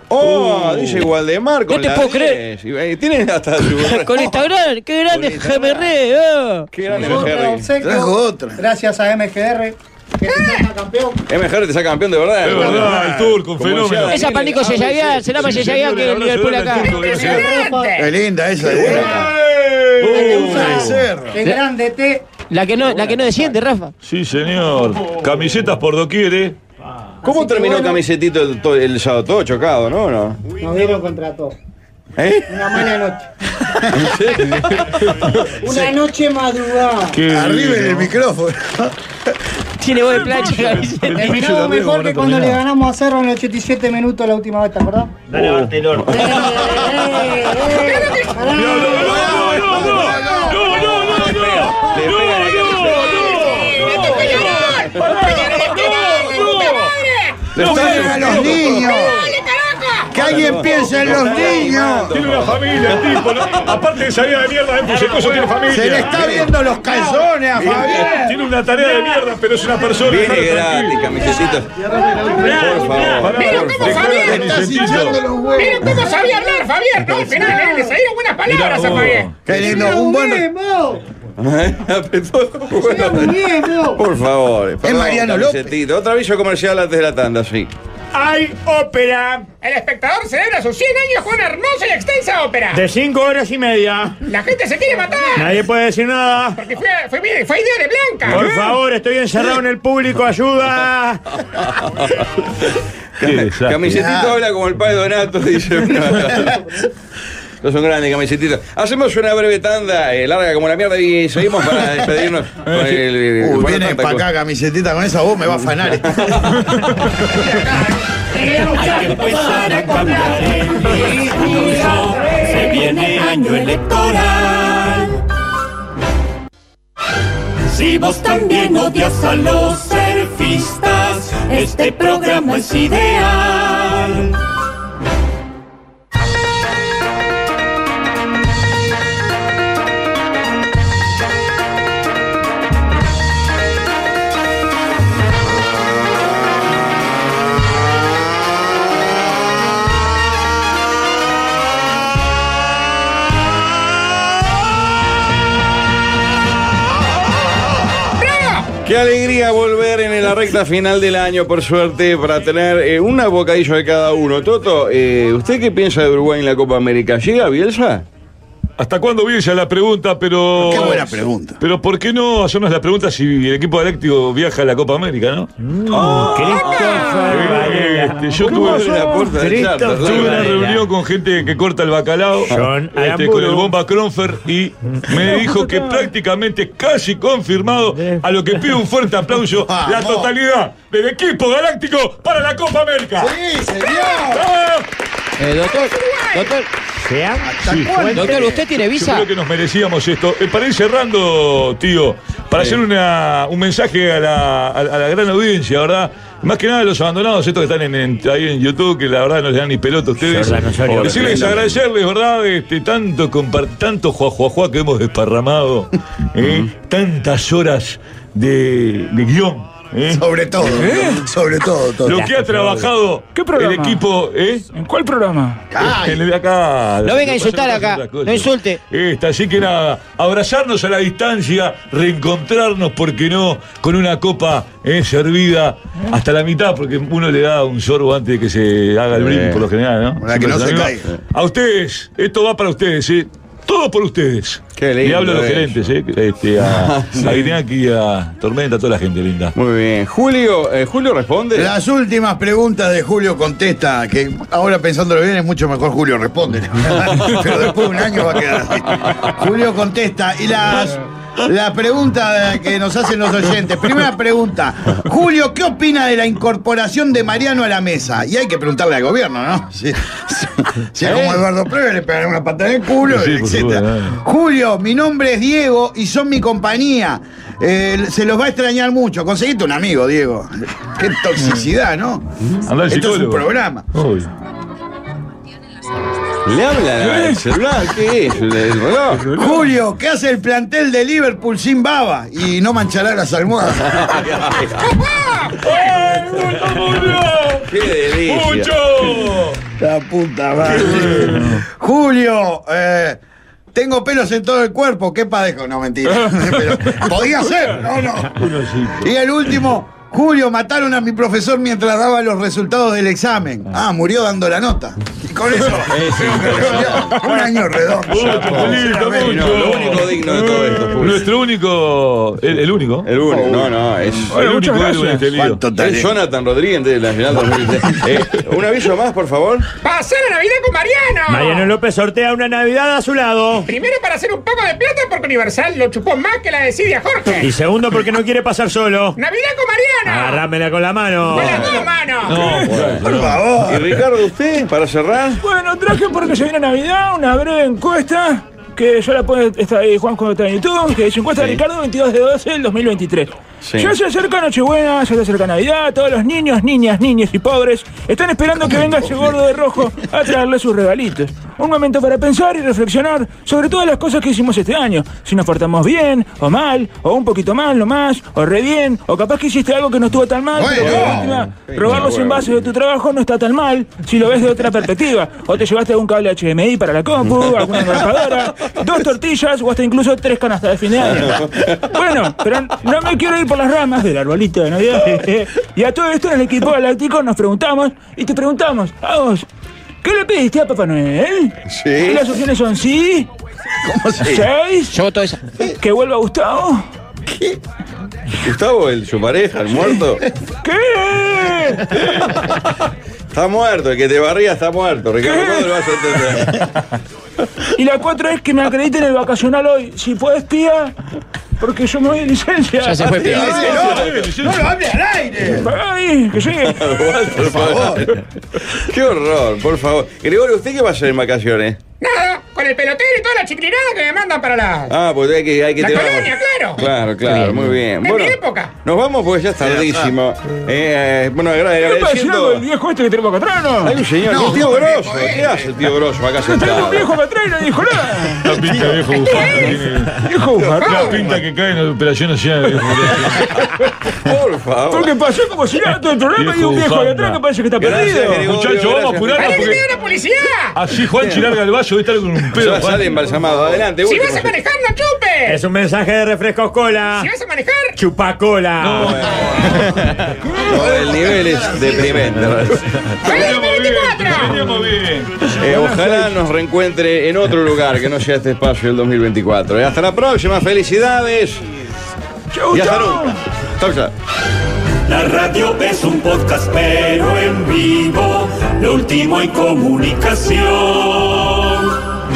Speaker 4: Oh, dice Waldemar con
Speaker 20: No te
Speaker 4: la
Speaker 20: puedo
Speaker 4: 10. Y ahí Tienen hasta su.
Speaker 5: Con Instagram, qué grande GMR.
Speaker 4: Qué grande
Speaker 20: Otra
Speaker 4: MGR.
Speaker 20: obsequio,
Speaker 4: Trajo otra.
Speaker 20: Gracias a MGR. Que se llama campeón.
Speaker 4: MGR te saca campeón de verdad.
Speaker 15: Es verdad, el turco, un
Speaker 4: Como
Speaker 15: fenómeno.
Speaker 4: decía
Speaker 5: Esa para
Speaker 20: ah,
Speaker 5: Nico Yeyaguiar, será para Yeyaguiar que el Liverpool acá.
Speaker 1: Qué linda esa ¿eh? de
Speaker 20: Qué grande te.
Speaker 5: La que no, la que no desciende, Rafa.
Speaker 15: Sí, señor. Camisetas por doquiere.
Speaker 4: ¿Cómo terminó camisetito el, to- el sábado? Todo chocado, ¿no? ¿No?
Speaker 20: Nos dieron contra todo.
Speaker 4: [LAUGHS] ¿Eh?
Speaker 20: Una mala noche. Una noche madrugada.
Speaker 1: Arriba en el micrófono.
Speaker 5: Tiene voz de
Speaker 2: [LAUGHS]
Speaker 5: plancha.
Speaker 20: Terminamos mejor que cuando le ganamos a Cerro en los 87 minutos la última vez, ¿te acordás?
Speaker 2: Dale, Bartelor.
Speaker 12: No,
Speaker 1: a los niños. Que alguien piense en los niños.
Speaker 15: Tiene una familia, el tipo. ¿no? Aparte de salida de mierda, ¿eh? en Fusecoso tiene familia.
Speaker 1: Se le está viendo los calzones a Fabián.
Speaker 15: Tiene una tarea de mierda, pero es una persona.
Speaker 4: Viene gratis, camisetito. Por favor.
Speaker 15: Pará,
Speaker 4: por
Speaker 15: le
Speaker 4: favor.
Speaker 15: cuelgo el camisetito.
Speaker 18: Mira cómo sabía hablar, Fabián. No, al final eh, le salieron buenas palabras a Fabián.
Speaker 1: Qué lindo, un buen.
Speaker 4: [LAUGHS] ¿Eh? Apretó. Por favor. Es
Speaker 18: Mariano
Speaker 4: Otro aviso comercial antes de la tanda, sí.
Speaker 18: Hay ópera. El espectador celebra sus 100 años con una hermosa y extensa ópera.
Speaker 2: De 5 horas y media.
Speaker 18: La gente se quiere matar.
Speaker 2: Nadie puede decir nada.
Speaker 18: Porque fue, fue, mire, fue idea de Blanca.
Speaker 2: Por favor, estoy encerrado en el público, ayuda.
Speaker 4: Cam- Camisetito habla como el padre Donato,
Speaker 2: [LAUGHS]
Speaker 4: dice. No son grandes camisetitos. Hacemos una breve tanda, eh, larga como la mierda, y seguimos para despedirnos. con el- el-
Speaker 1: Uy,
Speaker 4: con
Speaker 1: Uh, viene
Speaker 4: tanta
Speaker 1: para
Speaker 4: cosa.
Speaker 1: acá camisetita con esa voz, me va a afanar. este.
Speaker 12: Hay que empezar a cambiar el discurso. Se viene año electoral. Si vos también odias a los surfistas, este programa es ideal.
Speaker 4: Qué alegría volver en la recta final del año, por suerte, para tener eh, una bocadillo de cada uno. Toto, eh, ¿usted qué piensa de Uruguay en la Copa América? ¿Llega Bielsa?
Speaker 15: ¿Hasta cuándo Bielsa la pregunta? Pero.
Speaker 1: Qué buena pregunta.
Speaker 15: Pero ¿por qué no hacernos la pregunta si el equipo galáctico viaja a la Copa América, no? Este, yo tuve,
Speaker 4: la puerta del
Speaker 15: Tuve
Speaker 4: charter, la
Speaker 15: una
Speaker 4: verdad.
Speaker 15: reunión con gente que corta el bacalao,
Speaker 4: John
Speaker 15: este,
Speaker 4: Aramburu.
Speaker 15: con el bomba Cronfer, y me dijo que prácticamente casi confirmado, a lo que pido un fuerte aplauso, la
Speaker 12: Vamos.
Speaker 15: totalidad del equipo galáctico para la Copa América. ¡Ah!
Speaker 12: Sí, señor.
Speaker 5: Eh, doctor, doctor.
Speaker 15: Sí.
Speaker 5: Doctor, ¿usted tiene
Speaker 15: Yo
Speaker 5: visa?
Speaker 15: creo que nos merecíamos esto. Eh, para ir cerrando, tío, para hacer una- un mensaje a la, a- a la gran audiencia, ¿verdad? Más que nada los abandonados, estos que están en, en- ahí en YouTube, que la verdad no les dan ni pelota a ustedes.
Speaker 2: Es verdad, Rosario.
Speaker 15: Decirles, agradecerles, ¿verdad? Este, tanto, compar- tanto juajuajuá que hemos desparramado, ¿eh? tantas horas de, de guión. ¿eh?
Speaker 1: Sobre todo,
Speaker 15: ¿Eh?
Speaker 1: sobre todo, todo.
Speaker 15: Lo que ha trabajado
Speaker 17: ¿Qué programa?
Speaker 15: el equipo, ¿eh?
Speaker 17: ¿En cuál programa?
Speaker 15: Ay. El de acá.
Speaker 5: No venga a
Speaker 15: Lo que
Speaker 5: insultar
Speaker 15: pasa es que
Speaker 5: acá,
Speaker 15: otra cosa.
Speaker 5: no insulte.
Speaker 15: Esta, así que nada, abrazarnos a la distancia, reencontrarnos, porque no, con una copa eh, servida hasta la mitad, porque uno le da un sorbo antes de que se haga el brindis, por lo general, ¿no?
Speaker 1: Para que
Speaker 15: Siempre
Speaker 1: no
Speaker 15: es la
Speaker 1: se
Speaker 15: misma.
Speaker 1: caiga.
Speaker 15: A ustedes, esto va para ustedes, ¿eh? Todo por ustedes.
Speaker 4: Qué lindo
Speaker 15: Y hablo a los
Speaker 4: eso.
Speaker 15: gerentes, ¿eh? Este, a,
Speaker 4: [LAUGHS] Sí.
Speaker 15: a Guiñaki, a Tormenta, a toda la gente linda.
Speaker 4: [LAUGHS] Muy bien. Julio, eh, Julio responde.
Speaker 1: Las últimas preguntas de Julio contesta, que ahora pensándolo bien es mucho mejor Julio responde.
Speaker 4: [LAUGHS]
Speaker 1: Pero después de un año va a quedar así. Julio contesta y las la pregunta que nos hacen los oyentes. Primera pregunta, Julio, ¿qué opina de la incorporación de Mariano a la mesa? Y hay que preguntarle al gobierno, ¿no?
Speaker 4: [LAUGHS]
Speaker 1: Si, si
Speaker 4: ¿Eh?
Speaker 1: es como Eduardo Preve le pegarán una patada en el culo,
Speaker 15: Sí, por
Speaker 1: etcétera.
Speaker 15: supuesto, claro.
Speaker 1: Julio, mi nombre es Diego y son mi compañía. Eh, se los va a extrañar mucho. Conseguiste un amigo, Diego. Qué toxicidad, ¿no?
Speaker 15: Andá al
Speaker 1: Esto es un
Speaker 15: psicólogo. [LAUGHS]
Speaker 1: programa.
Speaker 15: Uy.
Speaker 4: Le habla la- el celular, ¿qué es? El, el reloj.
Speaker 1: Julio, ¿qué hace el plantel de Liverpool sin baba? Y no manchará las almohadas.
Speaker 4: [LAUGHS] ¡Qué delicia!
Speaker 1: La puta madre. Julio, eh, tengo pelos en todo el cuerpo. ¿Qué padezco? No,
Speaker 15: [LAUGHS]
Speaker 1: mentira. Pero podía ser, no, no. Y el último, Julio, mataron a mi profesor mientras daba los resultados del examen. Ah, murió dando la nota. Y con eso, [LAUGHS] un año redondo.
Speaker 15: Mucho, Julito, mucho.
Speaker 4: Lo único digno de todo esto, Juli.
Speaker 15: Nuestro único. El, el único.
Speaker 4: El único, no, no, es.
Speaker 15: el único
Speaker 4: muchas
Speaker 15: héroe de este lío.
Speaker 4: ¿Cuánto talento? Es Jonathan Rodríguez de la final [LAUGHS] 2003. Eh, Un aviso más, por favor.
Speaker 18: ¡Pasé la Navidad con Mariano!
Speaker 2: Mariano López sortea una Navidad a su lado.
Speaker 18: Primero para hacer un poco de plata porque Universal lo chupó más que la decidia Jorge.
Speaker 2: Y segundo, porque no quiere pasar solo.
Speaker 18: ¡Navidad con Mariano!
Speaker 2: Agarrámela con la mano.
Speaker 18: ¡Con las dos manos!
Speaker 4: Por favor. Y Ricardo, usted, para cerrar.
Speaker 17: Bueno, traje porque se viene Navidad una breve encuesta que yo la puedo estar ahí, Juanjo está en YouTube, que dice encuesta de
Speaker 4: Sí.
Speaker 17: Ricardo 22 de 12 del 2023.
Speaker 4: Sí.
Speaker 17: Ya se acerca Nochebuena, ya se acerca Navidad, todos los niños, niñas, niños y pobres están esperando que venga ese gordo de rojo a traerle sus regalitos. Un momento para pensar y reflexionar sobre todas las cosas que hicimos este año. Si nos portamos bien o mal, o un poquito mal nomás, o re bien, o capaz que hiciste algo que no estuvo tan mal, pero
Speaker 1: Bueno.
Speaker 17: por última, robar los envases de tu trabajo no está tan mal si lo ves de otra perspectiva. O te llevaste algún cable HDMI para la compu, alguna engrapadora, dos tortillas o hasta incluso tres canastas de fin de año. Bueno, pero no me quiero ir por las ramas del arbolito de Navidad. Y a todo esto en el equipo galáctico nos preguntamos y te preguntamos a vos. ¿Qué le pediste a Papá Noel?
Speaker 4: Sí.
Speaker 17: Las opciones son sí.
Speaker 1: ¿Cómo se-
Speaker 17: ¿Seis? ¿Que vuelva Gustavo?
Speaker 4: Gustavo, el, su pareja, el muerto.
Speaker 17: ¿Qué?
Speaker 4: Está muerto, el que te barría está muerto. [LAUGHS] Ricardo, ¿cómo lo vas a entender?
Speaker 17: Y la cuatro es que me acrediten el vacacional hoy. Si puedes, tía, porque yo me voy de licencia.
Speaker 5: Ya se fue,
Speaker 1: No,
Speaker 5: Pia.
Speaker 1: no, no lo hable al aire.
Speaker 17: Ay, que llegue.
Speaker 4: Por favor. Qué horror, por favor. Gregorio, ¿usted qué va a hacer en vacaciones?
Speaker 18: Nada, con el pelotero y toda la chiclinada que me mandan para la,
Speaker 4: Ah, pues hay que, hay que
Speaker 18: la
Speaker 4: te vamos.
Speaker 18: colonia, claro.
Speaker 4: Claro, claro, muy bien.
Speaker 18: Es
Speaker 4: Bueno, Ah,
Speaker 18: mi época.
Speaker 4: nos vamos porque ya es tardísimo. Eh, bueno, agra-
Speaker 17: ¿Qué pasó con el
Speaker 4: agradeciendo.
Speaker 17: viejo este que tenemos acá atrás, no?
Speaker 4: Hay un señor,
Speaker 1: No,
Speaker 4: el tío
Speaker 1: no,
Speaker 4: Grosso.
Speaker 1: eh,
Speaker 4: ¿Qué hace el tío Grosso acá
Speaker 17: Tenemos
Speaker 4: sentado?
Speaker 17: un viejo acá atrás y no dijo nada.
Speaker 15: La pinta viejo bufón.
Speaker 17: Viejo
Speaker 15: La
Speaker 17: bufón.
Speaker 15: pinta que cae en la operación allá. viejo.
Speaker 4: Por favor.
Speaker 17: Porque pasó como si nada todo el programa y
Speaker 15: Viejo
Speaker 17: un viejo acá
Speaker 15: bufanda.
Speaker 17: atrás que parece que está
Speaker 4: Gracias,
Speaker 17: perdido.
Speaker 4: querido.
Speaker 15: Muchachos, vamos a apurarnos
Speaker 18: ¡Dale que
Speaker 15: porque
Speaker 18: te la policía!
Speaker 15: así Juanchi larga el vaso, voy a estar con un pedo.
Speaker 4: Ya sale embalsamado. Adelante,
Speaker 18: Si
Speaker 4: último.
Speaker 18: vas a manejar, no chupes.
Speaker 2: Es un mensaje de refrescos cola.
Speaker 18: Si vas a manejar,
Speaker 2: Chupacola.
Speaker 4: Ahora el nivel es deprimente.
Speaker 18: ¡Feliz
Speaker 15: Veníamos bien,
Speaker 18: 24!
Speaker 15: veníamos bien.
Speaker 4: Eh, ojalá nos reencuentre en otro lugar que no sea este espacio del 2024. Eh, hasta la próxima, felicidades
Speaker 17: Chau,
Speaker 4: y hasta
Speaker 17: chau.
Speaker 4: nunca. Chau, chau.
Speaker 12: La radio es un podcast, pero en vivo, lo último en comunicación.